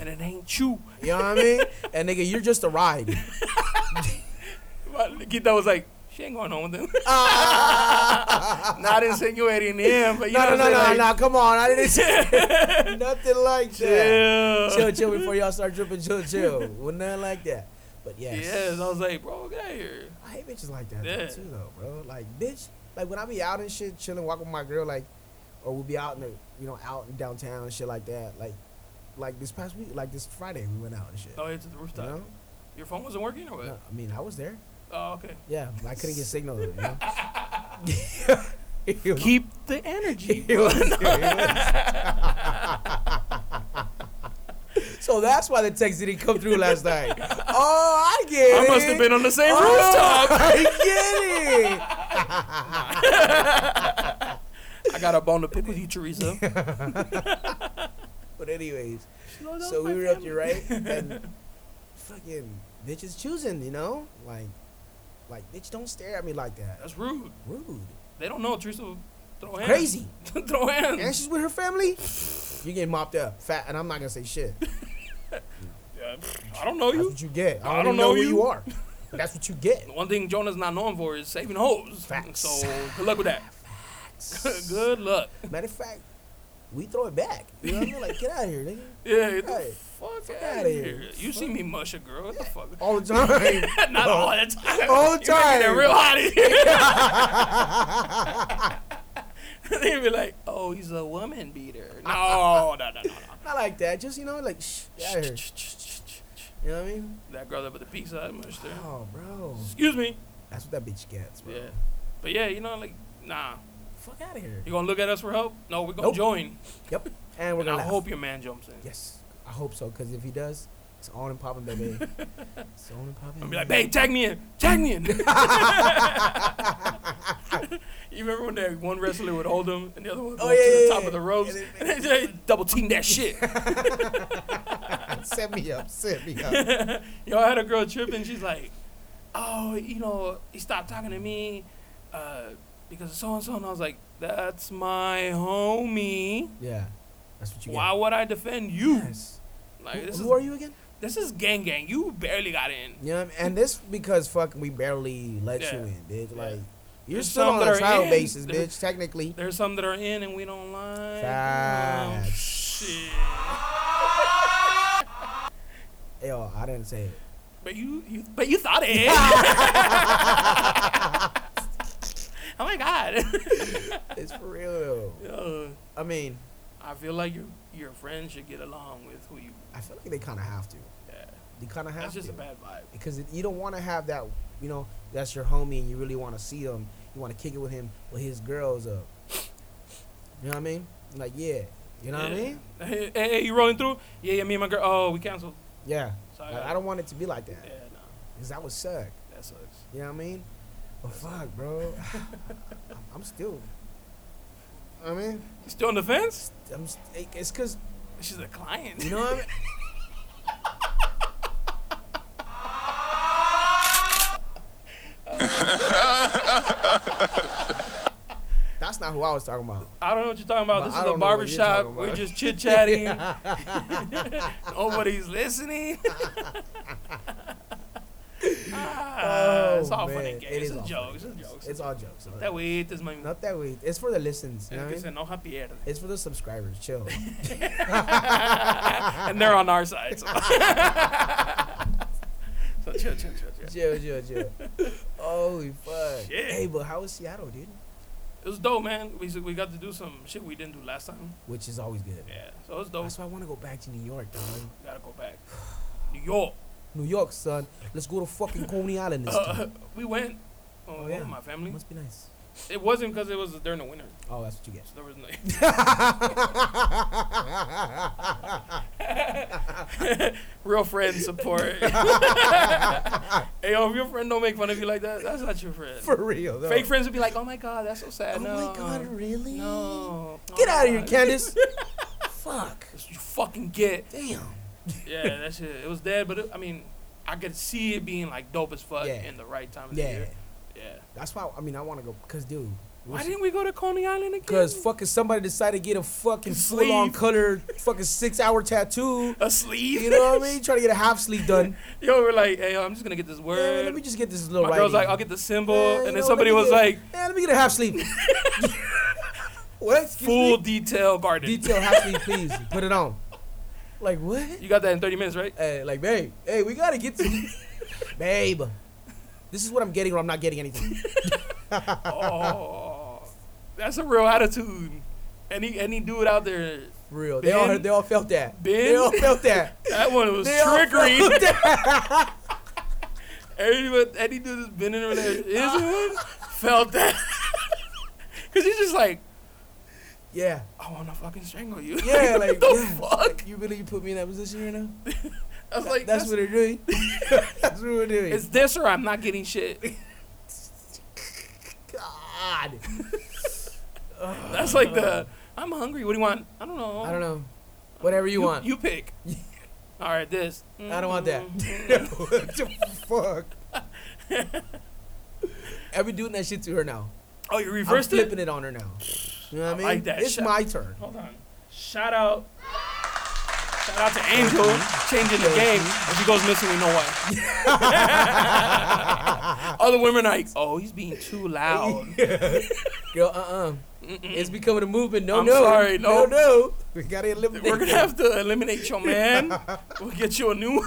[SPEAKER 1] And it ain't you.
[SPEAKER 2] You know what
[SPEAKER 1] <laughs>
[SPEAKER 2] I mean? And nigga, you're just a ride.
[SPEAKER 1] But Nikita was like, she ain't going home with him. <laughs> Not insinuating him, but you
[SPEAKER 2] No, no,
[SPEAKER 1] know
[SPEAKER 2] no,
[SPEAKER 1] what
[SPEAKER 2] no,
[SPEAKER 1] I'm saying?
[SPEAKER 2] no. Come on, I
[SPEAKER 1] <laughs>
[SPEAKER 2] didn't say nothing like that.
[SPEAKER 1] no. <laughs>
[SPEAKER 2] Chill, chill before y'all start dripping. Chill, chill. Well, nothing like that. But yes,
[SPEAKER 1] Yes, I was like, bro, get out of here.
[SPEAKER 2] I hate bitches like that though,
[SPEAKER 1] Yeah.
[SPEAKER 2] too, though, bro. Like, bitch, like when I be out and shit, chilling, walking with my girl, like, or we'll be out in the, you know, out in downtown and shit like that. Like, like this past week, like this Friday, we went out and shit.
[SPEAKER 1] Oh, yeah, to the
[SPEAKER 2] you
[SPEAKER 1] rooftop.
[SPEAKER 2] know?
[SPEAKER 1] Your phone wasn't working or what?
[SPEAKER 2] No, I mean, I was there.
[SPEAKER 1] Oh, okay.
[SPEAKER 2] Yeah, but I couldn't get signal. You
[SPEAKER 1] <laughs>
[SPEAKER 2] know? <laughs> It was-
[SPEAKER 1] Keep the
[SPEAKER 2] <laughs>
[SPEAKER 1] energy.
[SPEAKER 2] it was- <laughs> so that's why the text didn't come through last night. Oh, I get
[SPEAKER 1] I
[SPEAKER 2] it.
[SPEAKER 1] must have been on the same
[SPEAKER 2] Oh,
[SPEAKER 1] <laughs> rooftop.
[SPEAKER 2] I
[SPEAKER 1] I
[SPEAKER 2] get it.
[SPEAKER 1] got a bone to pick with you, <laughs> Teresa.
[SPEAKER 2] But anyways, so we were up
[SPEAKER 1] <laughs>
[SPEAKER 2] here, right? And fucking bitches choosing, you know? Like, like bitch, don't stare at me like that.
[SPEAKER 1] That's rude.
[SPEAKER 2] Rude,
[SPEAKER 1] They don't know Teresa will throw hands.
[SPEAKER 2] crazy.
[SPEAKER 1] <laughs> throw hands.
[SPEAKER 2] And she's with her family. You get mopped up, fat, and I'm not gonna say shit.
[SPEAKER 1] Yeah, I don't know
[SPEAKER 2] That's
[SPEAKER 1] you.
[SPEAKER 2] what you get. I don't,
[SPEAKER 1] I don't
[SPEAKER 2] even know,
[SPEAKER 1] know
[SPEAKER 2] who
[SPEAKER 1] you.
[SPEAKER 2] you are. That's what you get.
[SPEAKER 1] One thing Jonah's not known for is saving hoes.
[SPEAKER 2] Facts.
[SPEAKER 1] So good luck with that. <laughs> <laughs> good luck.
[SPEAKER 2] Matter of fact, we throw it back. You know what I mean? Like, get out of here, nigga.
[SPEAKER 1] Yeah, <laughs> get the
[SPEAKER 2] Hey,
[SPEAKER 1] fuck, out
[SPEAKER 2] outta
[SPEAKER 1] of
[SPEAKER 2] here.
[SPEAKER 1] here. You see me mush a girl? What the fuck?
[SPEAKER 2] All the time.
[SPEAKER 1] <laughs> not all the time.
[SPEAKER 2] All the
[SPEAKER 1] You're making it
[SPEAKER 2] time. <laughs>
[SPEAKER 1] real hot in here. They be like, oh oh, he's a woman beater. No, no, no, no, no.
[SPEAKER 2] <laughs> Not like that. Just you know, like shh, get out of here. You know what I mean?
[SPEAKER 1] That girl that with the pizza I mushed her.
[SPEAKER 2] Oh, bro,
[SPEAKER 1] Excuse me.
[SPEAKER 2] that's what that bitch gets, bro.
[SPEAKER 1] Yeah. But yeah, you know, like, nah.
[SPEAKER 2] Fuck out of here.
[SPEAKER 1] You gonna look at us for help? No, we're gonna
[SPEAKER 2] Nope.
[SPEAKER 1] join.
[SPEAKER 2] Yep. And we're
[SPEAKER 1] And I
[SPEAKER 2] gonna laugh.
[SPEAKER 1] hope your man jumps in.
[SPEAKER 2] Yes, I hope so. Cause if he does, it's on and
[SPEAKER 1] <laughs>
[SPEAKER 2] popping, baby. it's on and popping.
[SPEAKER 1] I'm be like, babe, tag me in, tag me
[SPEAKER 2] <laughs>
[SPEAKER 1] in. <laughs> you remember when that one wrestler would hold him and the other one would go
[SPEAKER 2] Oh,
[SPEAKER 1] to
[SPEAKER 2] yeah,
[SPEAKER 1] the
[SPEAKER 2] yeah,
[SPEAKER 1] top
[SPEAKER 2] yeah.
[SPEAKER 1] of the ropes
[SPEAKER 2] And
[SPEAKER 1] and they double team that
[SPEAKER 2] <laughs>
[SPEAKER 1] shit.
[SPEAKER 2] set me up,
[SPEAKER 1] <laughs>
[SPEAKER 2] set me up.
[SPEAKER 1] Yo, I had a girl tripping. She's like, oh, you know, he stopped talking to me uh, because of so and so. And I was like, that's my homie.
[SPEAKER 2] yeah, that's what you
[SPEAKER 1] Why
[SPEAKER 2] get.
[SPEAKER 1] would I defend you?
[SPEAKER 2] Yes.
[SPEAKER 1] Like
[SPEAKER 2] Who-
[SPEAKER 1] this
[SPEAKER 2] who
[SPEAKER 1] is
[SPEAKER 2] are you again?
[SPEAKER 1] this is gang gang. You barely got in.
[SPEAKER 2] You know, what I mean? and this because fucking we barely let
[SPEAKER 1] Yeah.
[SPEAKER 2] you in, bitch. Like you're
[SPEAKER 1] There's
[SPEAKER 2] still
[SPEAKER 1] some
[SPEAKER 2] on
[SPEAKER 1] that
[SPEAKER 2] a
[SPEAKER 1] are
[SPEAKER 2] trial
[SPEAKER 1] in.
[SPEAKER 2] basis,
[SPEAKER 1] There-
[SPEAKER 2] bitch. Technically,
[SPEAKER 1] There's some that are in and we don't like. Oh,
[SPEAKER 2] Facts.
[SPEAKER 1] shit.
[SPEAKER 2] yo, I didn't say it.
[SPEAKER 1] But you, you but you thought
[SPEAKER 2] <laughs>
[SPEAKER 1] it. <laughs> oh my god. <laughs>
[SPEAKER 2] It's for real. though.
[SPEAKER 1] Yo,
[SPEAKER 2] I mean,
[SPEAKER 1] I feel like your your friends should get along with who you.
[SPEAKER 2] I feel like they kind of have to.
[SPEAKER 1] Yeah,
[SPEAKER 2] They kind of have
[SPEAKER 1] that's
[SPEAKER 2] to.
[SPEAKER 1] just a bad vibe.
[SPEAKER 2] because it- you don't want to have that. You know, that's your homie, and you really want to see him. You want to kick it with him, but his girl's up. You know what I mean? Like, yeah. You know what I
[SPEAKER 1] Yeah.
[SPEAKER 2] mean?
[SPEAKER 1] Hey, hey, hey, you rolling through? Yeah, yeah. Me and my girl. Oh, we canceled.
[SPEAKER 2] Yeah.
[SPEAKER 1] Sorry.
[SPEAKER 2] Like, I don't want it to be like that
[SPEAKER 1] Yeah, no,
[SPEAKER 2] because that would suck.
[SPEAKER 1] that sucks.
[SPEAKER 2] You know what I mean? But fuck, bro. <laughs> I'm- I'm still. I mean,
[SPEAKER 1] You still on the fence?
[SPEAKER 2] I'm. st- It's because
[SPEAKER 1] She's a client.
[SPEAKER 2] you know what I mean. That's not who I was talking about.
[SPEAKER 1] <laughs> I don't know what you're talking about.
[SPEAKER 2] But
[SPEAKER 1] this
[SPEAKER 2] I
[SPEAKER 1] is
[SPEAKER 2] don't
[SPEAKER 1] a
[SPEAKER 2] know what you're
[SPEAKER 1] barbershop.
[SPEAKER 2] talking
[SPEAKER 1] We're
[SPEAKER 2] about.
[SPEAKER 1] just chit
[SPEAKER 2] <laughs>
[SPEAKER 1] chatting. <laughs> Nobody's listening. <laughs> ah, it's
[SPEAKER 2] Oh,
[SPEAKER 1] all fun
[SPEAKER 2] man.
[SPEAKER 1] and games.
[SPEAKER 2] It
[SPEAKER 1] It's
[SPEAKER 2] is
[SPEAKER 1] a
[SPEAKER 2] all
[SPEAKER 1] joke.
[SPEAKER 2] fun
[SPEAKER 1] It's a
[SPEAKER 2] and games.
[SPEAKER 1] joke.
[SPEAKER 2] It's all jokes. all
[SPEAKER 1] That
[SPEAKER 2] right.
[SPEAKER 1] way it is my
[SPEAKER 2] Not that way. It's for the listens. you know
[SPEAKER 1] El
[SPEAKER 2] what
[SPEAKER 1] que
[SPEAKER 2] I
[SPEAKER 1] se
[SPEAKER 2] mean?
[SPEAKER 1] enoja
[SPEAKER 2] <laughs>
[SPEAKER 1] pierde.
[SPEAKER 2] It's for the subscribers.
[SPEAKER 1] <laughs> and
[SPEAKER 2] Chill.
[SPEAKER 1] they're on our side.
[SPEAKER 2] <laughs>
[SPEAKER 1] So, <laughs> so chill, chill, chill, chill.
[SPEAKER 2] chill, chill,
[SPEAKER 1] <laughs>
[SPEAKER 2] chill. Holy fuck.
[SPEAKER 1] Shit.
[SPEAKER 2] Hey, but how was Seattle, dude?
[SPEAKER 1] It was dope, man. We, we got to do some shit we didn't do last time.
[SPEAKER 2] Which is always good.
[SPEAKER 1] Yeah, so it was dope.
[SPEAKER 2] That's why I want to go back to New York, dog.
[SPEAKER 1] Gotta go back. <sighs> New York.
[SPEAKER 2] New York, son. Let's go to fucking Coney Island this
[SPEAKER 1] Uh,
[SPEAKER 2] time.
[SPEAKER 1] <laughs> we went. Oh,
[SPEAKER 2] yeah.
[SPEAKER 1] my family.
[SPEAKER 2] Must be nice.
[SPEAKER 1] It wasn't because it was during the winter.
[SPEAKER 2] Oh, that's what you get.
[SPEAKER 1] So there was no.
[SPEAKER 2] <laughs>
[SPEAKER 1] <laughs> real friend
[SPEAKER 2] <laughs>
[SPEAKER 1] support. hey, yo, if your friend don't make fun of you like that, that's not your friend.
[SPEAKER 2] for real, though.
[SPEAKER 1] Fake friends would be like, "Oh my god, that's so sad."
[SPEAKER 2] Oh
[SPEAKER 1] no.
[SPEAKER 2] my god, really?
[SPEAKER 1] No.
[SPEAKER 2] Get
[SPEAKER 1] Oh my
[SPEAKER 2] out of here,
[SPEAKER 1] God. <laughs>
[SPEAKER 2] Candace. Fuck.
[SPEAKER 1] That's what You fucking get.
[SPEAKER 2] Damn.
[SPEAKER 1] Yeah, that shit. It was dead, but it, I mean, I could see it being like dope as fuck
[SPEAKER 2] Yeah.
[SPEAKER 1] in the right time of the
[SPEAKER 2] Yeah.
[SPEAKER 1] year. Yeah.
[SPEAKER 2] That's why, I mean, I want to go. Because, dude.
[SPEAKER 1] Why didn't we go to Coney Island again?
[SPEAKER 2] Because fucking somebody decided to get a fucking
[SPEAKER 1] Sleeve.
[SPEAKER 2] full on color, fucking six hour tattoo.
[SPEAKER 1] a sleeve.
[SPEAKER 2] You know what I mean? Trying to get a half sleeve done.
[SPEAKER 1] <laughs> Yo, we're like, hey, yo, I'm just gonna get this
[SPEAKER 2] Yeah,
[SPEAKER 1] word.
[SPEAKER 2] let me just get this
[SPEAKER 1] My
[SPEAKER 2] little
[SPEAKER 1] girl's like,
[SPEAKER 2] writing.
[SPEAKER 1] I'll get the symbol,
[SPEAKER 2] Yeah, you
[SPEAKER 1] and
[SPEAKER 2] know,
[SPEAKER 1] then somebody
[SPEAKER 2] let me
[SPEAKER 1] was
[SPEAKER 2] get-
[SPEAKER 1] like,
[SPEAKER 2] yeah, let me get a
[SPEAKER 1] <laughs>
[SPEAKER 2] half sleeve. what? Excuse
[SPEAKER 1] full
[SPEAKER 2] me?
[SPEAKER 1] detail garden.
[SPEAKER 2] <laughs> detail half sleeve, please. Put it on. Like what?
[SPEAKER 1] You got that in 30
[SPEAKER 2] <laughs>
[SPEAKER 1] minutes, right?
[SPEAKER 2] Hey, like babe, hey, we gotta get to, babe. This is what I'm getting, or I'm not getting anything.
[SPEAKER 1] Oh, that's a real attitude. Any any dude out there,
[SPEAKER 2] For real, they all
[SPEAKER 1] Ben?
[SPEAKER 2] they all felt that. They
[SPEAKER 1] Ben?
[SPEAKER 2] all felt that.
[SPEAKER 1] <laughs> that one was
[SPEAKER 2] They all
[SPEAKER 1] trickery.
[SPEAKER 2] felt that.
[SPEAKER 1] Everybody, <laughs> any dude that's been in
[SPEAKER 2] <laughs>
[SPEAKER 1] a relationship is one felt that. <laughs> Cause he's just like,
[SPEAKER 2] Yeah,
[SPEAKER 1] I wanna fucking strangle you.
[SPEAKER 2] yeah,
[SPEAKER 1] <laughs> Like, what
[SPEAKER 2] like
[SPEAKER 1] the
[SPEAKER 2] yeah.
[SPEAKER 1] fuck?
[SPEAKER 2] You really put me in that position right now?
[SPEAKER 1] I was like,
[SPEAKER 2] That's, what they're doing. <laughs> that's what we're doing.
[SPEAKER 1] it's this or I'm not getting
[SPEAKER 2] <laughs>
[SPEAKER 1] shit.
[SPEAKER 2] God.
[SPEAKER 1] That's like the I'm hungry. What do you want? I don't know.
[SPEAKER 2] I don't know. Whatever you, want.
[SPEAKER 1] You
[SPEAKER 2] <laughs>
[SPEAKER 1] pick. All right, this.
[SPEAKER 2] I don't want that. <laughs> what the
[SPEAKER 1] Mm-hmm.
[SPEAKER 2] fuck?
[SPEAKER 1] <laughs>
[SPEAKER 2] Every doing that shit to her now.
[SPEAKER 1] Oh, you
[SPEAKER 2] i I'm
[SPEAKER 1] reversed it.
[SPEAKER 2] flipping it on her now. You know what I mean?
[SPEAKER 1] like that
[SPEAKER 2] It's
[SPEAKER 1] shot.
[SPEAKER 2] my turn.
[SPEAKER 1] Hold on. Shout out. Shout out to Angel
[SPEAKER 2] Mm-hmm.
[SPEAKER 1] changing the game. If he goes missing, we know why.
[SPEAKER 2] <laughs>
[SPEAKER 1] Other women are like, oh, he's being too
[SPEAKER 2] <laughs>
[SPEAKER 1] loud.
[SPEAKER 2] Girl, uh uh It's becoming a movement. No,
[SPEAKER 1] I'm
[SPEAKER 2] no.
[SPEAKER 1] sorry, no.
[SPEAKER 2] no, no.
[SPEAKER 1] <laughs>
[SPEAKER 2] We gotta eliminate
[SPEAKER 1] We're gonna
[SPEAKER 2] that.
[SPEAKER 1] have to eliminate your
[SPEAKER 2] <laughs>
[SPEAKER 1] man. We'll get you a new one.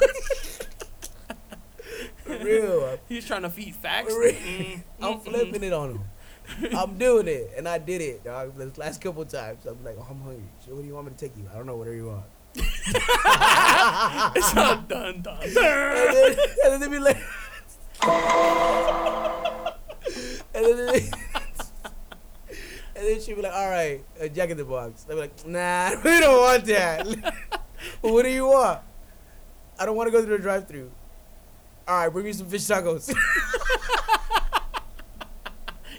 [SPEAKER 1] <laughs>
[SPEAKER 2] For real.
[SPEAKER 1] He's trying to feed facts.
[SPEAKER 2] For real.
[SPEAKER 1] Mm,
[SPEAKER 2] I'm
[SPEAKER 1] mm, <laughs>
[SPEAKER 2] flipping it on him. I'm doing it, and I did it, dog. The last couple times, I'm like, oh, I'm hungry. Shit, what do you want me to take you? I don't know. Whatever you want.
[SPEAKER 1] <laughs> It's not done, done. done.
[SPEAKER 2] and then, and then they be like, and then, they- and then she'd be like, all right, a Jack in the Box. They'd be like, nah, <laughs> we don't want that. <laughs> well, what do you want? I don't want to go through the drive-through. All right, bring me some fish tacos. <laughs>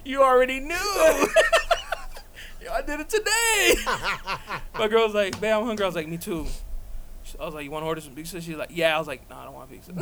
[SPEAKER 1] You already knew. <laughs> Yo, I did it
[SPEAKER 2] <laughs>
[SPEAKER 1] today. My girl was like, "Babe, I'm hungry." I was like, "Me too." She- I was like, "You want to order some pizza?" She's like, "Yeah." I was like, "No, I don't want pizza."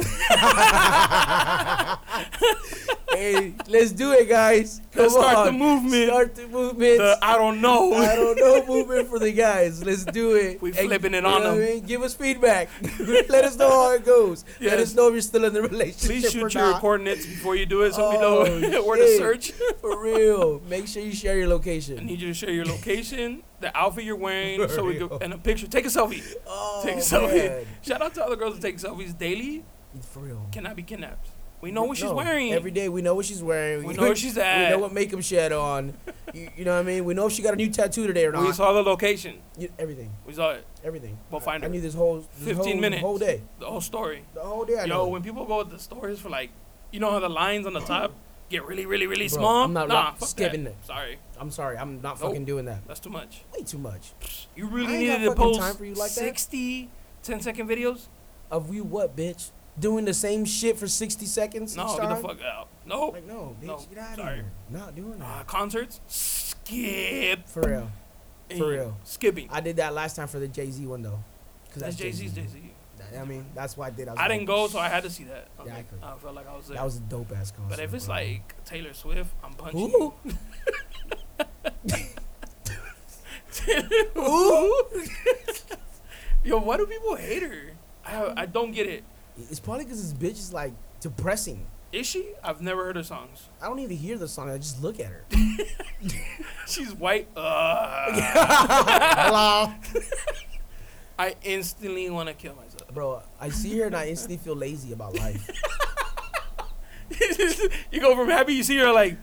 [SPEAKER 2] hey, let's do it, guys.
[SPEAKER 1] <laughs>
[SPEAKER 2] Come
[SPEAKER 1] Let's start the
[SPEAKER 2] on.
[SPEAKER 1] movement.
[SPEAKER 2] Start the movement.
[SPEAKER 1] The, I don't know.
[SPEAKER 2] I don't know movement for the guys. Let's do it.
[SPEAKER 1] <laughs> We flipping it on
[SPEAKER 2] you know what I
[SPEAKER 1] them.
[SPEAKER 2] mean? Give us feedback. <laughs> Let us know how it goes. Let
[SPEAKER 1] Yes.
[SPEAKER 2] us know if you're still in the
[SPEAKER 1] <laughs>
[SPEAKER 2] relationship.
[SPEAKER 1] Please
[SPEAKER 2] or
[SPEAKER 1] shoot your
[SPEAKER 2] not.
[SPEAKER 1] coordinates before you do it, so we know
[SPEAKER 2] Oh,
[SPEAKER 1] <laughs> where to
[SPEAKER 2] shit.
[SPEAKER 1] search.
[SPEAKER 2] For real. Make sure you share your
[SPEAKER 1] I
[SPEAKER 2] location.
[SPEAKER 1] need you to share your location, the outfit you're wearing, so we
[SPEAKER 2] For
[SPEAKER 1] go
[SPEAKER 2] real.
[SPEAKER 1] and a picture. Take a selfie.
[SPEAKER 2] Oh,
[SPEAKER 1] Take a selfie.
[SPEAKER 2] man.
[SPEAKER 1] Shout out to all the girls that take selfies daily.
[SPEAKER 2] For real.
[SPEAKER 1] Cannot be kidnapped. We know what she's
[SPEAKER 2] No,
[SPEAKER 1] wearing.
[SPEAKER 2] Every day we know what she's wearing.
[SPEAKER 1] We know where she's
[SPEAKER 2] <laughs> We
[SPEAKER 1] at.
[SPEAKER 2] know what makeup she had on. You, you know what I mean? We know if she got a new tattoo today or
[SPEAKER 1] we
[SPEAKER 2] not.
[SPEAKER 1] saw the location.
[SPEAKER 2] You- everything.
[SPEAKER 1] We saw it.
[SPEAKER 2] Everything.
[SPEAKER 1] We'll find
[SPEAKER 2] I, I
[SPEAKER 1] her.
[SPEAKER 2] knew this whole
[SPEAKER 1] 15
[SPEAKER 2] this whole,
[SPEAKER 1] minutes.
[SPEAKER 2] whole day.
[SPEAKER 1] The whole story.
[SPEAKER 2] The whole day. I
[SPEAKER 1] Yo,
[SPEAKER 2] know.
[SPEAKER 1] when people go to the stores for like, you know how the lines on
[SPEAKER 2] <clears throat>
[SPEAKER 1] the top get really, really, really
[SPEAKER 2] Bro,
[SPEAKER 1] small?
[SPEAKER 2] I'm not
[SPEAKER 1] nah,
[SPEAKER 2] rock-
[SPEAKER 1] fuck
[SPEAKER 2] skipping
[SPEAKER 1] that.
[SPEAKER 2] it.
[SPEAKER 1] Sorry,
[SPEAKER 2] I'm sorry. I'm not
[SPEAKER 1] Nope.
[SPEAKER 2] fucking doing that.
[SPEAKER 1] that's too much.
[SPEAKER 2] Way too much.
[SPEAKER 1] You really
[SPEAKER 2] I ain't got
[SPEAKER 1] needed to
[SPEAKER 2] fucking
[SPEAKER 1] post
[SPEAKER 2] time for you like that.
[SPEAKER 1] 60 10 second videos?
[SPEAKER 2] Of you what, bitch? Doing the same shit for 60 seconds
[SPEAKER 1] No,
[SPEAKER 2] each
[SPEAKER 1] get
[SPEAKER 2] time?
[SPEAKER 1] the fuck out. No.
[SPEAKER 2] Like, no, bitch,
[SPEAKER 1] No,
[SPEAKER 2] get out of
[SPEAKER 1] sorry.
[SPEAKER 2] here. Not doing
[SPEAKER 1] Uh,
[SPEAKER 2] that.
[SPEAKER 1] concerts? Skip.
[SPEAKER 2] For real. For real.
[SPEAKER 1] Skipping.
[SPEAKER 2] I did that last time for the Jay Z one, though. 'Cause
[SPEAKER 1] That's Jay Z's
[SPEAKER 2] Jay-Z.
[SPEAKER 1] Jay Z.
[SPEAKER 2] That- I mean, that's why I did. I, was
[SPEAKER 1] I
[SPEAKER 2] like,
[SPEAKER 1] didn't go, so I had to see that. I, was
[SPEAKER 2] Yeah, I
[SPEAKER 1] like,
[SPEAKER 2] could.
[SPEAKER 1] I felt like I was there.
[SPEAKER 2] That was a dope ass concert.
[SPEAKER 1] but if it's
[SPEAKER 2] bro.
[SPEAKER 1] like Taylor Swift, I'm punching.
[SPEAKER 2] Ooh.
[SPEAKER 1] you. <laughs>
[SPEAKER 2] Ooh.
[SPEAKER 1] Yo, why do people hate her? I, I don't get it.
[SPEAKER 2] It's probably because this bitch is like depressing.
[SPEAKER 1] Is she? I've never heard her songs.
[SPEAKER 2] I don't even hear the song. I just look
[SPEAKER 1] <laughs>
[SPEAKER 2] at her.
[SPEAKER 1] She's white. Uh,
[SPEAKER 2] Hello.
[SPEAKER 1] I instantly want to kill myself. <laughs>
[SPEAKER 2] Bro, I see her and I instantly feel lazy about life.
[SPEAKER 1] you go from happy, you see her
[SPEAKER 2] <laughs>
[SPEAKER 1] like,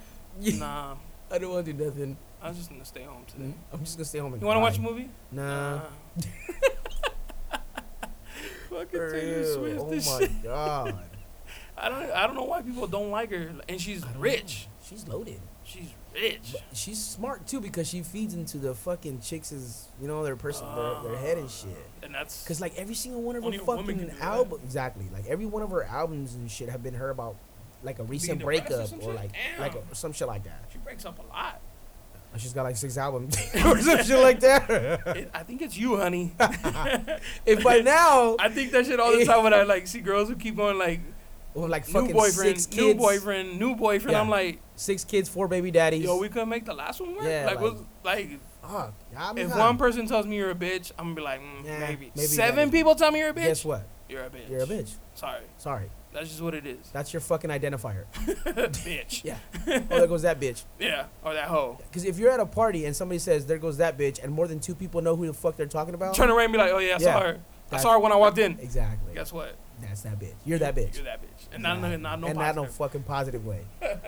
[SPEAKER 1] <laughs> nah,
[SPEAKER 2] I don't want to do nothing.
[SPEAKER 1] I'm just gonna stay home today.
[SPEAKER 2] I'm just gonna stay home and.
[SPEAKER 1] You want to watch a
[SPEAKER 2] cry.
[SPEAKER 1] movie? <laughs>
[SPEAKER 2] Nah.
[SPEAKER 1] Fucking
[SPEAKER 2] For
[SPEAKER 1] Taylor
[SPEAKER 2] real.
[SPEAKER 1] Swift.
[SPEAKER 2] Oh
[SPEAKER 1] this
[SPEAKER 2] my
[SPEAKER 1] shit. <laughs>
[SPEAKER 2] god.
[SPEAKER 1] I don't. I don't know why people don't like her. And she's rich.
[SPEAKER 2] She's loaded.
[SPEAKER 1] She's rich.
[SPEAKER 2] But she's smart too because she feeds into the fucking chicks' you know, their person, their, their head and shit.
[SPEAKER 1] And that's
[SPEAKER 2] Cause like every single one of her
[SPEAKER 1] Ah. Only a woman can
[SPEAKER 2] fucking
[SPEAKER 1] do that.
[SPEAKER 2] album, exactly. Like every one of her albums and shit have been her about like a recent
[SPEAKER 1] to rest or
[SPEAKER 2] breakup
[SPEAKER 1] some
[SPEAKER 2] or
[SPEAKER 1] shit?
[SPEAKER 2] like
[SPEAKER 1] Damn.
[SPEAKER 2] like a, some shit like that.
[SPEAKER 1] she breaks up a lot.
[SPEAKER 2] And She's got like six albums <laughs> or some shit like that.
[SPEAKER 1] <laughs> It, I think it's you,
[SPEAKER 2] <laughs>
[SPEAKER 1] honey. <laughs>
[SPEAKER 2] if by now,
[SPEAKER 1] I think that shit all
[SPEAKER 2] <laughs>
[SPEAKER 1] the time when I like see girls who keep going like
[SPEAKER 2] with like
[SPEAKER 1] new
[SPEAKER 2] fucking
[SPEAKER 1] boyfriend,
[SPEAKER 2] six kids,
[SPEAKER 1] new boyfriend, new boyfriend.
[SPEAKER 2] Yeah.
[SPEAKER 1] I'm like,
[SPEAKER 2] six kids, four baby daddies.
[SPEAKER 1] yo, we could make the last one work.
[SPEAKER 2] Yeah,
[SPEAKER 1] like,
[SPEAKER 2] like-
[SPEAKER 1] what's, like
[SPEAKER 2] Ah, I mean,
[SPEAKER 1] if
[SPEAKER 2] huh.
[SPEAKER 1] one person tells me you're a bitch, I'm gonna be like, mm,
[SPEAKER 2] Nah,
[SPEAKER 1] maybe.
[SPEAKER 2] maybe
[SPEAKER 1] Seven
[SPEAKER 2] that is-
[SPEAKER 1] people tell me you're a bitch.
[SPEAKER 2] guess what?
[SPEAKER 1] You're a bitch.
[SPEAKER 2] You're a bitch.
[SPEAKER 1] Sorry,
[SPEAKER 2] Sorry,
[SPEAKER 1] that's just what it is.
[SPEAKER 2] <laughs> that's your fucking identifier.
[SPEAKER 1] <laughs> bitch. <laughs> Yeah.
[SPEAKER 2] Yeah. oh, there goes that bitch.
[SPEAKER 1] Or that hoe.
[SPEAKER 2] Because if you're at a party and somebody says there goes that bitch, and more than two people know who the fuck they're talking about,
[SPEAKER 1] Turn around and be like, oh yeah, I
[SPEAKER 2] Yeah.
[SPEAKER 1] saw her. I
[SPEAKER 2] That-
[SPEAKER 1] saw her when I walked in.
[SPEAKER 2] exactly.
[SPEAKER 1] Guess what?
[SPEAKER 2] That's that bitch. You're that bitch.
[SPEAKER 1] You're that bitch. And not, not, not no
[SPEAKER 2] and not no
[SPEAKER 1] positive.
[SPEAKER 2] fucking
[SPEAKER 1] <laughs>
[SPEAKER 2] positive way.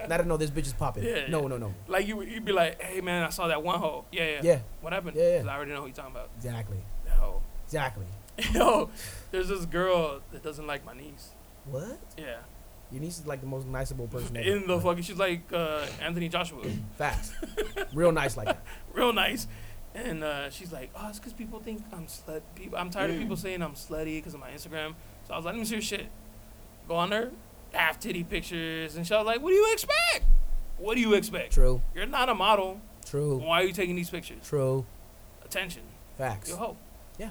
[SPEAKER 2] not in no this bitch is popping.
[SPEAKER 1] Yeah,
[SPEAKER 2] no,
[SPEAKER 1] yeah.
[SPEAKER 2] no, no.
[SPEAKER 1] Like you, you'd be like, hey man, I saw that one hoe. Yeah, yeah.
[SPEAKER 2] Yeah.
[SPEAKER 1] What happened?
[SPEAKER 2] Yeah, yeah.
[SPEAKER 1] 'Cause I already know who you're talking about.
[SPEAKER 2] Exactly.
[SPEAKER 1] That hoe. <laughs>
[SPEAKER 2] Exactly.
[SPEAKER 1] Yo, there's this girl that doesn't like my niece.
[SPEAKER 2] What?
[SPEAKER 1] Yeah.
[SPEAKER 2] Your niece is like the most niceable person ever.
[SPEAKER 1] In the fucking, she's like uh, Anthony Joshua. <clears throat> <laughs>
[SPEAKER 2] Facts. Real nice like that.
[SPEAKER 1] Real nice. And uh, she's like, oh, it's because people think I'm slut. People, I'm tired of
[SPEAKER 2] Mm.
[SPEAKER 1] people saying I'm slutty because of my Instagram. So I was like, let me see your shit. Go on there, half titty pictures. And she was like, what do you expect? What do you expect?
[SPEAKER 2] True.
[SPEAKER 1] You're not a model.
[SPEAKER 2] True.
[SPEAKER 1] Why are you taking these pictures?
[SPEAKER 2] True.
[SPEAKER 1] Attention.
[SPEAKER 2] Facts.
[SPEAKER 1] You're a hoe.
[SPEAKER 2] Yeah.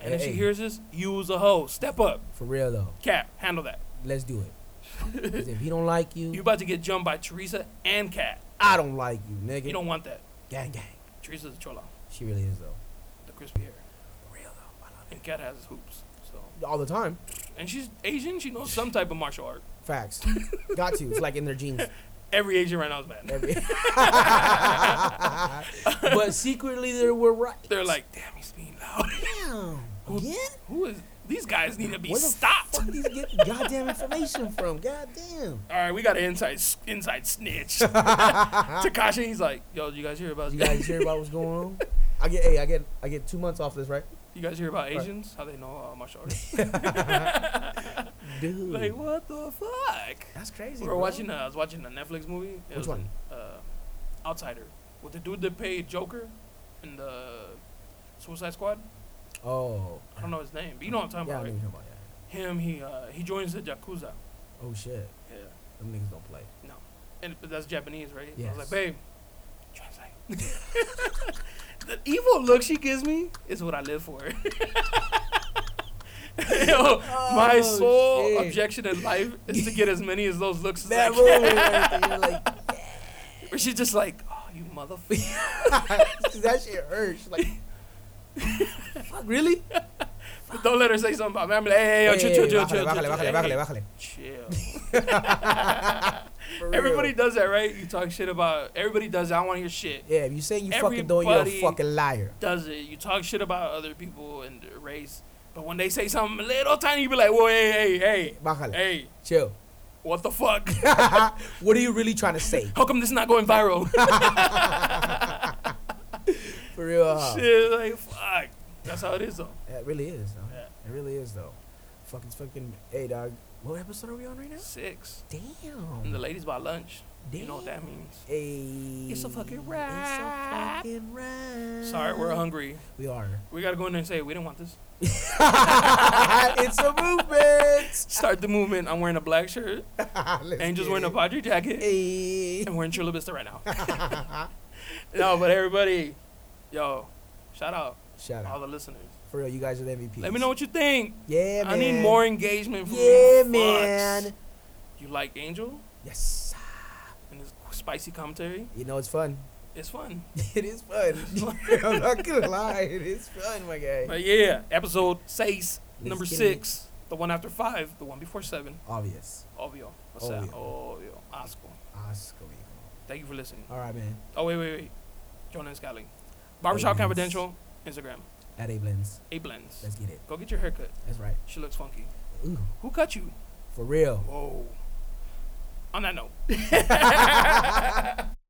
[SPEAKER 1] And if she
[SPEAKER 2] Hey.
[SPEAKER 1] hears this, you was a hoe. Step up.
[SPEAKER 2] For real though.
[SPEAKER 1] Cap, handle that.
[SPEAKER 2] Let's do
[SPEAKER 1] <laughs>
[SPEAKER 2] it. 'Cause if he don't like you,
[SPEAKER 1] You about to get jumped by Teresa and Cat.
[SPEAKER 2] I don't like you, nigga.
[SPEAKER 1] You don't want that.
[SPEAKER 2] gang gang.
[SPEAKER 1] Teresa's a chola,
[SPEAKER 2] She really is though.
[SPEAKER 1] the crispy hair. Real though, I love it. And Cat has hoops. So,
[SPEAKER 2] All the time.
[SPEAKER 1] and she's Asian. She knows some type of martial art.
[SPEAKER 2] <laughs> Facts. Got to. It's like in their jeans.
[SPEAKER 1] Every Asian right now is mad.
[SPEAKER 2] Every- <laughs> but secretly they were right.
[SPEAKER 1] They're like, damn, he's being loud.
[SPEAKER 2] Damn.
[SPEAKER 1] Who-
[SPEAKER 2] Again?
[SPEAKER 1] <laughs> Who is? These guys need to be
[SPEAKER 2] Where the
[SPEAKER 1] stopped.
[SPEAKER 2] fuck these get goddamn information from? Goddamn.
[SPEAKER 1] All right, we got an inside inside
[SPEAKER 2] <laughs>
[SPEAKER 1] snitch. Takashi, he's like, yo, you guys hear about
[SPEAKER 2] You guys hear about what's going on? I get, hey, I get, I get two months off
[SPEAKER 1] <laughs>
[SPEAKER 2] this, right?
[SPEAKER 1] you guys hear about Asians? How they know uh, martial
[SPEAKER 2] <laughs>
[SPEAKER 1] arts?
[SPEAKER 2] Dude,
[SPEAKER 1] like, what the fuck?
[SPEAKER 2] that's crazy.
[SPEAKER 1] We were
[SPEAKER 2] bro.
[SPEAKER 1] watching. A, I was watching a Netflix movie. It
[SPEAKER 2] Which
[SPEAKER 1] was
[SPEAKER 2] one?
[SPEAKER 1] An, uh, Outsider. With the dude that played Joker in the Suicide Squad.
[SPEAKER 2] Oh,
[SPEAKER 1] I don't know his name, but you know what I'm talking
[SPEAKER 2] yeah, I
[SPEAKER 1] about.
[SPEAKER 2] know
[SPEAKER 1] right?
[SPEAKER 2] you're talking about that.
[SPEAKER 1] Him, he uh, he joins the Yakuza.
[SPEAKER 2] Oh shit,
[SPEAKER 1] Yeah.
[SPEAKER 2] them niggas don't play.
[SPEAKER 1] No. And but that's Japanese, right? I was
[SPEAKER 2] Yes.
[SPEAKER 1] like, babe, translate. the evil look she gives me is what I live for. Yo, my
[SPEAKER 2] Oh,
[SPEAKER 1] sole
[SPEAKER 2] shit.
[SPEAKER 1] objection in life is to get as many as those looks as I
[SPEAKER 2] That
[SPEAKER 1] can.
[SPEAKER 2] <laughs> movie, right there, you're like,
[SPEAKER 1] Where she's just like, oh, you motherfucker.
[SPEAKER 2] <laughs> that shit hurts. Like, fuck, really?
[SPEAKER 1] Don't let her say something about me. I'm like, hey, hey, yo, chill, chill, chill, chill,
[SPEAKER 2] bájale,
[SPEAKER 1] chill,
[SPEAKER 2] bájale,
[SPEAKER 1] chill.
[SPEAKER 2] bájale,
[SPEAKER 1] Hey,
[SPEAKER 2] bájale.
[SPEAKER 1] Chill.
[SPEAKER 2] For real.
[SPEAKER 1] Everybody does that, right? You talk shit about everybody does that. I want to hear shit.
[SPEAKER 2] Yeah, if you saying you fucking doing, you're a
[SPEAKER 1] Everybody-
[SPEAKER 2] fucking liar.
[SPEAKER 1] does it. You talk shit about other people and their race, but when they say something little tiny, you be like, "Whoa, hey, hey, hey,
[SPEAKER 2] Bájale.
[SPEAKER 1] hey,
[SPEAKER 2] Chill. <laughs>
[SPEAKER 1] what the fuck? <laughs>
[SPEAKER 2] what are you really trying to say?
[SPEAKER 1] How come this is not going
[SPEAKER 2] <laughs>
[SPEAKER 1] viral?" <laughs>
[SPEAKER 2] For real. huh?
[SPEAKER 1] shit, like fuck. That's how it is though.
[SPEAKER 2] It really is, though.
[SPEAKER 1] Yeah.
[SPEAKER 2] It really is, though. Fucking, fucking. Hey, dog. What episode are we on right now?
[SPEAKER 1] Six. And the
[SPEAKER 2] Damn.
[SPEAKER 1] ladies buy lunch. You know what that means?
[SPEAKER 2] Hey.
[SPEAKER 1] It's a fucking
[SPEAKER 2] It's a
[SPEAKER 1] wrap.
[SPEAKER 2] fucking wrap.
[SPEAKER 1] Sorry, we're hungry.
[SPEAKER 2] We are. <laughs>
[SPEAKER 1] We gotta go in there and say we didn't want this.
[SPEAKER 2] it's a movement.
[SPEAKER 1] Start the movement. I'm wearing a black shirt.
[SPEAKER 2] Let's
[SPEAKER 1] Angel's
[SPEAKER 2] get <laughs>
[SPEAKER 1] wearing a
[SPEAKER 2] it.
[SPEAKER 1] Padre jacket.
[SPEAKER 2] Hey.
[SPEAKER 1] and we're in Chula Vista
[SPEAKER 2] <laughs>
[SPEAKER 1] right now. no, but everybody, yo, shout out
[SPEAKER 2] Shout
[SPEAKER 1] all
[SPEAKER 2] out.
[SPEAKER 1] the listeners.
[SPEAKER 2] For real, you guys are the MVP.
[SPEAKER 1] Let me know what you think.
[SPEAKER 2] Yeah, man.
[SPEAKER 1] I need more engagement from
[SPEAKER 2] Yeah,
[SPEAKER 1] you fucks.
[SPEAKER 2] man.
[SPEAKER 1] You like Angel
[SPEAKER 2] Yes.
[SPEAKER 1] and his spicy commentary?
[SPEAKER 2] You know it's fun. <laughs>
[SPEAKER 1] It's fun.
[SPEAKER 2] It
[SPEAKER 1] <laughs>
[SPEAKER 2] is fun. I'm not gonna lie, it is fun, my guy.
[SPEAKER 1] But yeah, episode seis,
[SPEAKER 2] Let's
[SPEAKER 1] number
[SPEAKER 2] get it.
[SPEAKER 1] six, the one after five, the one before seven.
[SPEAKER 2] Obvious.
[SPEAKER 1] Obvio. What's that? Obvio. Asco.
[SPEAKER 2] Ask me.
[SPEAKER 1] Thank you for listening.
[SPEAKER 2] All right, man.
[SPEAKER 1] Oh wait, wait, wait. Jonah and Scally. Barbershop
[SPEAKER 2] Blends.
[SPEAKER 1] Confidential, Instagram.
[SPEAKER 2] At A Blends.
[SPEAKER 1] A blends.
[SPEAKER 2] Let's get it.
[SPEAKER 1] Go get your haircut.
[SPEAKER 2] That's right.
[SPEAKER 1] She looks funky.
[SPEAKER 2] Ooh,
[SPEAKER 1] Who cut you?
[SPEAKER 2] for real.
[SPEAKER 1] Whoa. On that note.